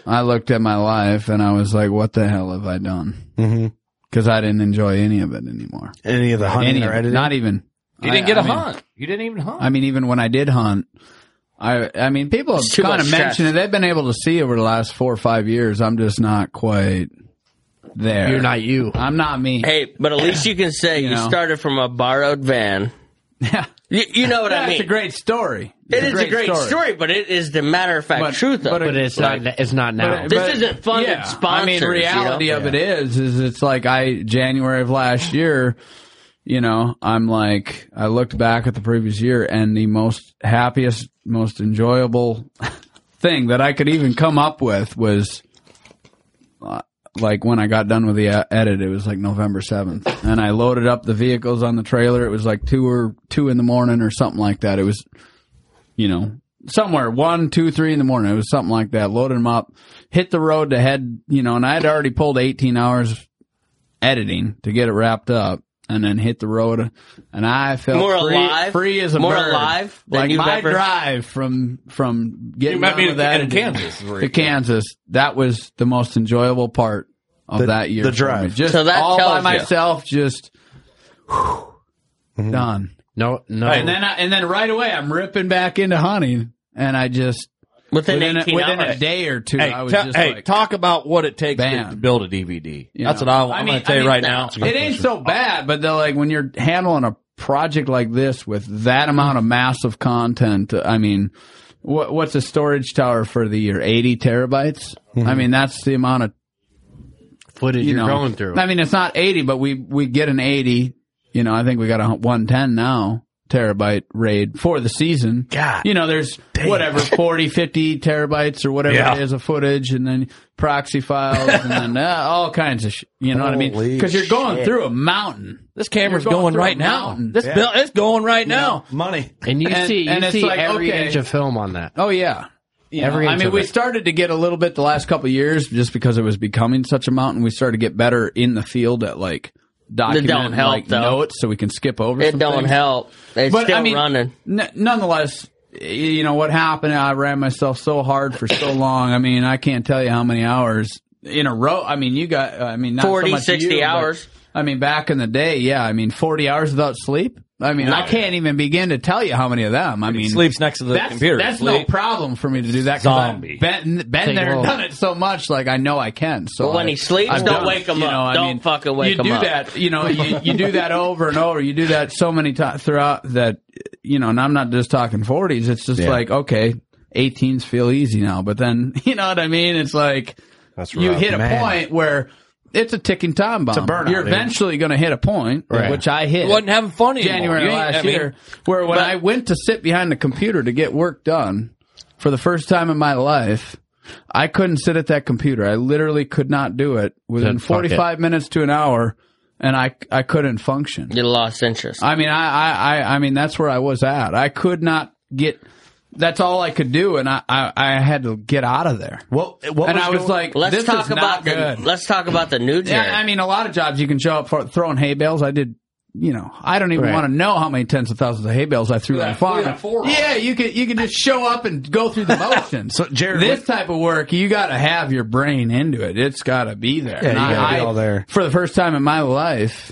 I looked at my life and I was like, "What the hell have I done?" Because I didn't enjoy any of it anymore. Any of the hunting Any or of it. editing? not even. You I- didn't get I a mean- hunt. You didn't even hunt. I mean, even when I did hunt, I I mean, people have It's too kind much of stress. mentioned it. They've been able to see over the last four or five years. I'm just not quite there. You're not you. I'm not me. Hey, but at least you can say you, know. started from a borrowed van. Yeah. You, you know what I That's mean. a great story. it is a great story. but it is the matter of fact truth of but it. it- It's not. It's not now. But- This but- isn't funded yeah. I sponsors, mean, you know? reality of it is, is it's like I January of last year. You know, I'm like I looked back at the previous year and the most happiest, most enjoyable thing that I could even come up with was uh, like when I got done with the uh, edit, it was like November 7th and I loaded up the vehicles on the trailer. It was like two or two in the morning or something like that. It was, you know, somewhere one, two, three in the morning. It was something like that. Loaded them up, hit the road to head, you know, and I had already pulled 18 hours editing to get it wrapped up. And then hit the road, and I felt More free, alive? free as a More bird. alive than Like you've my ever- drive from from getting You met done me with in- that in and- Kansas. to Kansas. That was the most enjoyable part of The- that year. the for drive. me. just So that all tells by you. myself, just whew, Mm-hmm. done. No, no. And then I, and then right away, I'm ripping back into hunting, and I just Within a, 18 within a hours. day or two, Hey, I was ta- just hey, like, talk about what it takes to, Bam. to build a DVD. you That's know. what I, I'm going to tell you mean, right now. It's a good It ain't question. so bad, but they're like when you're handling a project like this with that amount of massive content. I mean, what, what's a storage tower for the year? 80 terabytes. Mm-hmm. I mean, that's the amount of footage you you are know, going through. I mean, it's not 80, but we, we get an 80. You know, I think we got a 110 now terabyte raid for the season. God. You know, there's whatever 40, 50 terabytes or whatever Yeah. it is of footage and then proxy files and then uh, all kinds of shit. You know what I mean? Holy Cause you're going shit. through a mountain. This camera's You're going going through right a now. mountain. This Yeah. bill, it's going right now. Money. and you and- see, you and it's see like, every okay. inch of film on that. Oh yeah. You Every know, I inch mean, of we it. started to get a little bit the last couple of years just because it was becoming such a mountain. We started to get better in the field at like documenting help, like though. notes so we can skip over. It some don't things. help. It's But, still I mean, running. N- nonetheless, y- you know what happened? I ran myself so hard for so long. I mean, I can't tell you how many hours in a row. I mean, you got. I mean, not so 40, much 60 you, but, hours. I mean, back in the day, yeah. I mean, forty hours without sleep. I mean, I can't even begin to tell you how many of them. I mean, sleeps next to the that's, computer. That's no Sleep. problem for me to do that. 'cause I've Zombie. Been, been Take there, over. done it so much. Like I know I can. So But when I- he sleeps, I've don't done it, wake him you up. know, I Don't mean, fucking wake you him do up. That, you know, you, you do that over and over. You do that so many times throughout that. You know, and I'm not just talking 40s. It's just Yeah. like okay, 18s feel easy now, but then you know what I mean. It's like That's you rough, hit a man. point where. It's a ticking time bomb. It's a burnout, You're dude. eventually going to hit a point, Right. which I hit. Wasn't having fun anymore. January You ain't- last I mean- year, where when I went to sit behind the computer to get work done for the first time in my life, I couldn't sit at that computer. I literally could not do it within Said, "Fuck it." 45 minutes to an hour, and I I couldn't function. You lost interest. I mean, I, I, I, I mean, that's where I was at. I could not get. That's all I could do, and I, I, I had to get out of there. Well, and I was like, let's this talk is not about good. the let's talk about the new Jerry. Yeah, I mean, a lot of jobs you can show up for throwing hay bales. I did, you know, I don't even Right. want to know how many tens of thousands of hay bales I threw on a farm. Yeah, you could you could just show up and go through the motions. so, Jared, this type of work, you got to have your brain into it. It's got to be there. Yeah, And you I- gotta be I- all there. For the first time in my life,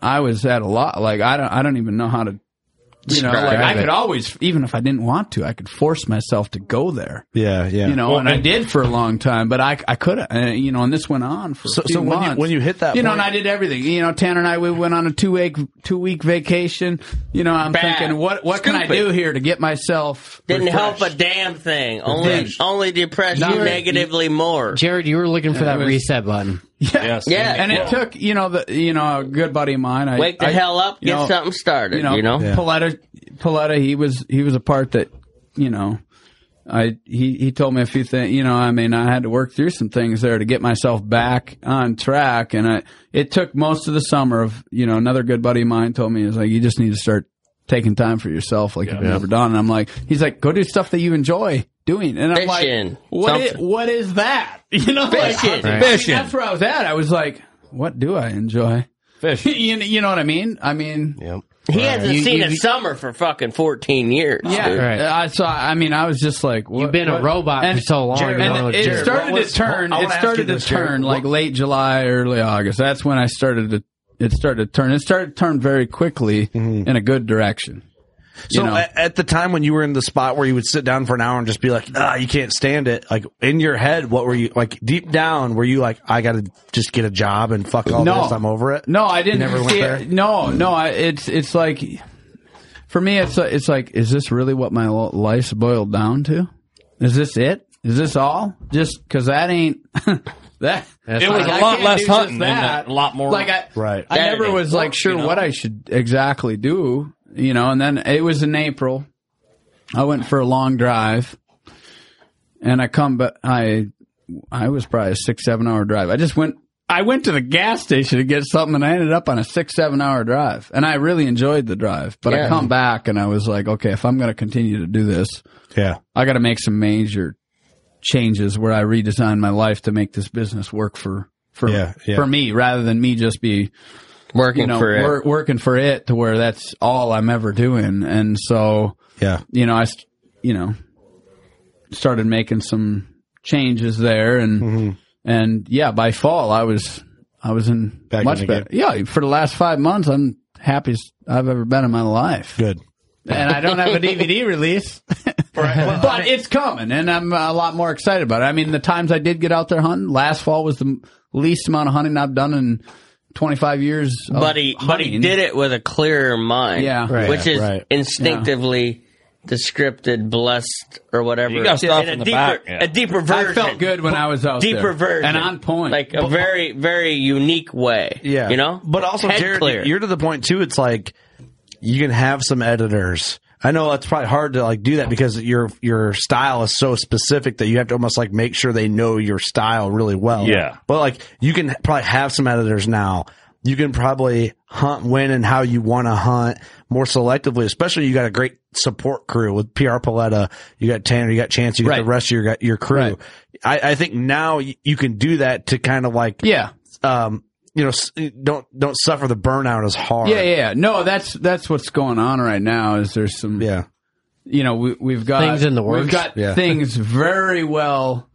I was at a lot. Like I don't I don't even know how to. You know, Describe like I it. could always, even if I didn't want to, I could force myself to go there. Yeah, yeah. You know, Well, and I did for a long time, but I I could have, uh, you know, and this went on for So- a few so when you- months. when you hit that you know, point- and I did everything. You know, Tanner and I we went on a two week two week vacation. You know, I'm Bad. thinking what what can I Stupid. do here to get myself Didn't refreshed? help a damn thing. Only Refreshed. only depressed You you were- negatively more. Jared, you were looking for that Yeah, it was- reset button. Yes. Yeah. And it took, you know, the you know, a good buddy of mine. I, Wake the I- hell up, you get know, something started, you know? Yeah. Paletta Paletta, he was he was a part that, you know, I he he told me a few things, you know, I mean, I had to work through some things there to get myself back on track and I it took most of the summer of, you know, another good buddy of mine told me is like you just need to start taking time for yourself like you've Yeah. never done and I'm like he's like go do stuff that you enjoy doing and I'm Fishing, like what i- something. what is that you know like, Fishing. I mean, Fishing. that's where I was at I was like what do I enjoy fish you, you know what I mean I mean He hasn't You- seen you- a summer for fucking fourteen years. yeah, dude. I, so I mean, I was just like, what, You've been a what- robot for so long, you don't know And what it you're doing. started What to was- turn. I wanna It ask started you to this, Jared. turn like late July, early August. That's when I started to. It started to turn. It started to turn very quickly in a good direction. So you know? uh, at, at the time when you were in the spot where you would sit down for an hour and just be like, ah, you can't stand it. Like in your head, what were you like deep down? Were you like, I got to just get a job and fuck all No. this? I'm over it. No, I didn't. Never went see it. there? No, no. I, it's it's like for me, it's it's like, is this really what my lo- life's boiled down to? Is this it? Is this all? Just because that ain't that. it was like, I a lot can't do less just hunting that. and a lot more. Like I, right. I never was like sure what I should exactly do, you know. And then it was in April. I went for a long drive, and I come but I I was probably a six seven hour drive. I just went I went to the gas station to get something, and I ended up on a six seven hour drive, and I really enjoyed the drive. But Yeah. I come back and I was like, okay, if I'm going to continue to do this, yeah, I got to make some major changes where I redesign my life to make this business work for for Yeah, yeah. for me rather than me just be working you know, for it. wor- working for it to where that's all I'm ever doing. And so, yeah, you know, I, st- you know, started making some changes there, and and yeah, by fall I was I was in Back much in the better. Yeah, for the last five months I'm happiest I've ever been in my life. Good. And I don't have a DVD release, but it's coming, and I'm uh, a lot more excited about it. I mean, the times I did get out there hunting last fall was the m- least amount of hunting I've done in 25 years. of but he but he hunting. did it with a clearer mind. Yeah. Oh, Right. which Yeah, is right. instinctively descripted, blessed, or whatever. You got stuff And in a the deeper, back, yeah. A deeper version. I felt good when I was out deeper there. version And on point. like uh, a But- very very unique way. Yeah. you know. But also, Head Jared, clear. you're to the point too. It's like you can have some editors. I know that's probably hard to like do that because your your style is so specific that you have to almost like make sure they know your style really well. Yeah. But like you can probably have some editors now. You can probably hunt when and how you want to hunt more selectively, especially you got a great support crew with PR Paletta. You got Tanner, you got Chance, you got the rest of your, your crew. I, I think now y- you can do that to kind of like, yeah, um, you know, s- don't, don't suffer the burnout as hard. Yeah, yeah. No, that's that's what's going on right now. Is there's some yeah. You know, we, we've got Things in the works. We've got Yeah. things very well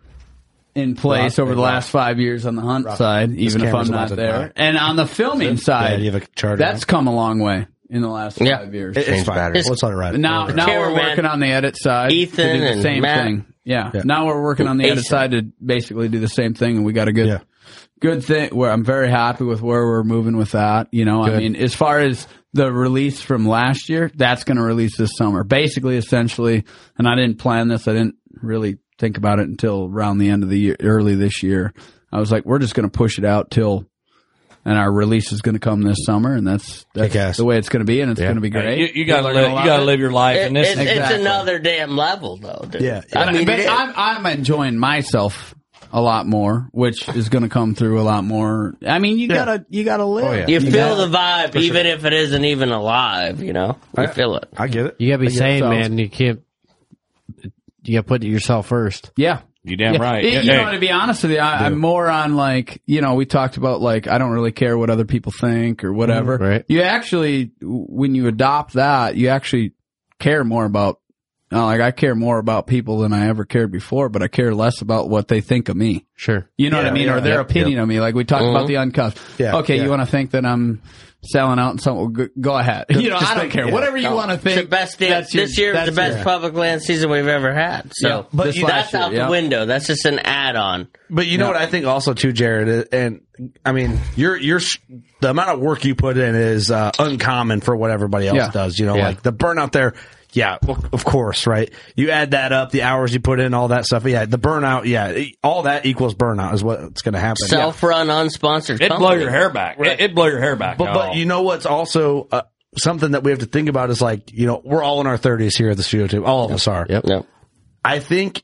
in place Rock- over the rock. last five years on the hunt Rock. side, This even if camera's I'm about not to there. die. And on the filming That's it. side, Yeah, you have a charter that's on. come a long way in the last Yeah. five years. It- it's Change fine. battery. It's- Let's let it ride. Now, Okay. now we're Cameraman, working on the edit side. to Ethan do the and same Matt. thing. Yeah. Yeah. Now we're working on the edit Ace. side to basically do the same thing, and we got a good, good thing. Where I'm very happy with where we're moving with that. You know, I Good. mean, as far as the release from last year, that's going to release this summer. Basically, essentially, and I didn't plan this. I didn't really think about it until around the end of the year, early this year. I was like, we're just going to push it out till. And our release is going to come this summer, and that's that's the way it's going to be, and it's going to be great. You, you gotta People live, are gonna you love gotta it. live your life, It- and this it's, is it's Exactly. another damn level, though. Dude. I mean, it is. I'm, I'm enjoying myself a lot more, which is going to come through a lot more. I mean, you gotta, you gotta live. You feel gotta- the vibe, For sure. even if it isn't even alive. You know, you feel it. I get it. You gotta be I get sane, it. man. You can't. You gotta put it yourself first. Yeah, you damn right. You know, to be honest with you, I, I'm more on like, you know, we talked about like, I don't really care what other people think or whatever. Right. You actually, when you adopt that, you actually care more about, uh, like, I care more about people than I ever cared before, but I care less about what they think of me. Sure. You know what I Yeah, mean? yeah. or their Yep, opinion yep. of me. Like, we talked Mhm. about the uncuffed. Yeah, okay, yeah. you want to think that I'm selling out and something? Well, go, go ahead. you know, Just I don't think- care. yeah. Whatever you No. want to think. It's the best day- that's your- this year is that's the best your- public land season we've ever had. So Yeah, but this- you- last that's year, out the yeah. window. That's just an add-on. But you know what I think also too, Jared, and I mean your your the amount of work you put in is uh, uncommon for what everybody else Yeah. does. You know, Yeah. like the burnout there. Yeah, well, of course, right? You add that up, the hours you put in, all that stuff. Yeah, the burnout. Yeah, it- all that equals burnout is what's going to happen. Self-run, unsponsored. It'd blow company. your hair back. It, it'd blow your hair back. But, but you know what's also uh, something that we have to think about is like you know we're all in our thirties here at the studio too. All of us are. Yep. I think,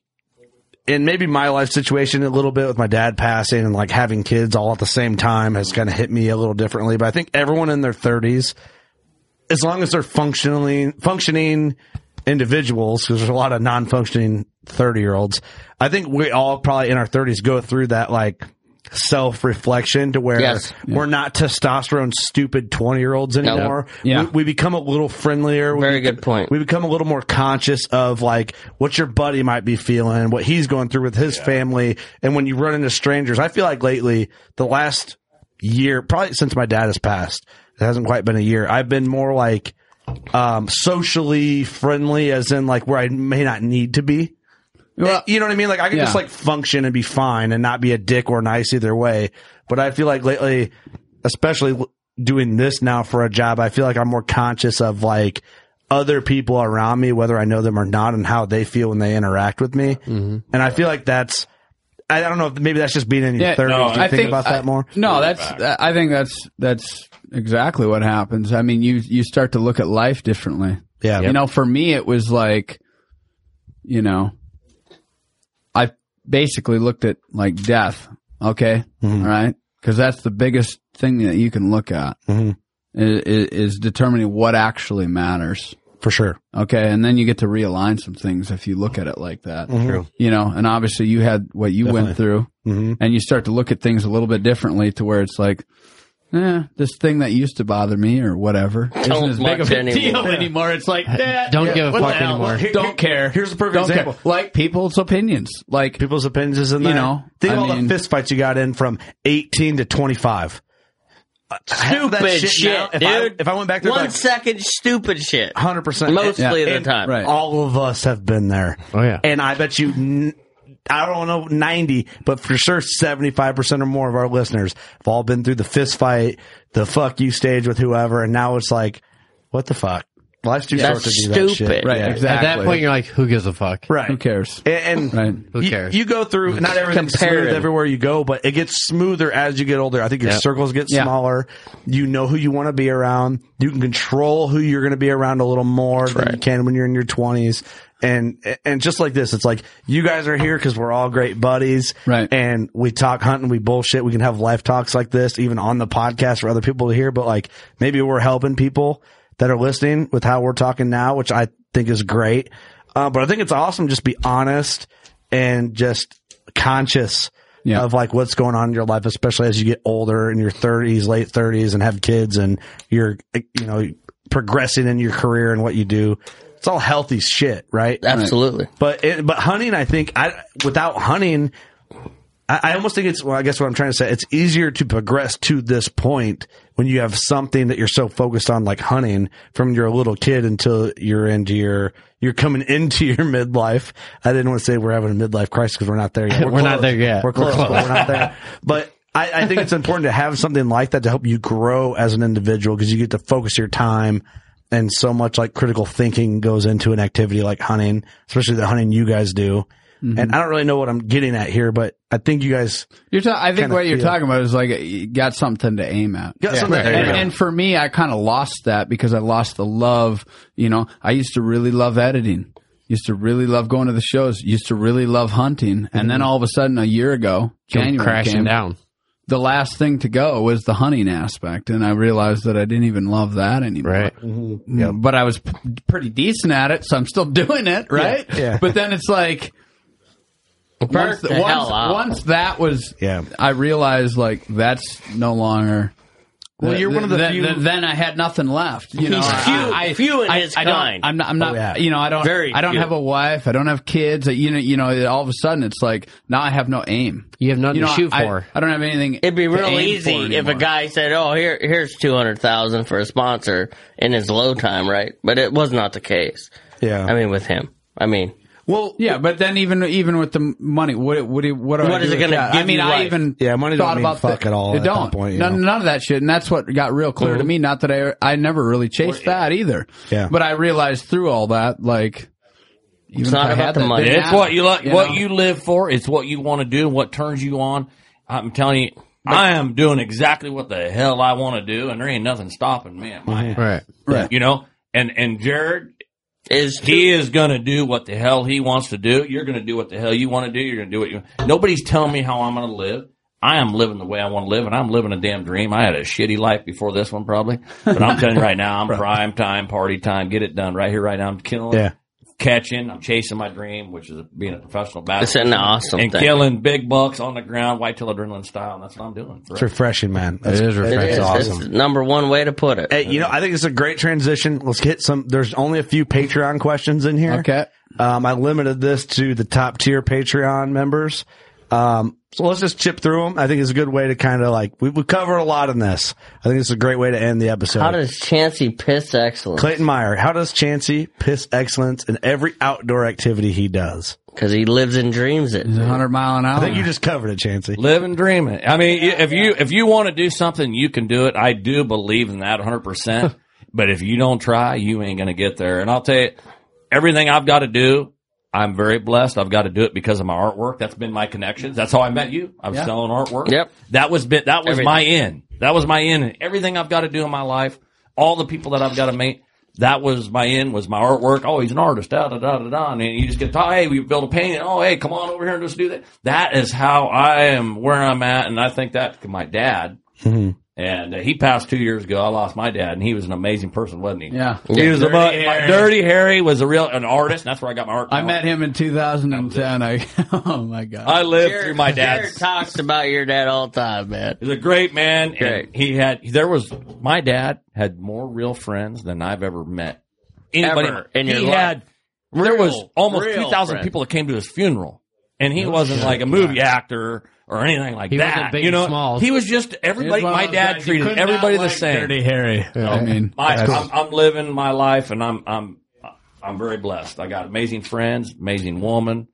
in maybe my life situation a little bit with my dad passing and like having kids all at the same time has kind of hit me a little differently. But I think everyone in their thirties, as long as they're functionally functioning individuals, because there's a lot of non-functioning thirty year olds. I think we all probably in our thirties go through that like self reflection to where Yes. we're not testosterone stupid 20 year olds anymore. Yeah. We, we become a little friendlier. Very good point. We become a little more conscious of like what your buddy might be feeling, what he's going through with his family. And when you run into strangers, I feel like lately the last year, probably since my dad has passed, it hasn't quite been a year. I've been more like, um, socially friendly as in like where I may not need to be. you know what I mean? Like I can just Yeah. like function and be fine and not be a dick or nice either way. But I feel like lately, especially w- doing this now for a job, I feel like I'm more conscious of like other people around me, whether I know them or not, and how they feel when they interact with me. Mm-hmm. And I feel like that's, I don't know if maybe that's just being in your 30s. Do you think, about that more? I, no, that's. I think that's that's exactly what happens. I mean, you you start to look at life differently. Yeah. You know, for me, it was like, you know, I basically looked at like death. Okay, Mm-hmm. All right, because that's the biggest thing that you can look at Mm-hmm. i- i- is, determining what actually matters. For sure. Okay, and then you get to realign some things if you look at it like that. Mhm. True. You know, and obviously you had what you went Definitely. through and you start to look at things a little bit differently to where it's like, eh, this thing that used to bother me or whatever isn't Don't as big of much a anymore. deal anymore. It's like, eh, Don't give a what the fuck hell? anymore. Don't care. Here's a perfect example. Like people's opinions. Like people's opinions is in You there. know, think I of all mean- the fist fights you got in from 18 to 25. Uh, half that Stupid shit, now, if I, dude. if I went back there, one like, second, stupid shit. Hundred percent. Mostly of the time. All of us have been there. Oh yeah. And I bet you, n- I don't know ninety, but for sure seventy five percent or more of our listeners have all been through the fist fight, the fuck you stage with whoever, and now it's like, what the fuck? Life's too short to do that shit. Right. Exactly. At that point, you're like, who gives a fuck? Right. Who cares? And, Who you, cares? You go through not everything's Comparative. smooth everywhere you go, but it gets smoother as you get older. I think your Yeah. circles get Yeah. smaller. You know who you want to be around. You can control who you're going to be around a little more than you can when you're in your twenties. And and just like this, it's like you guys are here because we're all great buddies, right? And we talk hunting, we bullshit. We can have life talks like this, even on the podcast for other people to hear. But like maybe we're helping people that are listening with how we're talking now, which I think is great. Uh, but I think it's awesome just be honest and just conscious of like what's going on in your life, especially as you get older in your 30s, late 30s, and have kids, and you're you know progressing in your career and what you do. It's all healthy shit, right? Absolutely. But it, but hunting, I think, I without hunting, I, I almost think it's. Well, I guess what I'm trying to say, it's easier to progress to this point when you have something that you're so focused on, like hunting, from you're a little kid until you're into your. You're coming into your midlife. I didn't want to say we're having a midlife crisis because we're not there yet. We're not close. there yet. We're We're close, but close. we're not there. But I, I think it's important to have something like that to help you grow as an individual because you get to focus your time and so much like critical thinking goes into an activity like hunting, especially the hunting you guys do. And I don't really know what I'm getting at here, but I think you guys You're ta- I think Kinda what you're feel. talking about is like you got something to aim at. Got something to aim and, at. and for me, I kind of lost that because I lost the love. You know, I used to really love editing. Used to really love going to the shows. Used to really love hunting. And then all of a sudden, a year ago, Came January crashing came, down. The last thing to go was the hunting aspect, and I realized that I didn't even love that anymore. Right. But I was p- pretty decent at it, so I'm still doing it, right? yeah. But then it's like once, the hell once- up. once that was, yeah, I realized like that's no longer. Well, you're one of the then, few- then- then I had nothing left. You He's know, few- I, I, few in I, his I don't, kind. I'm not. I'm not. Oh, yeah. You know, I don't. Very I don't few. have a wife. I don't have kids. I, you know. You know. All of a sudden, it's like now I have no aim. You have nothing you know, to shoot I- for. I don't have anything. It'd be to aim real for easy if a anymore. guy said, "Oh, here, here's two hundred thousand for a sponsor in his low time," right? But it was not the case. Yeah, I mean, with him, I mean, Well, yeah, but then even even with the m- money, what what do- what, do I What is do it with gonna that? I give mean, you I life? even Yeah, money don't thought mean about fuck the, at all It at that don't. point, you none, none of that shit, and that's what got real clear to me. Not that I I never really chased that either. Yeah, but I realized through all that, like even It's if not I about had the that, money. didn't It's what matter, you like, what know? you live for. It's what you want to do, what turns you on. I'm telling you, I am doing exactly what the hell I want to do, and there ain't nothing stopping me. At my ass. Right. Right. You know, and and Jared is he is going to do what the hell he wants to do. You're going to do what the hell you want to do. You're going to do what you. Nobody's telling me how I'm going to live. I am living the way I want to live, and I'm living a damn dream. I had a shitty life before this one, probably, but I'm telling you right now, I'm prime time, party time. Get it done right here, right now. I'm killing. Yeah. Catching, I'm chasing my dream, which is being a professional basketball. It's an awesome and thing. killing big bucks on the ground, white tail adrenaline style. And that's what I'm doing. it's refreshing, man. That's, It's, it's number one way to put it. Hey, you know, I think it's a great transition. Let's hit some. There's only a few Patreon questions in here. Okay. Um, I limited this to the top tier Patreon members. Um, so let's just chip through them. I think it's a good way to kind of like we, we covered a lot in this. I think it's a great way to end the episode. How does Chancey piss excellence? Clayton Meyer? How does Chancey piss excellence in every outdoor activity he does? Because he lives and dreams it. He's 100 mile an hour. I think you just covered it, Chancey. Live and dream it. I mean, if you if you want to do something, you can do it. I do believe in that 100. percent But if you don't try, you ain't gonna get there. And I'll tell you, everything I've got to do, I'm very blessed. I've got to do it because of my artwork. That's been my connections. That's how I met you. I was Yeah. selling artwork. Yep. That was bit. That was Everything. my in. That was my in. And everything I've got to do in my life, all the people that I've got to meet, that was my in. Was my artwork. Oh, he's an artist. Da da da da da. And you just get taught. Hey, we build a painting. Oh, hey, come on over here and just do that. That is how I am where I'm at, and I think that my dad. And uh, he passed two years ago. I lost my dad, and he was an amazing person, wasn't he? Yeah. he was Dirty a bu- Harry. Dirty Harry was a real an artist. And that's where I got my art. I met him in 2010. I oh my god. I lived through my dad's Jared talks about your dad all the time, man. He's a great man. and Great. he had there was my dad had more real friends than I've ever met. Anybody Ever in your he life. had there was Real, almost real two thousand friends. people that came to his funeral, and he No wasn't shit. like a movie actor or anything like He that. wasn't big you and know, small. he was just everybody. one of My those dad guys you treated could not everybody the like same. Dirty Harry. Yeah, I mean, my, that's- I'm, I'm living my life, and I'm I'm I'm very blessed. I got amazing friends, amazing woman.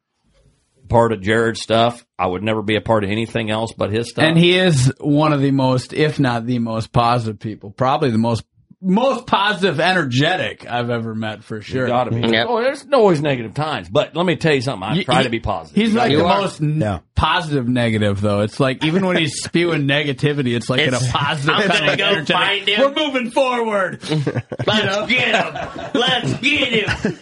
Part of Jared's stuff. I would never be a part of anything else but his stuff. And he is one of the most, if not the most positive people, probably the most most positive, energetic I've ever met for sure. You gotta be. Oh, there's always negative times, but let me tell you something. I You- try he- to be positive. He's You like gotta the be. most n- positive negative though. It's like even when he's spewing negativity, it's like in It's- a positive. I'm gonna kind of go energetic- find him. We're moving forward. Let's get him. Let's get him.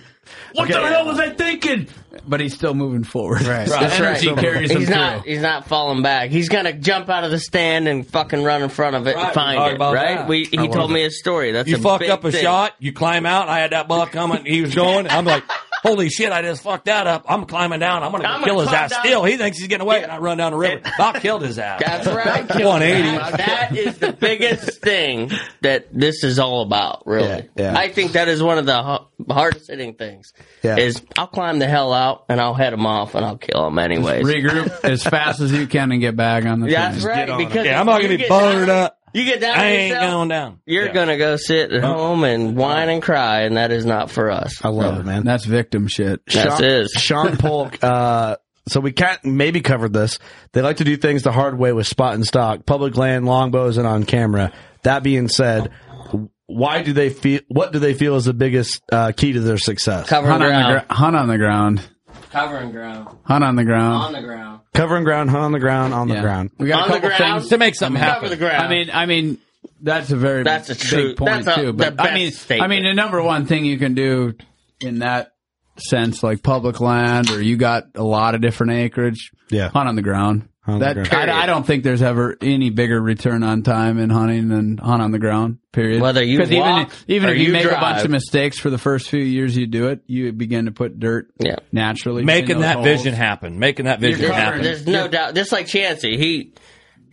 What the hell was I thinking? But he's still moving forward. Right. That's energy right. carries him he's through. not. He's not falling back. He's gonna jump out of the stand and fucking run in front of it Right, and we find talked it. about Right? that. We, he I told love me it. a story. That's you a fuck big up a thing. shot, you climb out. I had that ball coming. He was going. I'm like, holy shit, I just fucked that up. I'm climbing down. I'm going to I'm kill gonna his climb ass down. still. He thinks he's getting away. And I run down the river. About killed his ass. That's right. About 180. That is the biggest thing that this is all about, really. Yeah, yeah. I think that is one of the h- hardest hitting things. Yeah. Is I'll climb the hell out and I'll head him off and I'll kill him anyways. Regroup as fast as you can and get back on the Yeah, train. that's right. Because Yeah, I'm not you gonna be get bothered down- up. You get down. I ain't yourself, going down. You're gonna go sit at home and whine and cry, and that is not for us. I love it, man. That's victim shit. That's Sean, it. Sean Polk. Uh, so we can't maybe covered this. They like to do things the hard way with spot and stock, public land, longbows, and on camera. That being said, why do they feel? What do they feel is the biggest uh, key to their success? Covering Hunt on, the ground. gr- hunt on the ground. Covering ground. Hunt on the ground. On the ground. Covering ground, hunt on the ground, on the ground. We got On a the couple ground. things to make something Cover happen. the ground. I mean, I mean, that's a very That's a big true- point that's a- too. the But best I mean, statement. I mean, the number one thing you can do in that sense, like public land, or you got a lot of different acreage, Yeah. hunt on the ground. on the that ground. I, I don't think there's ever any bigger return on time in hunting than hunt on the ground. Period. Whether you 'Cause even walk even or if you, you make drive. a bunch of mistakes for the first few years you do it, you begin to put dirt Yeah. naturally. in Making those that holes. vision happen. Making that vision There's, happen. there's no doubt. Just like Chansey, he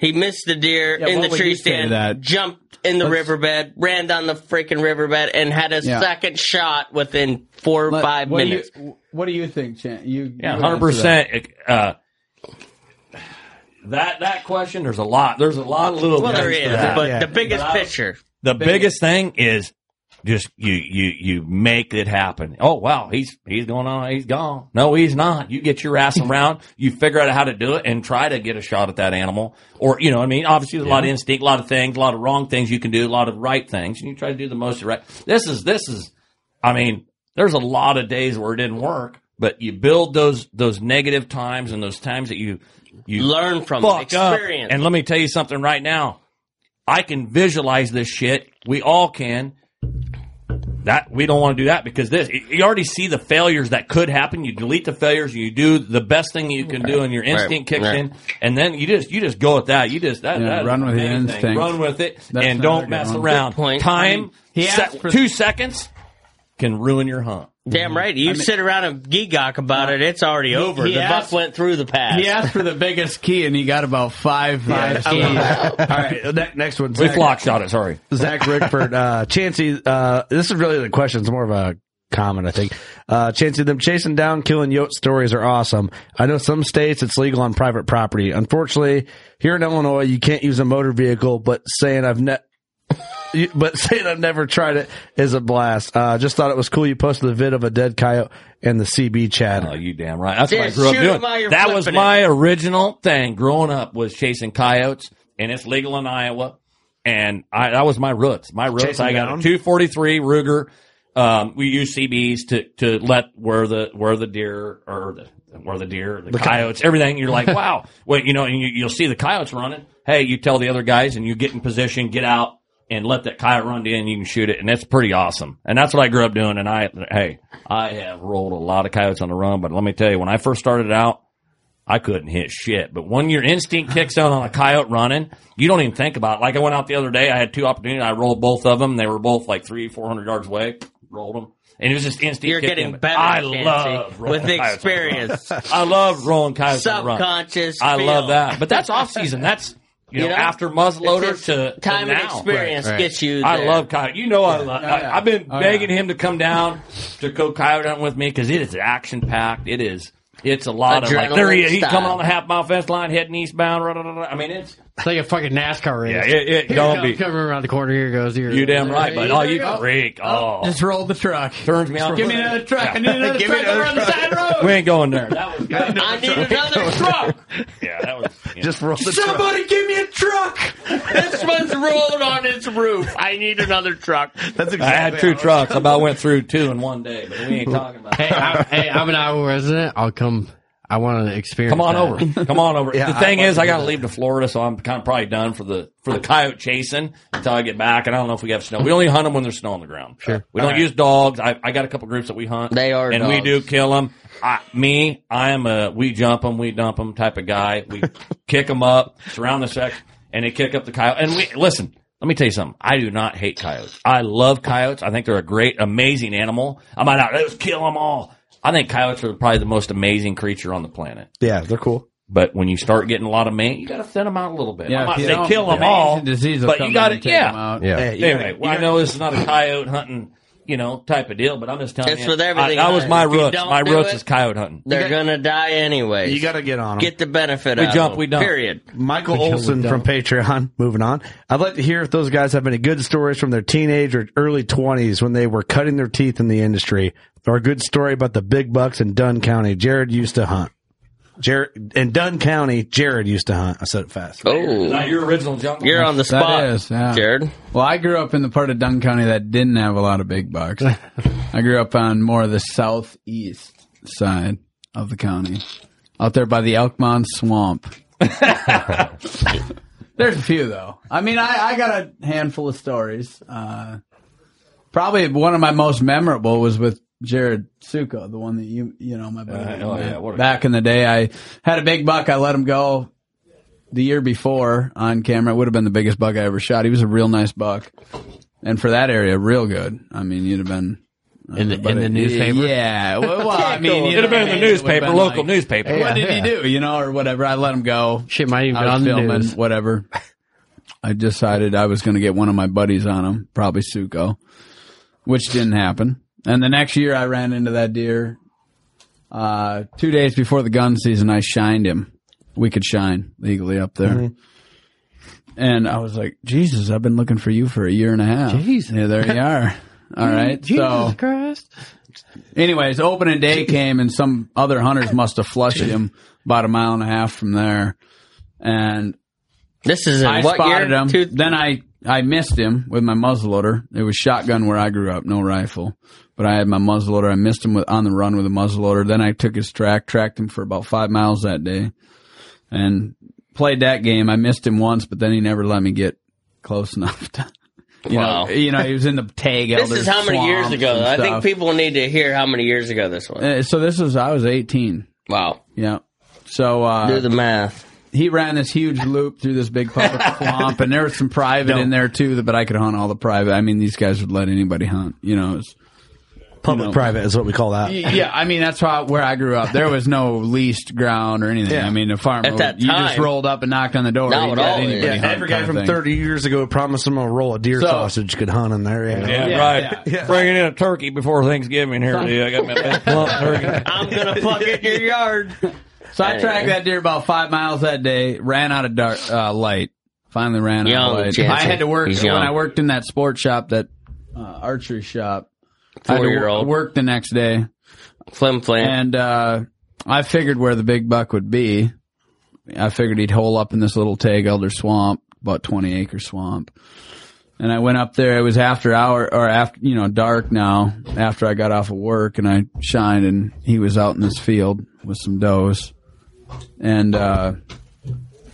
he missed the deer Yeah, in what the would tree you say to stand, that? jumped in the Let's- riverbed, ran down the freaking riverbed, and had a Yeah. second shot within four or Let- five what minutes. Do you, what do you think, Chan? You Yeah, you answer hundred percent. Uh, that that question, there's a lot. There's a lot of little. well, there things to is, that. but the biggest But I- picture. the biggest thing is just you you you make it happen. Oh wow, he's he's going on. He's gone. No, he's not. You get your ass around. You figure out how to do it and try to get a shot at that animal. Or you know, what I mean, obviously there's a lot of instinct, a lot of things, a lot of wrong things you can do, a lot of right things, and you try to do the most right. This is this is. I mean, there's a lot of days where it didn't work, but you build those those negative times and those times that you you Learn from it. fuck up. Experience. And let me tell you something right now. I can visualize this shit. We all can. That we don't want to do that because this you already see the failures that could happen. You delete the failures. You do the best thing you can do, and your instinct Right. kicks Right. in. And then you just you just go with that. You just that, Yeah, that is run with the amazing. instinct. Run with it, That's and another don't good mess one. around. Good point. Time I mean, he se- asked for- two seconds can ruin your hunt. Damn right. You sit around and geegock about it. It's already over. he the asked- buck went through the pass. He asked for the biggest key, and he got about five five keys. All right, ne- next one. We Zach- flock shot it. Sorry. Zach Rickford, uh, Chansey, uh, this is really the question. It's more of a comment, I think. Uh, Chansey, them chasing down, killing yote stories are awesome. I know some states it's legal on private property. Unfortunately, here in Illinois, you can't use a motor vehicle, but saying I've ne- you- but saying I've never tried it is a blast. Uh, just thought it was cool. You posted the vid of a dead coyote and the CB chat. Oh, you damn right. That's what I Just grew up shoot 'em while doing. you're That was flipping my original thing growing up was chasing coyotes, and it's legal in Iowa. And I, that was my roots. My roots. Chasing I got down? a 243 Ruger. Um, we use CBs to, to let where the, where the deer or the, where the deer, the, coyotes, everything. You're like, wow. Well, you know, and you, you'll see the coyotes running. Hey, you tell the other guys and you get in position, get out and let that coyote run to you and you can shoot it. And that's pretty awesome. And that's what I grew up doing. And I, hey, I have rolled a lot of coyotes on the run, but let me tell you, when I first started out, I couldn't hit shit. But when your instinct kicks in on a coyote running, you don't even think about it. Like I went out the other day, I had two opportunities. I rolled both of them. They were both like three, four hundred yards away. Rolled them, and it was just instinct. You're kicked getting in. better, I Chansey, love rolling with the coyotes on the run. experience. I love rolling coyotes on the run. Subconscious. I love feel. that. But that's off season. That's you, You know, know? after muzzleloader It's just to to time and now. experience Right, right. gets you. I there. love coyote. You know, I love. Oh, I, yeah. I've been Oh, begging yeah. him to come down to go coyote hunting with me because it is action packed. It is. It's a lot of like Adrenaline there he is. He's style. coming on the half mile fence line, heading eastbound. Rah, rah, rah, rah. I mean, it's It's like a fucking NASCAR race. yeah, it, it Here don't comes, be. coming around the corner. Here goes here. You goes. damn right, but oh, you freak. Oh, Just roll the truck. turns me off. Give me another truck. I need another Give me truck over on the side road. We ain't going there. That was good. I need another truck. yeah, that was yeah. Just roll the truck. Somebody give me a truck. This one's rolled on its roof. I need another truck. That's I had two trucks. I about went through two in one day, but we ain't talking about. Hey, that. I'm, hey, I'm an Iowa resident. I'll come. I want to experience. Come on that. over. Come on over. Yeah, the thing I- is, I got to leave to Florida, so I'm kind of probably done for the for the coyote chasing until I get back. And I don't know if we have snow. We only hunt them when there's snow on the ground. Sure. We don't use dogs. I, I got a couple groups that we hunt. They are and we dogs. do kill them. I, me, I am a we jump them, we dump them type of guy. We kick them up, surround the section, and they kick up the coyote. And we listen. Let me tell you something. I do not hate coyotes. I love coyotes. I think they're a great, amazing animal. I might not. Let's kill them all. I I think coyotes are probably the most amazing creature on the planet. Yeah, they're cool. But when you start getting a lot of man, you got to thin them out a little bit. Yeah, I'm not if you saying don't, kill them yeah. all, Asian disease will but come you got in and to take yeah. 'em out. Yeah. Yeah. Anyway, Yeah, you gotta- well, I know it's not a coyote hunting, you know, type of deal, but I'm just telling It's you. with everything I, that was hunting. my If you roots. don't My do roots it, is coyote hunting. They're gonna die anyway. You gotta get on 'em. Get the benefit We out jump, of 'em. we don't. Period. Michael Olson from Patreon. Moving on. I'd like to hear if those guys have any good stories from their teenage or early 20s when they were cutting their teeth in the industry, or a good story about the big bucks in Dunn County. Jared used to hunt. Jared in Dunn County, Jared used to hunt. I said it fast. Oh, not your original jungle. You're on the spot, That is, yeah. Jared. Well, I grew up in the part of Dunn County that didn't have a lot of big bucks. I grew up on more of the southeast side of the county, out there by the Elkmont Swamp. There's a few though. I mean, I, I got a handful of stories. Uh, probably one of my most memorable was with Jared Suko, the one that you you know my buddy. oh, yeah, what a- Back in the day, I had a big buck. I let him go the year before on camera. It would have been the biggest buck I ever shot. He was a real nice buck, and for that area, real good. I mean, you'd have been. uh, In the- in the newspaper? yeah. Well, well, I mean, you It'd have know been what I in mean? It would the have newspaper, been local newspaper. What did Yeah. he do? You know, or whatever. I let him go. Shit might even I been was on the filming, news. Whatever. I decided I was going to get one of my buddies on him, probably Suko, which didn't happen. And the next year, I ran into that deer. Uh, two days before the gun season, I shined him. We could shine legally up there. Mm-hmm. And I was like, Jesus, I've been looking for you for a year and a half. Jeez. Yeah, there you are. All right. Jesus so, Christ. Anyways, opening day came and some other hunters must have flushed him about a mile and a half from there. And this is in I what year? spotted him. then I I missed him with my muzzleloader. It was shotgun where I grew up, no rifle. But I had my muzzleloader. I missed him with, on the run with a muzzleloader. Then I took his track, tracked him for about five miles that day, and played that game. I missed him once, but then he never let me get close enough to. You Wow. know, you know, he was in the tag. This elder is how many years swamps ago. and I think stuff. people need to hear how many years ago this was. Uh, so this was I was 18. Wow. Yeah. So uh, Do the math. He ran this huge loop through this big public swamp, and there was some private in there too. But I could hunt all the private. I mean, these guys would let anybody hunt. You know, it's Public private is what we call that. yeah. I mean, that's how, where I grew up. There was no leased ground or anything. Yeah. I mean, the farm At that you just time. rolled up and knocked on the door. Not You at let all. anybody Yeah, hunt every guy kind of from thing. 30 years ago promised him a roll of deer So- sausage could hunt in there. Yeah, Yeah, right. Bringing in a turkey before Thanksgiving here. dude. I got my best plump turkey. I'm gonna fuck in your yard. So I tracked that deer about five miles that day. Ran out of dark uh, light. Finally ran out Young of light. Jensen. I had to work He's when young. I worked in that sports shop, that uh, archery shop. I had to Four-year-old. wo- work the next day, Flim flam. and uh, I figured where the big buck would be. I figured he'd hole up in this little tag elder swamp, about twenty acre swamp. And I went up there. It was after hour or after, you know, dark now after I got off of work and I shined and he was out in this field with some does. And, uh,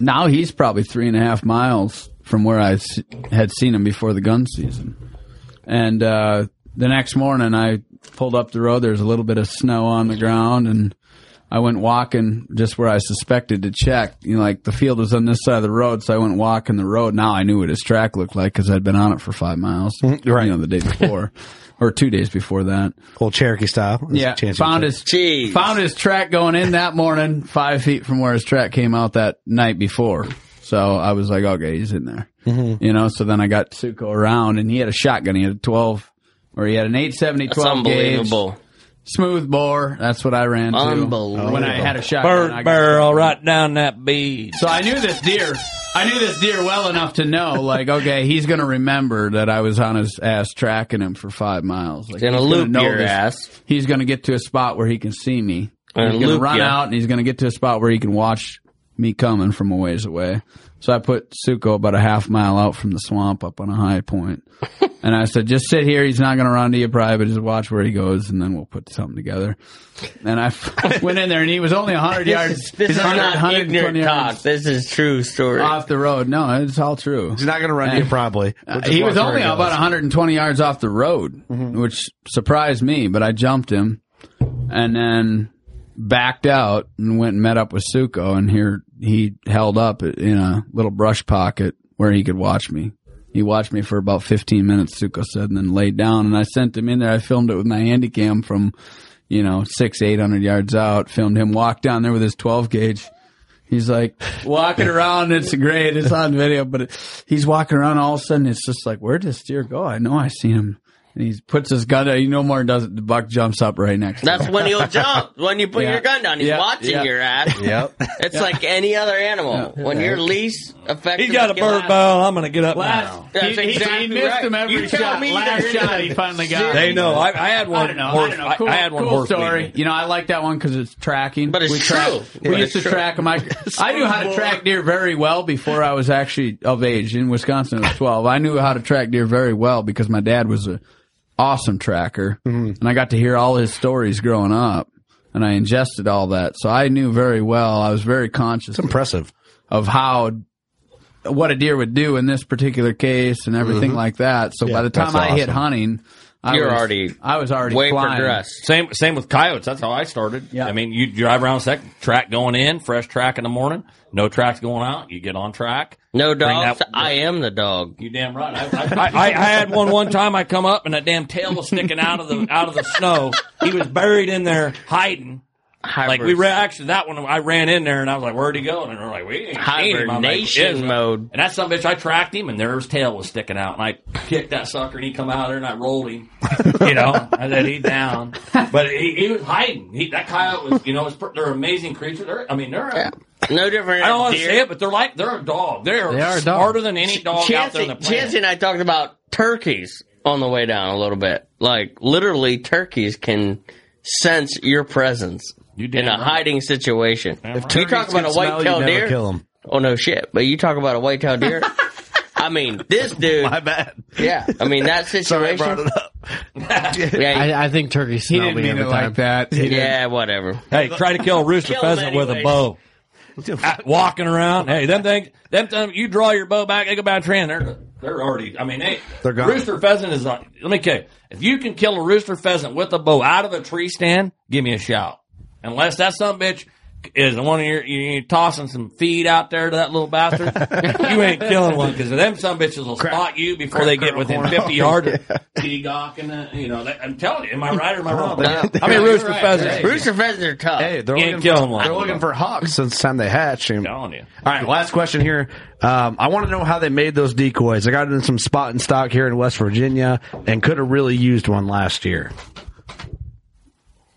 now he's probably three and a half miles from where I s- had seen him before the gun season. And, uh, the next morning I pulled up the road. There was a little bit of snow on the ground and I went walking just where I suspected to check. You know, like the field was on this side of the road, so I went walking the road. Now I knew what his track looked like because I'd been on it for five miles, right? You know, the day before or two days before that. Old Cherokee style. There's a yeah, chance you found could. his found his track going in that morning, five feet from where his track came out that night before. So I was like, okay, he's in there. Mm-hmm. You know, so then I got Suko around and he had a shotgun. He had a 12 or he had an 870 That's 12 gauge. unbelievable. Smooth bore. That's what I ran to. Unbelievable. When I had a shotgun. I Bird got- barrel right down that bead. So I knew this deer. I knew this deer well enough to know, like, okay, he's going to remember that I was on his ass tracking him for five miles. Like, He's gonna he's gonna loop know your this- ass. He's going to get to a spot where he can see me. Gonna he's going loop to run ya. out and he's going to get to a spot where he can watch me coming from a ways away. So I put Suko about a half mile out from the swamp up on a high point. and I said, just sit here. He's not going to run to you private. Just watch where he goes and then we'll put something together. And I f- went in there and he was only 100 This yards. is, this he's is only not 120 ignorant yards talk. This is true story. off the road. No, it's all true. He's not going to run to you, probably. Uh, he was only about 120 yards off the road, which surprised me, but I jumped him and then backed out and went and met up with Suko and here he held up in a little brush pocket where he could watch me. He watched me for about 15 minutes, Suko said, and then laid down and I sent him in there. I filmed it with my handy cam from you know, six, eight hundred yards out, filmed him walk down there with his 12 gauge. He's like walking around. It's great. It's on video, but it, he's walking around. All of a sudden, it's just like, where does deer go? I know I seen him. And he puts his gun down. You know more does it. The buck jumps up right next to That's him. when he'll jump. When you put Yeah. your gun down, he's Yeah. watching Yeah. your ass. Yep. It's like any other animal. When you're least effective, He's got a skill- bird bone. I'm going to get up now. That's exactly right. You tell me that- They know. I, I had one. I don't know. horse- I don't know. Cool, I, I had one cool horse story. leading. You know, I like that one because it's tracking. But it's we track- true. we But used to it's true. track them. I, I knew how to track deer very well before I was actually of age in Wisconsin. I was twelve. I knew how to track deer very well because my dad was a awesome tracker, Mm-hmm. and I got to hear all his stories growing up, and I ingested all that. So I knew very well. I was very conscious. It's impressive of how what a deer would do in this particular case and everything Mm-hmm. Mhm. like that. So Yeah, by the time that's I hit awesome. hunting, I You're was, already I was already flying. Same same with coyotes. That's how I started. I mean, you drive around second track going in, fresh track in the morning, no tracks going out. You get on track. No Bring dogs. that- I am the dog. You damn right. I, I, I had one one time. I come up and that damn tail was sticking out of the out of the snow. He was buried in there hiding. Like we ran, actually that one I ran in there and I was like, "Where'd he go?" And they're like, "We ain't seen him." I'm like, Hibernation "Yes." mode. And that some bitch, I tracked him and there his tail was sticking out, and I kicked that sucker and he come out there and I rolled him. You know, I said he down, but he, he was hiding. He, that coyote was, you know, it's, pr- they're amazing creatures. They're, I mean, they're no different. I don't want to deer. say it, but they're like they're a dog. They're They are a dog. smarter than any dog out there Chancey, in the planet. Chancey and I talked about turkeys on the way down a little bit. Like literally, turkeys can sense your presence in a hiding situation. If you turkeys talk about could a smell, you'd white-tailed never deer, kill 'em. oh no shit! But you talk about a white-tailed deer. I mean, this dude. My bad. Yeah, I mean that situation. yeah, he- I, I think turkeys He smell didn't me mean every it time. like that. He didn't. Yeah, whatever. Hey, try to kill a rooster Kill 'em pheasant with a anyways. bow. Uh, walking around, hey, them things, them, them you draw your bow back, they go by a trend. They're they're already. I mean, they They're gone. Rooster pheasant is. on let me tell you, if you can kill a rooster pheasant with a bow out of a tree stand, give me a shout. Unless that some bitch is one of your you are tossing some feed out there to that little bastard, you ain't killing one because them some bitches will spot you before Crap, they get crap, within corn. fifty yards. of Yeah. Peacock and uh, you know, that, I'm telling you, am I right or am I wrong? No, they- I mean, they're- rooster you're right. pheasants. Rooster pheasants are tough. Hey, they're You looking ain't killing for, one. They're looking for hawks since the time they hatch. and- telling you. All right, last question here. Um, I want to know how they made those decoys. I got it in some spot and stock here in West Virginia, and could have really used one last year.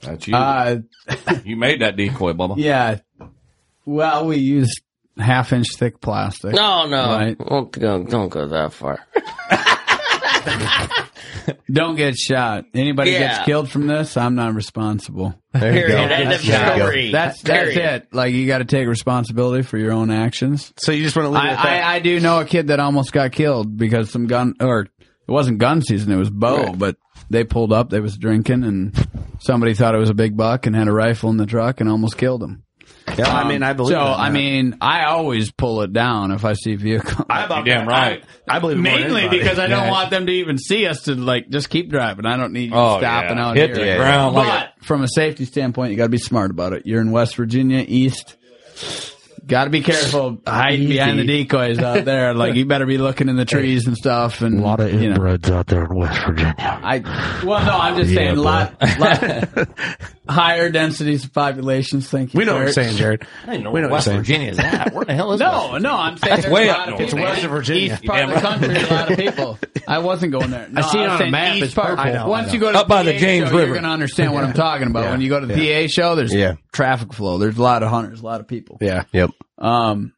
That's you. you made that decoy, Bubba. Uh, Yeah. Well, we used half inch thick plastic. No, no, Right? Don't, go- don't go that far. Don't get shot. Anybody Yeah. gets killed from this, I'm not responsible. There you Period. go. End of yeah. story. That's that's Period. it. Like you got to take responsibility for your own actions. So you just want to leave it at I, that? I, I do know a kid that almost got killed because some gun or it wasn't gun season, it was bow, but they pulled up, they was drinking and somebody thought it was a big buck and had a rifle in the truck and almost killed him. Um, Yeah, I mean, I believe So that, I yeah. mean, I always pull it down if I see a vehicle. I about You're damn right. I, believe it more than mainly anybody. because I don't Yeah. want them to even see us to like just keep driving. I don't need you Oh, stopping yeah. out Hit here. the ground but like from a safety standpoint, you got to be smart about it. You're in West Virginia, East. Got to be careful hiding behind the decoys out there. Like you better be looking in the trees and stuff. And a lot of you know. inbreds out there in West Virginia. I well, no, I'm just Yeah, saying bro. lot, lot higher densities of populations. Thank you. We know what you're Kurt. saying, Jared. I didn't know We know where what West you're saying. Virginia is at. Where the hell is West No, Virginia? no, I'm saying That's there's way a up lot of north, people. man. East Virginia. part of Damn the right. country, a lot of people. I wasn't going there. No, I seen it was on a saying map, East it's part. purple. I know, Once I you know. go to Up the by the PA James show, River. you're going to understand what I'm talking about. Yeah. When you go to the PA show, there's Yeah. traffic flow. There's a lot of hunters, a lot of people. Yeah. Yep. Um.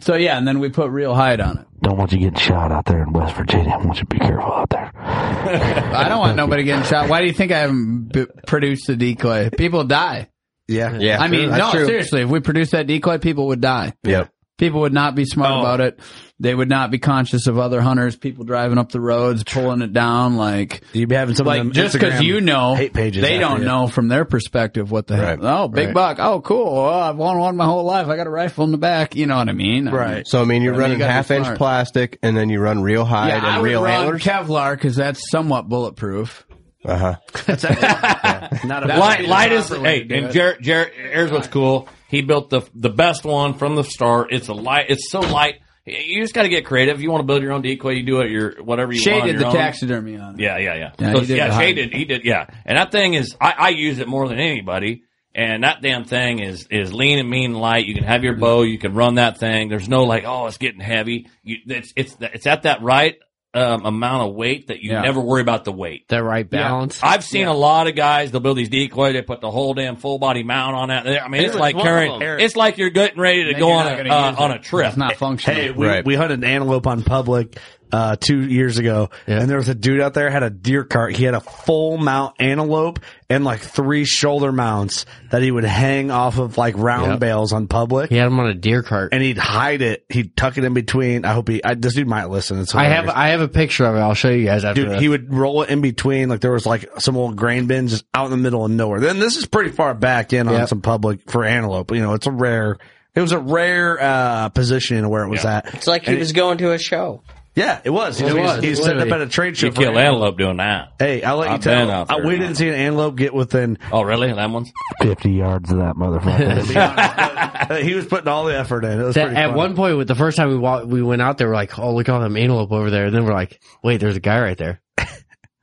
So yeah, and then we put real hide on it. Don't want you getting shot out there in West Virginia. I want you to be careful out there. I don't want nobody getting shot. Why do you think I haven't b- produced a decoy? People die. Yeah. I mean, no, seriously, if we produced that decoy, people would die. Yep. People would not be Oh. smart about it. They would not be conscious of other hunters, people driving up the roads, pulling it down. Like You'd be having some like of them just because Instagram you know, hate pages they after don't you. know from their perspective what the Right. hell. Oh, big Right. buck. Oh, cool. Oh, I've won one my whole life. I got a rifle in the back. You know what I mean? Right. So I mean, you're I mean, you running gotta be half inch smart. plastic, and then you run real hide yeah, and I would real run antlers. Kevlar because that's somewhat bulletproof. Uh huh. Not That would light, be the light is proper way hey. to do And it. Jared, Jared, here's what's cool. He built the the best one from the start. It's a light. It's so light. You just got to get creative. You want to build your own decoy, you do it. Your whatever you want on Shaded your the own. taxidermy on. Yeah, yeah, yeah. Yeah, So, he did yeah, the Shay hide. did. He did. Yeah, and that thing is, I, I use it more than anybody. And that damn thing is is lean and mean and light. You can have your bow. You can run that thing. There's no like, oh, it's getting heavy. You, it's it's it's at that right um, amount of weight that you Yeah. never worry about the weight. That right balance. I've seen a lot of guys. They'll build these decoy. They put the whole damn full body mount on that. I mean, It it's was like one of carrying. them. It's like you're getting ready to Then go you're on not a gonna uh, use on it. a trip. It's not functional. Hey, We, we hunted an antelope on public uh, two years ago, and there was a dude out there had a deer cart. He had a full mount antelope and like three shoulder mounts that he would hang off of like round Yep. bales on public. He had them on a deer cart, and he'd hide it. He'd tuck it in between. I hope he. I, this dude might listen. It's I have hilarious. I have a picture of it. I'll show you guys after. Dude, this. he would roll it in between. Like there was like some old grain bins just out in the middle of nowhere. Then this is pretty far back in on Yep. some public for antelope. You know, it's a rare. It was a rare uh, positioning where it was at. It's like he And was it- going to a show. yeah, it was. He It was, was, he set up literally. at a trade show. You for kill antelope. antelope doing that. Hey, I'll let you I've been tell. out I, there. we didn't see an antelope get within Oh, really? That one's 50 yards of that motherfucker. he was putting all the effort in. It was That- pretty at funny. one point, with the first time we walked, we went out there, we're like, "Oh, look at all them antelope over there," and then we're like, "Wait, there's a guy right there."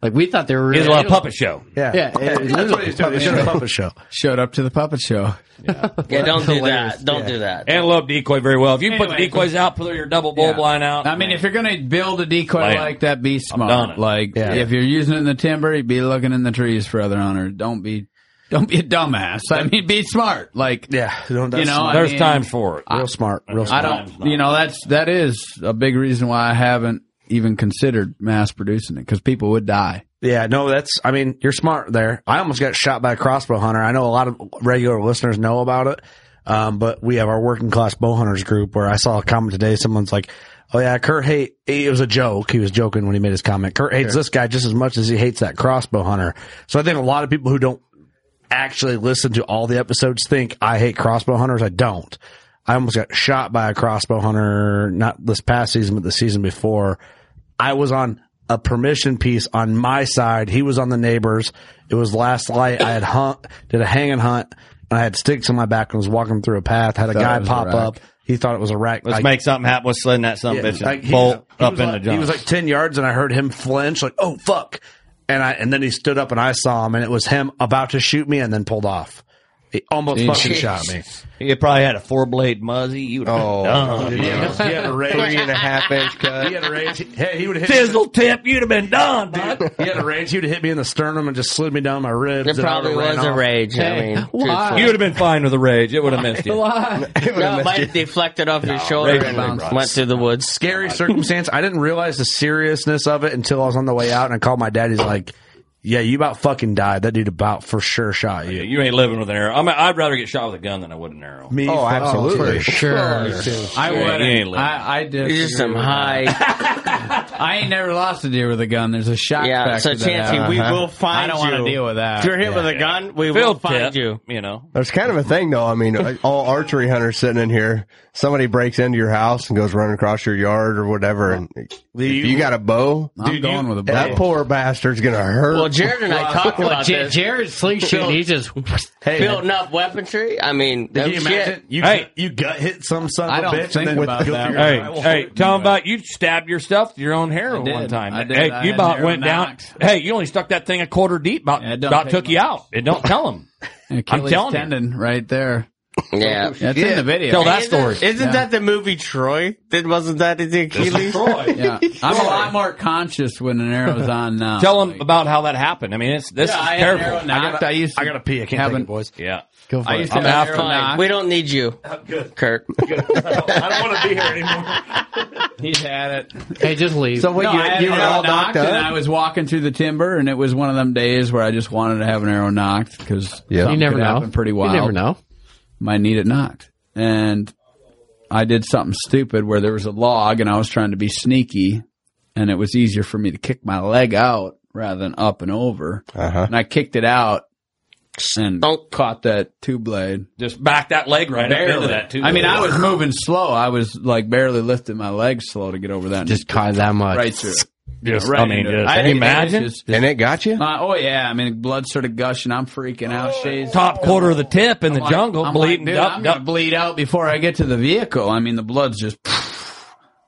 like we thought they were. It's a antelope. little puppet show. Yeah, yeah. it was That's what he's doing. He's doing a puppet show. Showed up to the puppet show. Yeah, don't do Hilarious. that. Don't Yeah. do that. Antelope decoy very well. If you put the Anyway. decoys out, put your double bull Yeah. blind out. I mean, if you're gonna build a decoy Lay 'em. like that, be done smart. it. Like Yeah. if you're using it in the timber, you'd be looking in the trees for other honor. Don't be, don't be a dumbass. I mean, be smart. Like yeah, you know, I there's mean, time for it. Real smart. Real I smart. don't. You know, that's that is a big reason why I haven't even considered mass producing it because people would die. Yeah, no, that's. I mean, you're smart there. I almost got shot by a crossbow hunter. I know a lot of regular listeners know about it, um, but we have our working class bow hunters group where I saw a comment today. Someone's like, "Oh yeah, Kurt hate." It was a joke. He was joking when he made his comment. Kurt hates this guy just as much as he hates that crossbow hunter. So I think a lot of people who don't actually listen to all the episodes think I hate crossbow hunters. I don't. I almost got shot by a crossbow hunter, not this past season, but the season before. I was on a permission piece on my side. He was on the neighbors. It was last light. I had hunt, did a hang and hunt. And I had sticks on my back and was walking through a path. Had a Thought it guy was a pop rack. up. He thought it was a rack. Let's Like, make something happen. Let's slid that some yeah, bitch like, and he- bolt he up was in like- the He was jump. like ten yards, and I heard him flinch, like "Oh fuck!" And I and then he stood up, and I saw him, and it was him about to shoot me, and then pulled off. He almost fucking shot me. He probably had a four blade muzzy. You would Oh, dumb. he had a range- Three and a half inch cut. He had a range. Hey, he would hit Sizzle tip. You'd have been done, bud. He had a rage. He would have hit me in the sternum and just slid me down my ribs. It and I probably would've ran was a off. rage. I mean, truthfully. You would have been fine with a rage. It would have missed you. No, it might have deflected off your shoulder Rage and bounced. went through the woods. Scary circumstance. I didn't realize the seriousness of it until I was on the way out, and I called my dad. He's like, "Yeah, you about fucking died. That dude about for sure shot you." You ain't living with an arrow. I mean, I'd rather get shot with a gun than I would an arrow. Me Oh, for- absolutely. for sure. Me too. I You ain't- you ain't wouldn't. living. I, I disagree You're some with high. I ain't never lost a deer with a gun. There's a shot. Yeah, factor so to Chancey, that. we Uh-huh. will find I don't you. want to deal with that. If you're hit with a Yeah. gun, we Field will find tip, you. You know. There's kind of a thing though. I mean, uh, all archery hunters sitting in here, somebody breaks into your house and goes running across your yard or whatever, and if you got a bow. I'm going with a bow. That poor bastard's gonna hurt. Well, Jared and I talked Well, about J- this. Jared's slingshot. Build- He just building up weaponry. I mean, Can no you shit. imagine? You, you gut hit some son of I a don't bitch. and think then about go that. through your Hey, eye. hey, tell them about you stabbed your stuff to your own I harrow did. one time. I did. Hey, I you had about narrow went down. knocks. Hey, you only stuck that thing a quarter deep. About, Yeah, it don't about take took you much. out. And don't tell them. I'm Achilles telling you. tendon right there. Yeah, That's in the video. Tell that story. Isn't Yeah. that the movie Troy? That wasn't that the Achilles? Troy. Yeah, I'm a lot more conscious when an arrow's on now. Tell them about how that happened. I mean, it's this Yeah, I had is terrible. an arrow knocked. I used to I gotta pee. I have an- boys. Yeah, Go for I it. used to I'm have after. an arrow knocked. We don't need you, Kurt. I don't want to be here anymore. He's had it. hey, just leave. So what No, you, I had you an were arrow all knocked, knocked and up? I was walking through the timber, and it was one of them days where I just wanted to have an arrow knocked because Yeah. You never could know. happen pretty You wild. never know. Might need it knocked, and I did something stupid where there was a log, and I was trying to be sneaky, and it was easier for me to kick my leg out rather than up and over, Uh-huh. and I kicked it out and caught that two blade. Just back that leg right up into Barely. that too. I mean, I was moving slow. I was like barely lifting my legs slow to get over that. Just caught that much. right through. Just- Yeah, right I mean, into it. just- I can you didn't- imagine? it's just- and it got you. Uh, oh yeah, I mean, blood started gushing. I'm freaking out. Shades top quarter of the tip in the like- jungle, I'm like, bleeding dude, up, I'm gonna bleed out before I get to the vehicle. I mean, the blood's just.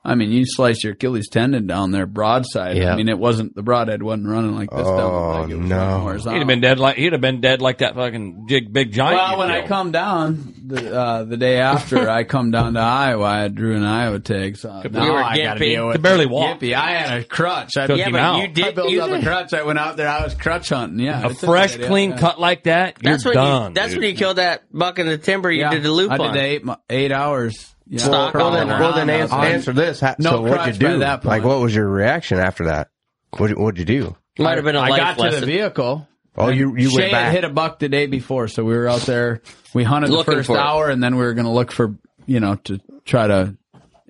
I mean, you slice your Achilles tendon down there broadside. Yeah. Oh, I mean, it wasn't the broadhead wasn't running like this. down the leg. It was running He'd have horizontal. been dead like he'd have been dead like that fucking big, big giant. Well, you when I killed. come down the uh, the day after I come down to Iowa, I drew an Iowa tag. So Could- now you were I gotta gimpy. deal with Could barely walk. Gimpy. I had a crutch. I Took yeah, him but out. you did. I built up a crutch. I went out there. I was crutch hunting. Yeah, a fresh, clean cut like that, That's you're when done. you. That's dude. when you killed that buck in the timber. You did the loop I on. did the eight mo- eight hours. Yeah. Stock well, on then, it. well, then answer, On- answer this. Ha- No so what'd you crutch by do? that point. Like, what was your reaction after that? What What'd you do? Might have been a I life got to lesson. the vehicle. Oh, and you- you Shay went had back. hit a buck the day before, so we were out there. We hunted Looking the first for it. hour, and then we were going to look for you know to try to,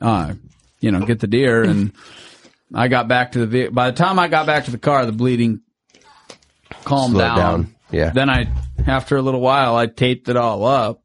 uh, you know, get the deer. And I got back to the vehicle. By the time I got back to the car, the bleeding calmed Slowed down. down. Yeah. Then I, after a little while, I taped it all up.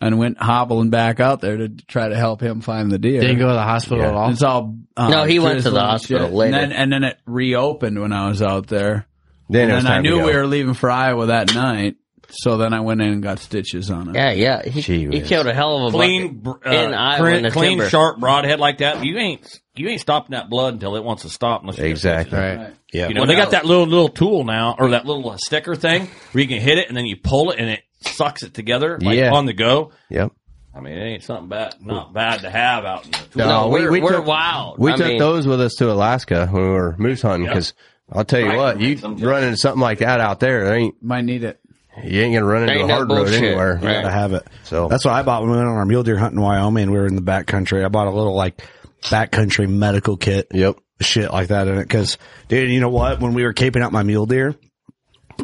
And went hobbling back out there to try to help him find the deer. Didn't go to the hospital at all? It's all uh, No, he went to the drizzle and hospital shit. later. And then, and then it reopened when I was out there. Then it was and I time to knew go. we were leaving for Iowa that night, so then I went in and got stitches on it. Yeah, yeah. He, Gee he whiz. killed a hell of a clean, br- bucket uh, in Iowa in clean, the clean, timber. sharp broadhead like that. You ain't you ain't stopping that blood until it wants to stop. Unless you get Exactly. stitches. Right. Yeah. You know, they got that little little tool now, or that little uh, sticker thing where you can hit it and then you pull it and it sucks it together like Yeah. on the go. Yep. I mean, it ain't something bad, not bad to have out in the tool. No, we, we took, We I took mean- those with us to Alaska when we were moose hunting Yeah. because I'll tell you Right. what, you run into something like that out there, there ain't might need it. You ain't gonna run into Ain't a no hard road bullshit. anywhere. Right. You Gotta gotta have it. So That's what I bought when we went on our mule deer hunt in Wyoming. We were in the backcountry. I bought a little like backcountry medical kit. Yep. Shit like that in it. Cause dude, you know what? When we were caping out my mule deer,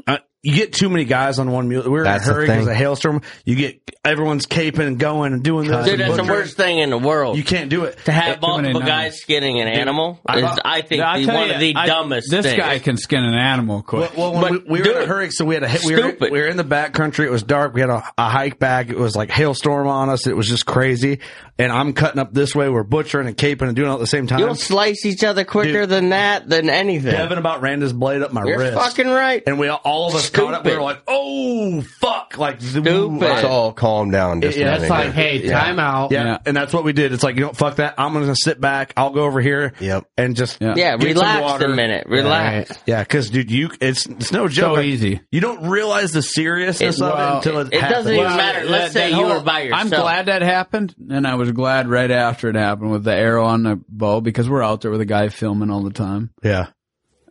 uh, you get too many guys on one mule. We were That's in the a hurry because a thing. hailstorm. You get everyone's caping and going and doing this. Dude, and that's the butchering. worst thing in the world. You can't do it. to have Too many multiple numbers. guys skinning an animal is, I think, I'll the, tell one you, of the I- dumbest This things. guy can skin an animal quick. Well, well, when we, we were in a hurry, so we had a hit. We were, we were in the back country. It was dark. We had a, a hike back. It was like hailstorm on us. It was just crazy. And I'm cutting up this way. We're butchering and caping and doing it at the same time. You'll slice each other quicker Dude. than that, than anything. Devin about ran his blade up my You're wrist. fucking right. and we all, all of us caught up. We were Stupid. like, "Oh fuck!" Like the- Stupid. Let's all calm down. Just Yeah, a that's minute. like, hey, yeah. time out. Yeah. and that's what we did. It's like you don't fuck that. I'm gonna sit back. I'll go over here. Yep. and just Yeah, get some relax a water. minute. Relax. Yeah, because dude, you it's it's no joke. Like, easy. You don't realize the seriousness It- of well, it until it, it doesn't happens. even matter. Let's that- that say you whole- were by yourself. I'm glad that happened, and I was glad right after it happened with the arrow on the bow because we're out there with a guy filming all the time, Yeah.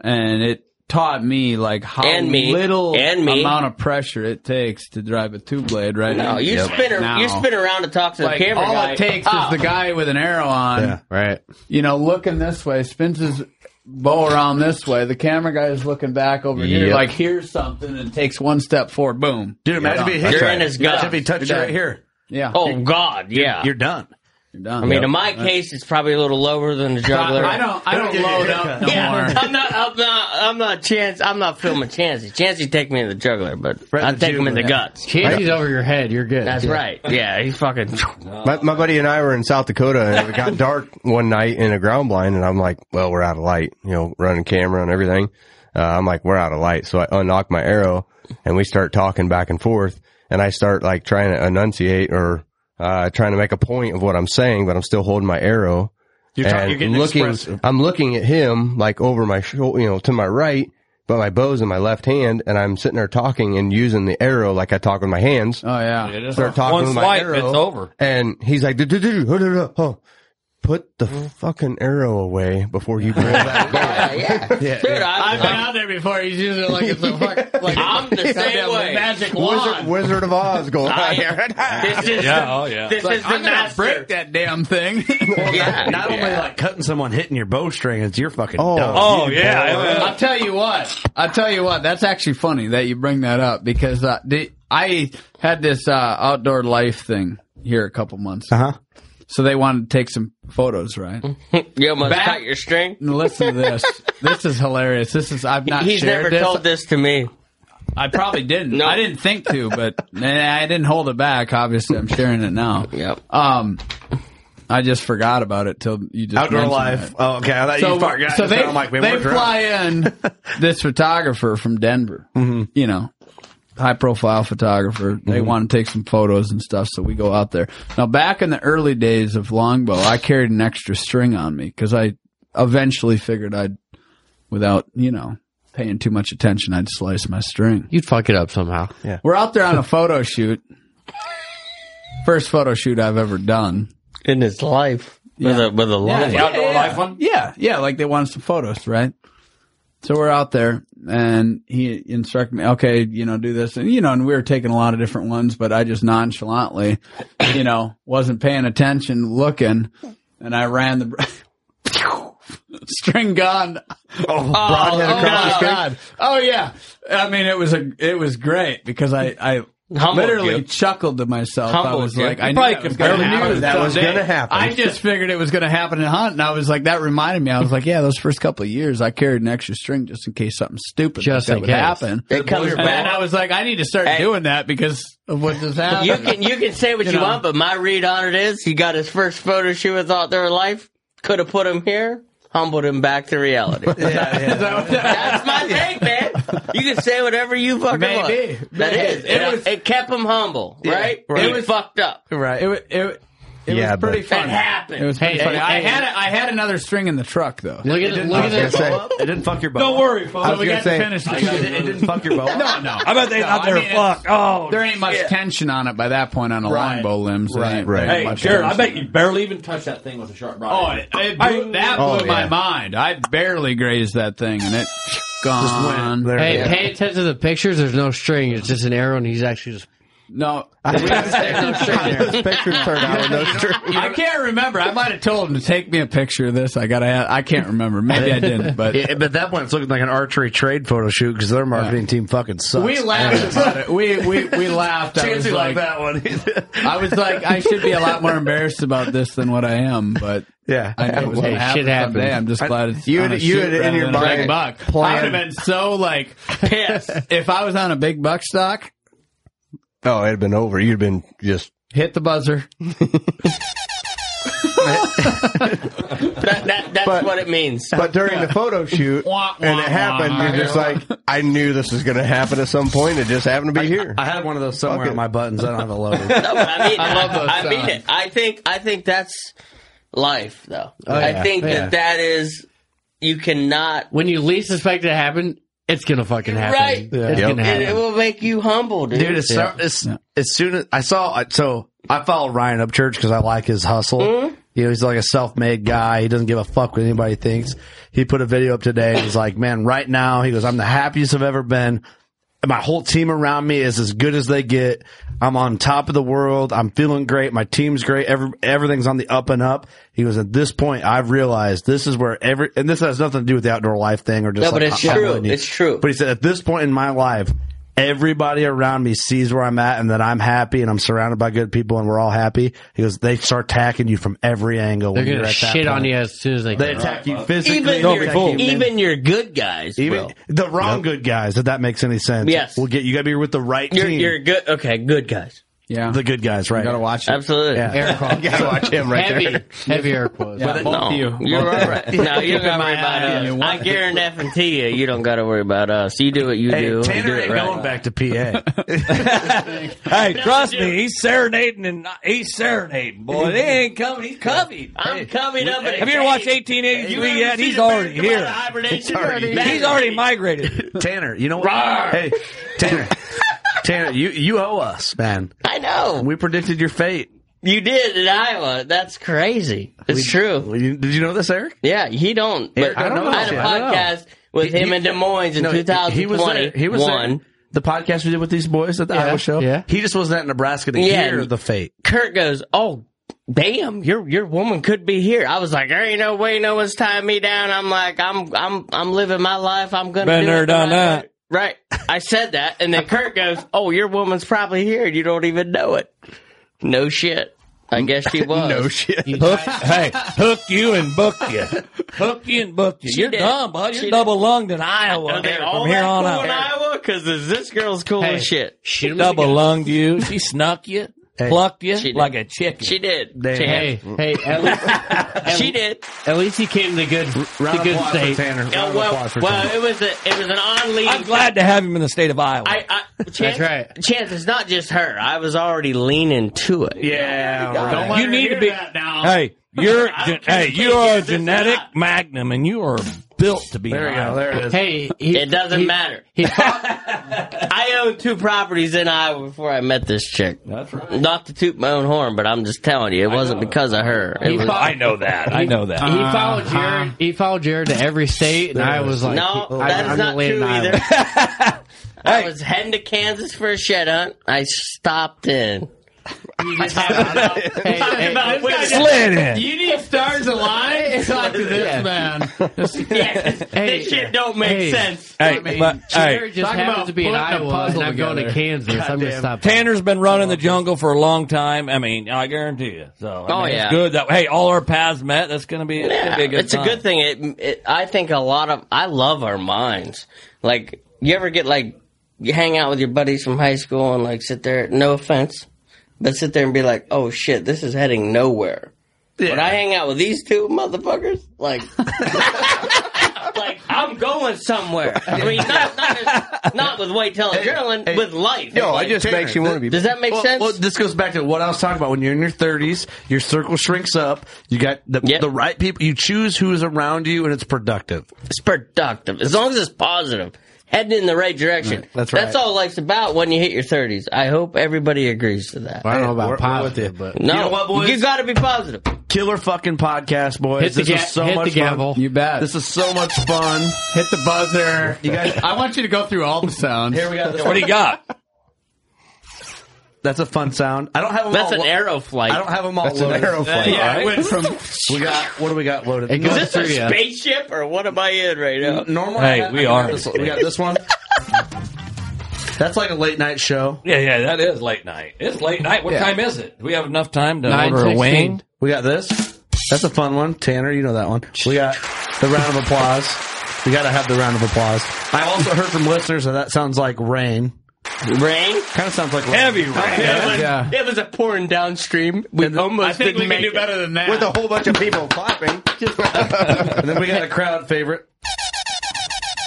and it taught me like how And me. little And me. amount of pressure it takes to drive a two blade right No, now. you spin a, Now. you spin around to talk to like the camera all guy. it takes Oh. is the guy with an arrow on, Right. you know, looking this way, spins his bow around this way. The camera guy is looking back over here, Yep. like here's something, and takes one step forward. Boom, Dude, imagine if he hit You're you. in his Imagine gut. if he touched you You're right done. here. yeah, Oh God, yeah. You're done. you're done. I mean, in my case, it's probably a little lower than the juggler. I don't, I don't load up no Yeah, more. I'm not, I'm not, I'm not chance. I'm not filming Chansey. Chansey take me in the juggler, but I the take him in the jugular. guts. Katie's over your head. You're good. That's Yeah. right. Yeah, he fucking. My, my buddy and I were in South Dakota and it got dark one night in a ground blind and I'm like, well, we're out of light, you know, running camera and everything. Uh, I'm like, we're out of light. So I unlock my arrow and we start talking back and forth and I start like trying to enunciate or, uh, trying to make a point of what I'm saying, but I'm still holding my arrow. You're, talking, And you're getting looking, expressive. I'm looking at him like over my shoulder, you know, to my right, but my bow's in my left hand and I'm sitting there talking and using the arrow like I talk with my hands Oh yeah, It is start talking one with my swipe, arrow, it's over. And he's like, "Duh, duh, duh, duh, duh, duh, oh, put the fucking arrow away before you pull that. Yeah, yeah. Dude, I've I'm, been I'm, out there before. He's using it like it's a fuck, like I'm the same goddamn way. magic Wizard, wand. Wizard of Oz going on here. I, this is Yeah, oh, yeah. This Like, is the I'm gonna master. break that damn thing. Yeah, Not only like cutting someone hitting your bowstring, it's you're fucking Oh. dumb. Oh yeah, I'll tell you what. I'll tell you what. That's actually funny that you bring that up because uh, the, I had this uh, outdoor life thing here a couple months. Uh-huh. Uh huh. So they wanted to take some photos, right? you almost Back- cut your string. And listen to this. this is hilarious. This is I've not He's shared never this. told this to me. I probably didn't. No. I didn't think to, but and I didn't hold it back. Obviously, I'm sharing it now. Yep. Um, I just forgot about it till you just Outdoor mentioned life. it. Oh, okay. I thought So, you forgot. so they, I'm like, man, they we're drunk. Mm-hmm. fly in this photographer from Denver, you know, high profile photographer. They Mhm. want to take some photos and stuff, so we go out there. Now, back in the early days of longbow, I carried an extra string on me because I eventually figured I'd, without you know paying too much attention, I'd slice my string. You'd fuck it up somehow. Yeah, we're out there on a photo shoot. First photo shoot I've ever done in his life with a with a life. one? Yeah, yeah, like they wanted some photos, right? So we're out there and he instructed me, okay, you know, do this. And, you know, and we were taking a lot of different ones, but I just nonchalantly, you know, wasn't paying attention, looking, and I ran the string gun. Oh, broadhead oh across the my string? God. Oh, yeah. I mean, it was a, it was great because I, I, Humbled literally you. chuckled to myself. I Humbled was you. like, You I knew probably that was could barely gonna knew happen that was someday. gonna happen. I just figured it was going to happen in Hunt, and I was like, that reminded me. I was like, yeah, those first couple of years, I carried an extra string just in case something stupid Just like that in would case. happen. It comes and then back. I was like, I need to start doing that because of what just happened. You can you can say what you, You know. want, but my read on it is he got his first photo shoot with Out There Life. Could have put him here, humbled him back to reality. That's my take, man. You can say whatever you fucking Maybe. want. That is, It it, was- it kept him humble, Yeah, right? right. He It was- fucked up. Right. It, wa- it, wa- it Yeah, was pretty but- funny. It happened. It was pretty Hey, funny. hey, I hey. had a, I had another string in the truck though. Look at it. Look at it. It didn't fuck your bow. Don't worry, folks. I was we gonna got say, to finish I this. got it. It didn't fuck your bow. No, no. I bet they no, out there, it's- fuck. Oh, there ain't much shit. tension on it by that point on a Right. longbow limb. So there ain't- there ain't Hey, much Jared, I tension. bet you barely even touched that thing with a sharp Oh, rod. it, it blew, that blew Oh, my yeah. mind. I barely grazed that thing, and it gone. Hey, pay attention to the pictures. There's no string. It's just an arrow, and he's actually just. No, I can't remember. I might have told him to take me a picture of this. I gotta. Have, I can't remember. Maybe I didn't. But Yeah, but that one's looking like an archery trade photo shoot because their marketing team fucking sucks. we laughed about it. We we we laughed. I was Chancey like, liked that one. I was like, I should be a lot more embarrassed about this than what I am. But yeah, I know it was Hey, gonna happen shit happens. someday. I'm just I- glad it's you on had- a you shoot had in rather your than a big mind buck. I would have been so like pissed if I was on a big buck stock. Oh, it'd been over. You'd been just Hit the buzzer. That, that, that's what it means. But during the photo shoot, and it happened, you're just like, I knew this was going to happen at some point. It just happened to be here. I have one of those somewhere on my buttons. I don't have a loaded. No, but I mean, I, love those I mean uh, sounds. it. I think I think that's life, though. Oh, yeah. I think Yeah. that that is you cannot. When you least expect it to happen, it's gonna fucking happen. Right, It's It- gonna happen. It, will make you humble, dude. dude. As, so- as, as soon as I saw, so I follow Ryan Upchurch because I like his hustle. You know, he's like a self-made guy. He doesn't give a fuck what anybody thinks. He put a video up today. He's like, man, right now, he goes, I'm the happiest I've ever been. My whole team around me is as good as they get. I'm on top of the world. I'm feeling great. My team's great. Every, everything's on the up and up. He goes, at this point, I've realized this is where every, and this has nothing to do with the outdoor life thing or just No, but like it's humbling true. you. It's true. But he said, at this point in my life, everybody around me sees where I'm at and that I'm happy and I'm surrounded by good people and we're all happy. He goes, they start attacking you from every angle. They're when gonna you're at that shit on point. you as soon as they. They can. attack you physically. even they attack your, you even your good guys, even will. the wrong good guys, if that makes any sense. Yes. We'll get, you gotta be with the right You're, team. you're good. Okay, good guys. yeah. The good guys, right? gotta watch it. Absolutely. Yeah. Air quotes. gotta watch him right heavy, there. heavy air quotes. Yeah, both of you. You're Both of all you. right. No, you don't Keeping gotta my worry about eye on us. you. I guarantee you, you don't gotta worry about us. You do what you Hey, do. Tanner you do it ain't right. going back to PA. Hey, trust me, he's serenading and he's serenading, boy. They ain't coming. He's coming. I'm coming up. Have you ever watched 1883 yet? He's already here. Hibernation already Battery. He's already migrated. Tanner, you know what? Hey, Tanner. Tanner, you, you owe us, man. I know. We predicted your fate. You did in Iowa. That's crazy. It's true. Did you know this, Eric? Yeah, he don't. But I don't know I had shit. a I don't know. podcast with him in Des Moines in No, he- 2020. He was there. He was one. there. The podcast we did with these boys at the Iowa show. Yeah. He just wasn't at Nebraska to Yeah. hear the fate. Kurt goes, "Oh, damn, your your woman could be here." I was like, "There ain't no way no one's tying me down." I'm like, "I'm I'm I'm living my life. I'm gonna Been do there, it the done right that. way." Right. I said that, and then Kurt goes, "Oh, your woman's probably here, and you don't even know it." No shit. I guess she was. no shit. Hook, hey, hook you and book you. Hook you and book you. She You're did. dumb, bud. She You're did. double lunged in Iowa. Okay, all from here that on "Oh, cool out. in Iowa because this girl's cool Hey, as shit. She double lunged you. She snuck you. plucked you She did. like a chicken. She did. Damn. She Hey, did. hey, at least- she did. At least he came to good, to round of good applause for state. Tanner. Round Yeah, of well, applause for well, Tanner. it was a, it was an on lead. I'm glad to have him in the state of Iowa. I, I, chance, That's right. Chance, it's not just her. I was already leaning to it. Yeah, Don't let you her need hear to be. that now. Hey, you're I hey, you are a genetic magnum, and you are built to be. There you Iowa. go, there it is. Hey, he- It doesn't he- matter. I owned two properties in Iowa before I met this chick. That's right. Not to toot my own horn, but I'm just telling you, it wasn't because of her. It He was, fought- I know that. I know that. He Uh-huh. followed Jared. He followed Jared to every state, and I was like, no, I, that is I'm not laying true in Iowa. either. Uh-huh. I was heading to Kansas for a shed hunt. I stopped in. You just Hey, this guy just- You need stars to lie? Talk to this Yeah. man. Hey, this shit don't make hey, sense. Hey, I mean, but- Jared hey. just Talk happens about to be in putting a Iowa, puzzle and I'm going to together. Kansas. I'm going to stop. Tanner's been running the jungle for a long time. I mean, I guarantee you. So, I Oh, mean, yeah. it's good that hey, all our paths met. That's gonna be, it's gonna be a good. it's a time. good thing. It, it, I think a lot of I love our minds. Like you ever get like you hang out with your buddies from high school and like sit there. No offense, but sit there and be like, oh shit, this is heading nowhere. When I hang out with these two motherfuckers, like. Like I'm going somewhere. I mean, not not, as, not with white adrenaline, with life. Yo, Like, it just makes you want to be. Does that make Well, sense? Well, this goes back to what I was talking about. When you're in your 30s, your circle shrinks up. You got the, the right people. You choose who's around you, and it's productive. It's productive as long as it's positive, heading in the right direction. Right, that's right. That's all life's about when you hit your thirties. I hope everybody agrees to that. I don't know about We're- we're positive, with but- no, You know what, boys? you got to be positive. Killer fucking podcast, boys. Hit the this ga- is so hit the much gavel. fun. You bet. This is so much fun. Hit the buzzer. You guys- I want you to go through all the sounds. Here we go. What do you got? That's a fun sound. I don't have them That's all an lo- arrow flight. Oh, I don't have them all That's an loaded. arrow flight. yeah, All right. it went from we got what do we got loaded? Is this a spaceship or what am I in right now? Normal. Hey, we are. This, we got this one. That's like a late night show. Yeah, yeah, that is late night. It's late night. What Yeah. time is it? Do we have enough time to Nine order a sixteen. wing? We got this. That's a fun one. Tanner, you know that one. We got the round of applause. We got to have the round of applause. I also heard from listeners that that sounds like rain. Rain? Kind of sounds like rain. Heavy rain. It was, it was a pouring downstream. We almost I think didn't we can make do it. better than that. With a whole bunch of people clapping. and then we got a crowd favorite.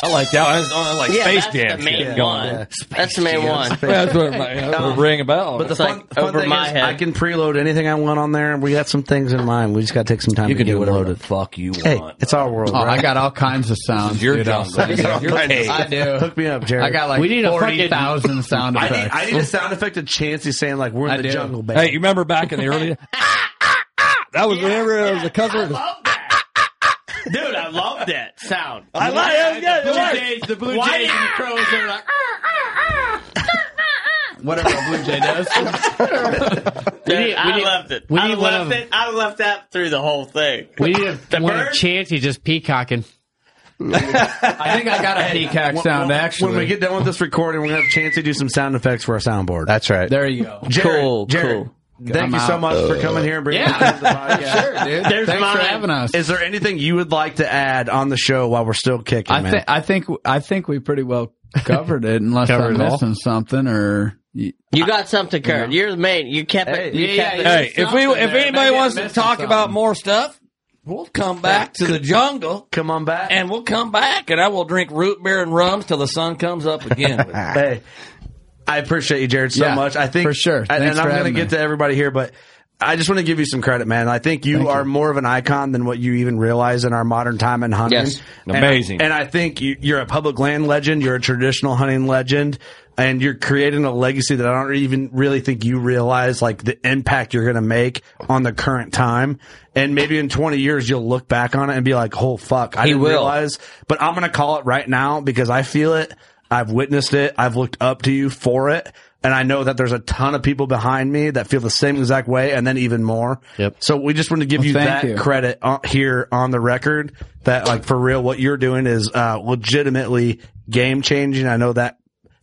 I like that. I was on like Yeah, Space that's Jam. the main shit one. going. That's the main one. That's what my- that's what ring a bell. But the It's fun, like fun over thing my is head. I can preload anything I want on there. We got some things in mind. We just got to take some time You to can get do it whatever loaded. the fuck you want. Hey, it's our world. Oh, right? I got all kinds of sounds. your dude, I'll jungle. send This you. is your cage. I do. Hook me up, Jared. I got like We need a fucking- 40,000 sound I effects. need, I need a sound effect of Chancey saying like we're in I the do. jungle, baby. Hey, you remember back in the early? that was whenever it was a cousin. Dude, I love that sound. I like it. Yeah, Blue it Jays, the Blue Why Jays not? and the Crows are ah, like, whatever a Blue Jay does. Dude, We need- I we need- loved it. we I need one loved of- it. I left that through the whole thing. We need a, The one bird? of Chancey just peacocking. I think I got a peacock When- sound, when, actually. When we get done with this recording, we're gonna have Chancey do some sound effects for our soundboard. That's right. there you go. Jared, Cool, Jared, Thank I'm you so out. much for coming here and bringing Yeah. us to the podcast. Sure, dude. Thanks for mine. having us. Is there anything you would like to add on the show while we're still kicking, I man? think I think I think we pretty well covered it, unless Covered I'm it all. missing something or. You got something, Kurt. You're the man. You kept it. you kept it. Hey, if we if anybody Maybe wants I'm to missing talk something. about more stuff, we'll come back to the jungle Come on back. and we'll come back and I will drink root beer and rums till the sun comes up again. hey, I appreciate you, Jared, so Yeah, much. I think for sure. and- Thanks and I'm for going to having get me. to everybody here, but I just want to give you some credit, man. I think you are more of an icon than what you even realize in our modern time in hunting. Yes. And- Amazing. And, I think you, you're a public land legend. You're a traditional hunting legend. And you're creating a legacy that I don't even really think you realize, like the impact you're going to make on the current time. And maybe in 20 years, you'll look back on it and be like, oh, fuck, I He didn't will. realize. But I'm going to call it right now because I feel it. I've witnessed it. I've looked up to you for it. And I know that there's a ton of people behind me that feel the same exact way and then even more. Yep. So we just want to give Well, you thank that you. credit on, here on the record that like for real, what you're doing is, uh, legitimately game changing. I know that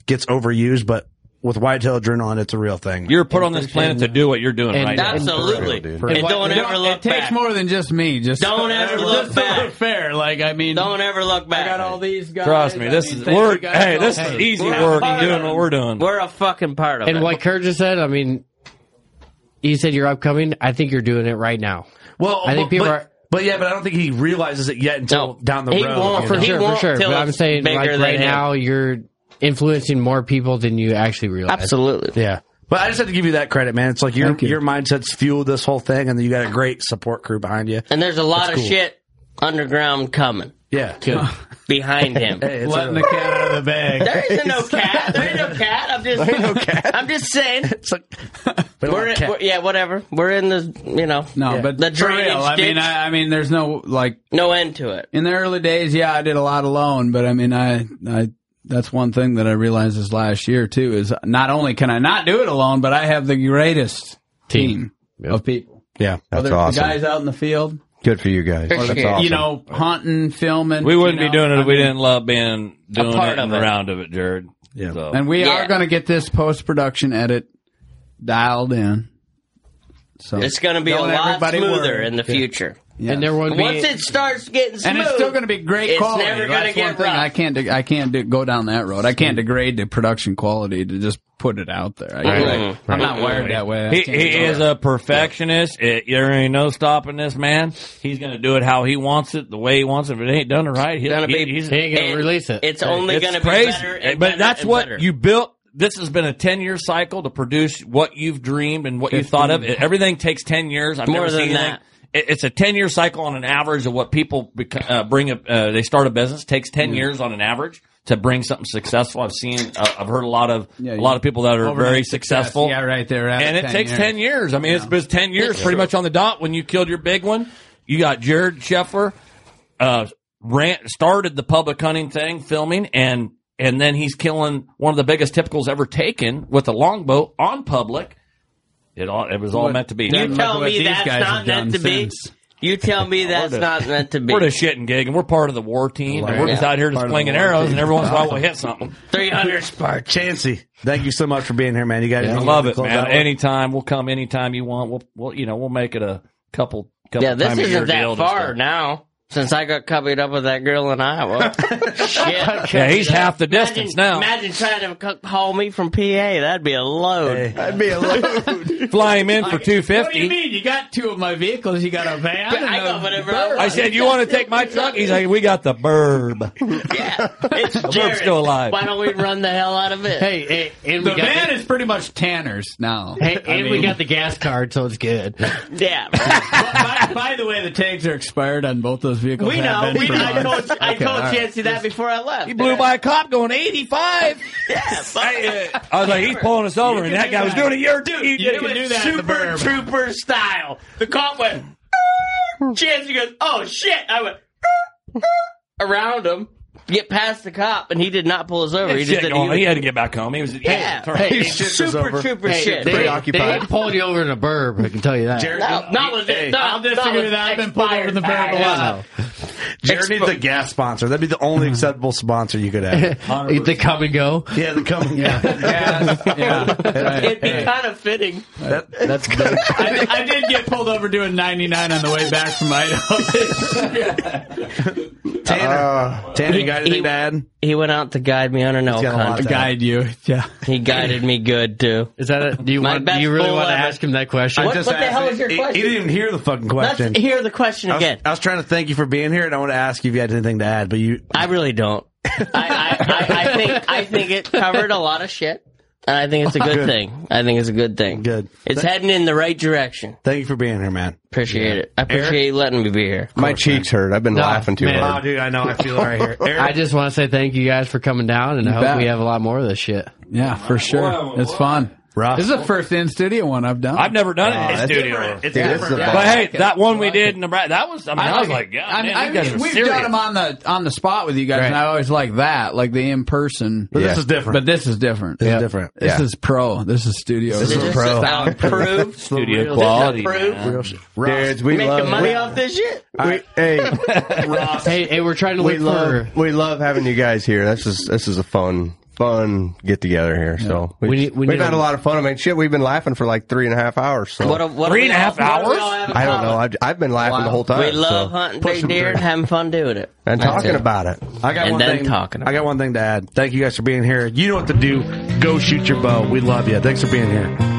gets overused, but with whitetail adrenaline, it's a real thing. You're put on this planet to do what you're doing And right now. Absolutely. dude. And don't It- ever look It takes back. more than just me. Just Don't ever look just back. To look fair, like I mean, Don't ever look I back. got all these guys. Trust me, I this mean, is thank you work. guys Hey, all. this is easy work. and doing what we're doing. We're a fucking part of And it. what Kurt just said, I mean, you said you're upcoming. I think you're doing it right now. Well, I think but- people but, are. But yeah, but I don't think he realizes it yet until down the he road. won't you for know? sure, for sure. But I'm saying like right now you're influencing more people than you actually realize. Absolutely. Yeah. But I just had to give you that credit, man. It's like your your mindset's fueled this whole thing, and then you got a great support crew behind you. And there's a lot That's of cool. shit underground coming. Yeah. To, behind him. Hey, it's Letting the cat out of the bag. There isn't no cat. There ain't no cat. I'm just. I'm just saying. But We're, in, we're- yeah, whatever. We're in the you know No, yeah. but the for drainage real, I ditch. mean, I, I mean, there's no like no end to it. In the early days, yeah, I did a lot alone, but I mean, I, I, that's one thing that I realized this last year too is not only can I not do it alone, but I have the greatest team, of people. Yeah, that's Whether it's awesome. The guys out in the field, Good for you guys. or That's the, awesome. you know, hunting, filming. We wouldn't you be know, doing it I if we mean, didn't love being doing part it of and it. around of it, Jared. Yeah. And we are going to get this post production edit dialed in. So It's going to be Don't a lot everybody smoother worry. in the future. Yeah. And there won't be- once it starts getting smooth, And it's still going to be great It's quality. never going to That's one get thing. I rough. can't. De- I can't de- go down that road. I can't degrade the production quality to just put it out there. I Right. I'm not Right. wired that way. I He, can't he do is it. a perfectionist. It, there ain't no stopping this man. He's going to do it how he wants it, the way he wants it. If it ain't done right, he'll, Gonna he, be- he's, he ain't gonna and release it. It's only it's going to be crazy. better. And but better that's and what better. you built. This has been a ten year cycle to produce what you've dreamed and what you thought of. Fifteen. Everything takes ten years. I've More never than seen anything. that. It- It's a ten year cycle on an average of what people beco- uh, bring. up uh, they start a business takes ten years on an average to bring something successful. I've seen. Uh, I've heard a lot of Yeah, a you- lot of people that are Overnight very success. successful. Yeah, right there. after And it takes 10 years. I mean, it's been 10 years pretty much on the dot when you killed your big one. You got Jared Scheffler, uh, ran, started the public hunting thing, filming, and, and then he's killing one of the biggest typicals ever taken with a longbow on public. It all, it was all What- meant to be. You tell me that's not meant to be. You tell me that's the- not meant to be. We're the shit and gig, and we're part of the war team. and we're just Yeah. out here Part just of the flinging war arrows, team. and every once in a while we'll hit something. 300 sparks. Chancy, thank you so much for being here, man. You guys, I love it, man. Anytime we'll come, anytime you want. We'll, we'll, you know, we'll make it a couple, couple. Yeah, this time a year isn't deal that to far now since I got covered up with that girl in Iowa. Shit. Yeah, he's half the distance now. Imagine trying to c- call me from PA. That'd be a load. That'd be a load. Fly him in for two What do you fifty. mean? You got two of my vehicles. You got a van. But and I a got whatever I bird. want. I said, "You want to take my truck?" He's like, "We got the burb. It's bird's Jared. still alive. Why don't we run the hell out of it? Hey, hey, and we The got van is pretty much Tanner's now. the, hey, I and we mean- got the gas card, so it's good. Yeah. by, by the way, the tags are expired on both those vehicles. We Have know. been We for know. I months. told, I Okay, told all right. Chancey that before I left. He blew by a cop going eighty-five. Yeah, I, uh, I was like, "He's pulling us over," and that guy was doing it. You're dude. You it was Super Trooper style. The cop went, Chancey goes, oh shit. I went around him, get past the cop, and he did not pull us over. He just Shit did going on. He had to get back home. He was Yeah. Hey, Hey, his shit was super over. trooper Hey, shit. they, They ain't pulling you over in a burb. I can tell you that. no, not with this. no, I'll disagree with that. I've been pulled over in the burb a lot. Jared needs a gas sponsor. That'd be the only acceptable sponsor you could have. the come and go. Yeah, the coming. Yeah, It'd be kind of fitting. That, that's good. I, I did get pulled over doing 99 on the way back from Idaho. Tanner. Uh, Tanner, you got anything to add? He went out to guide me under no got a lot contact. to add. Guide you. Yeah. He guided me good too. Is that it? Do you My want? Do best you really bull want to ever. ask him that question? What, what the hell is your He, question? he didn't even hear the fucking question. Let's hear the question I was, again. I was trying to thank you for being here, and I want to ask you if you had anything to add, but you I really don't. I, I, I, I think I think it covered a lot of shit, and I think it's a good, Good. thing. I think it's a good thing. good. It's heading in the right direction. uh, Thank you for being here, man. Appreciate it. I appreciate you letting me be here. My cheeks hurt. I've been laughing too man. hard. Oh, dude, I know. I feel it right here. Eric, I just want to say thank you guys for coming down, and I hope bet. we have a lot more of this shit. Yeah, for sure. it's fun. Rough. This is the first in studio one I've done. I've never done it in that's studio. It's Dude, this Oh, different. is a But bomb. hey, that one we did in Nebraska, that was. I mean, I, was like, God, I mean, man, I- you guys are we've serious. done them on the on the spot with you guys, and I always like that, like the in person. But this is different. But this is different. This is Yep. different. This Yeah. is pro. This is studio. This is pro. about proof. studio quality, quality. proof. man. Real shit. Dudes, we Making love money off this shit. we, hey, Hey, hey, we're trying to we look for. love we love having you guys here. This is this is a fun fun get together here. So we, We need- we have need had a- a lot of fun. I mean, shit, we've been laughing for like three and a half hours. So What a, what do Three we and a all- half what do we hours? all have in I don't common? know. I've, I've been laughing the whole time. We love so- hunting big deer and having fun doing it. and That's talking it. about it. I got And one then thing. talking about I got one thing to add. Thank you guys for being here. You know what to do. Go shoot your bow. We love you. Thanks for being here.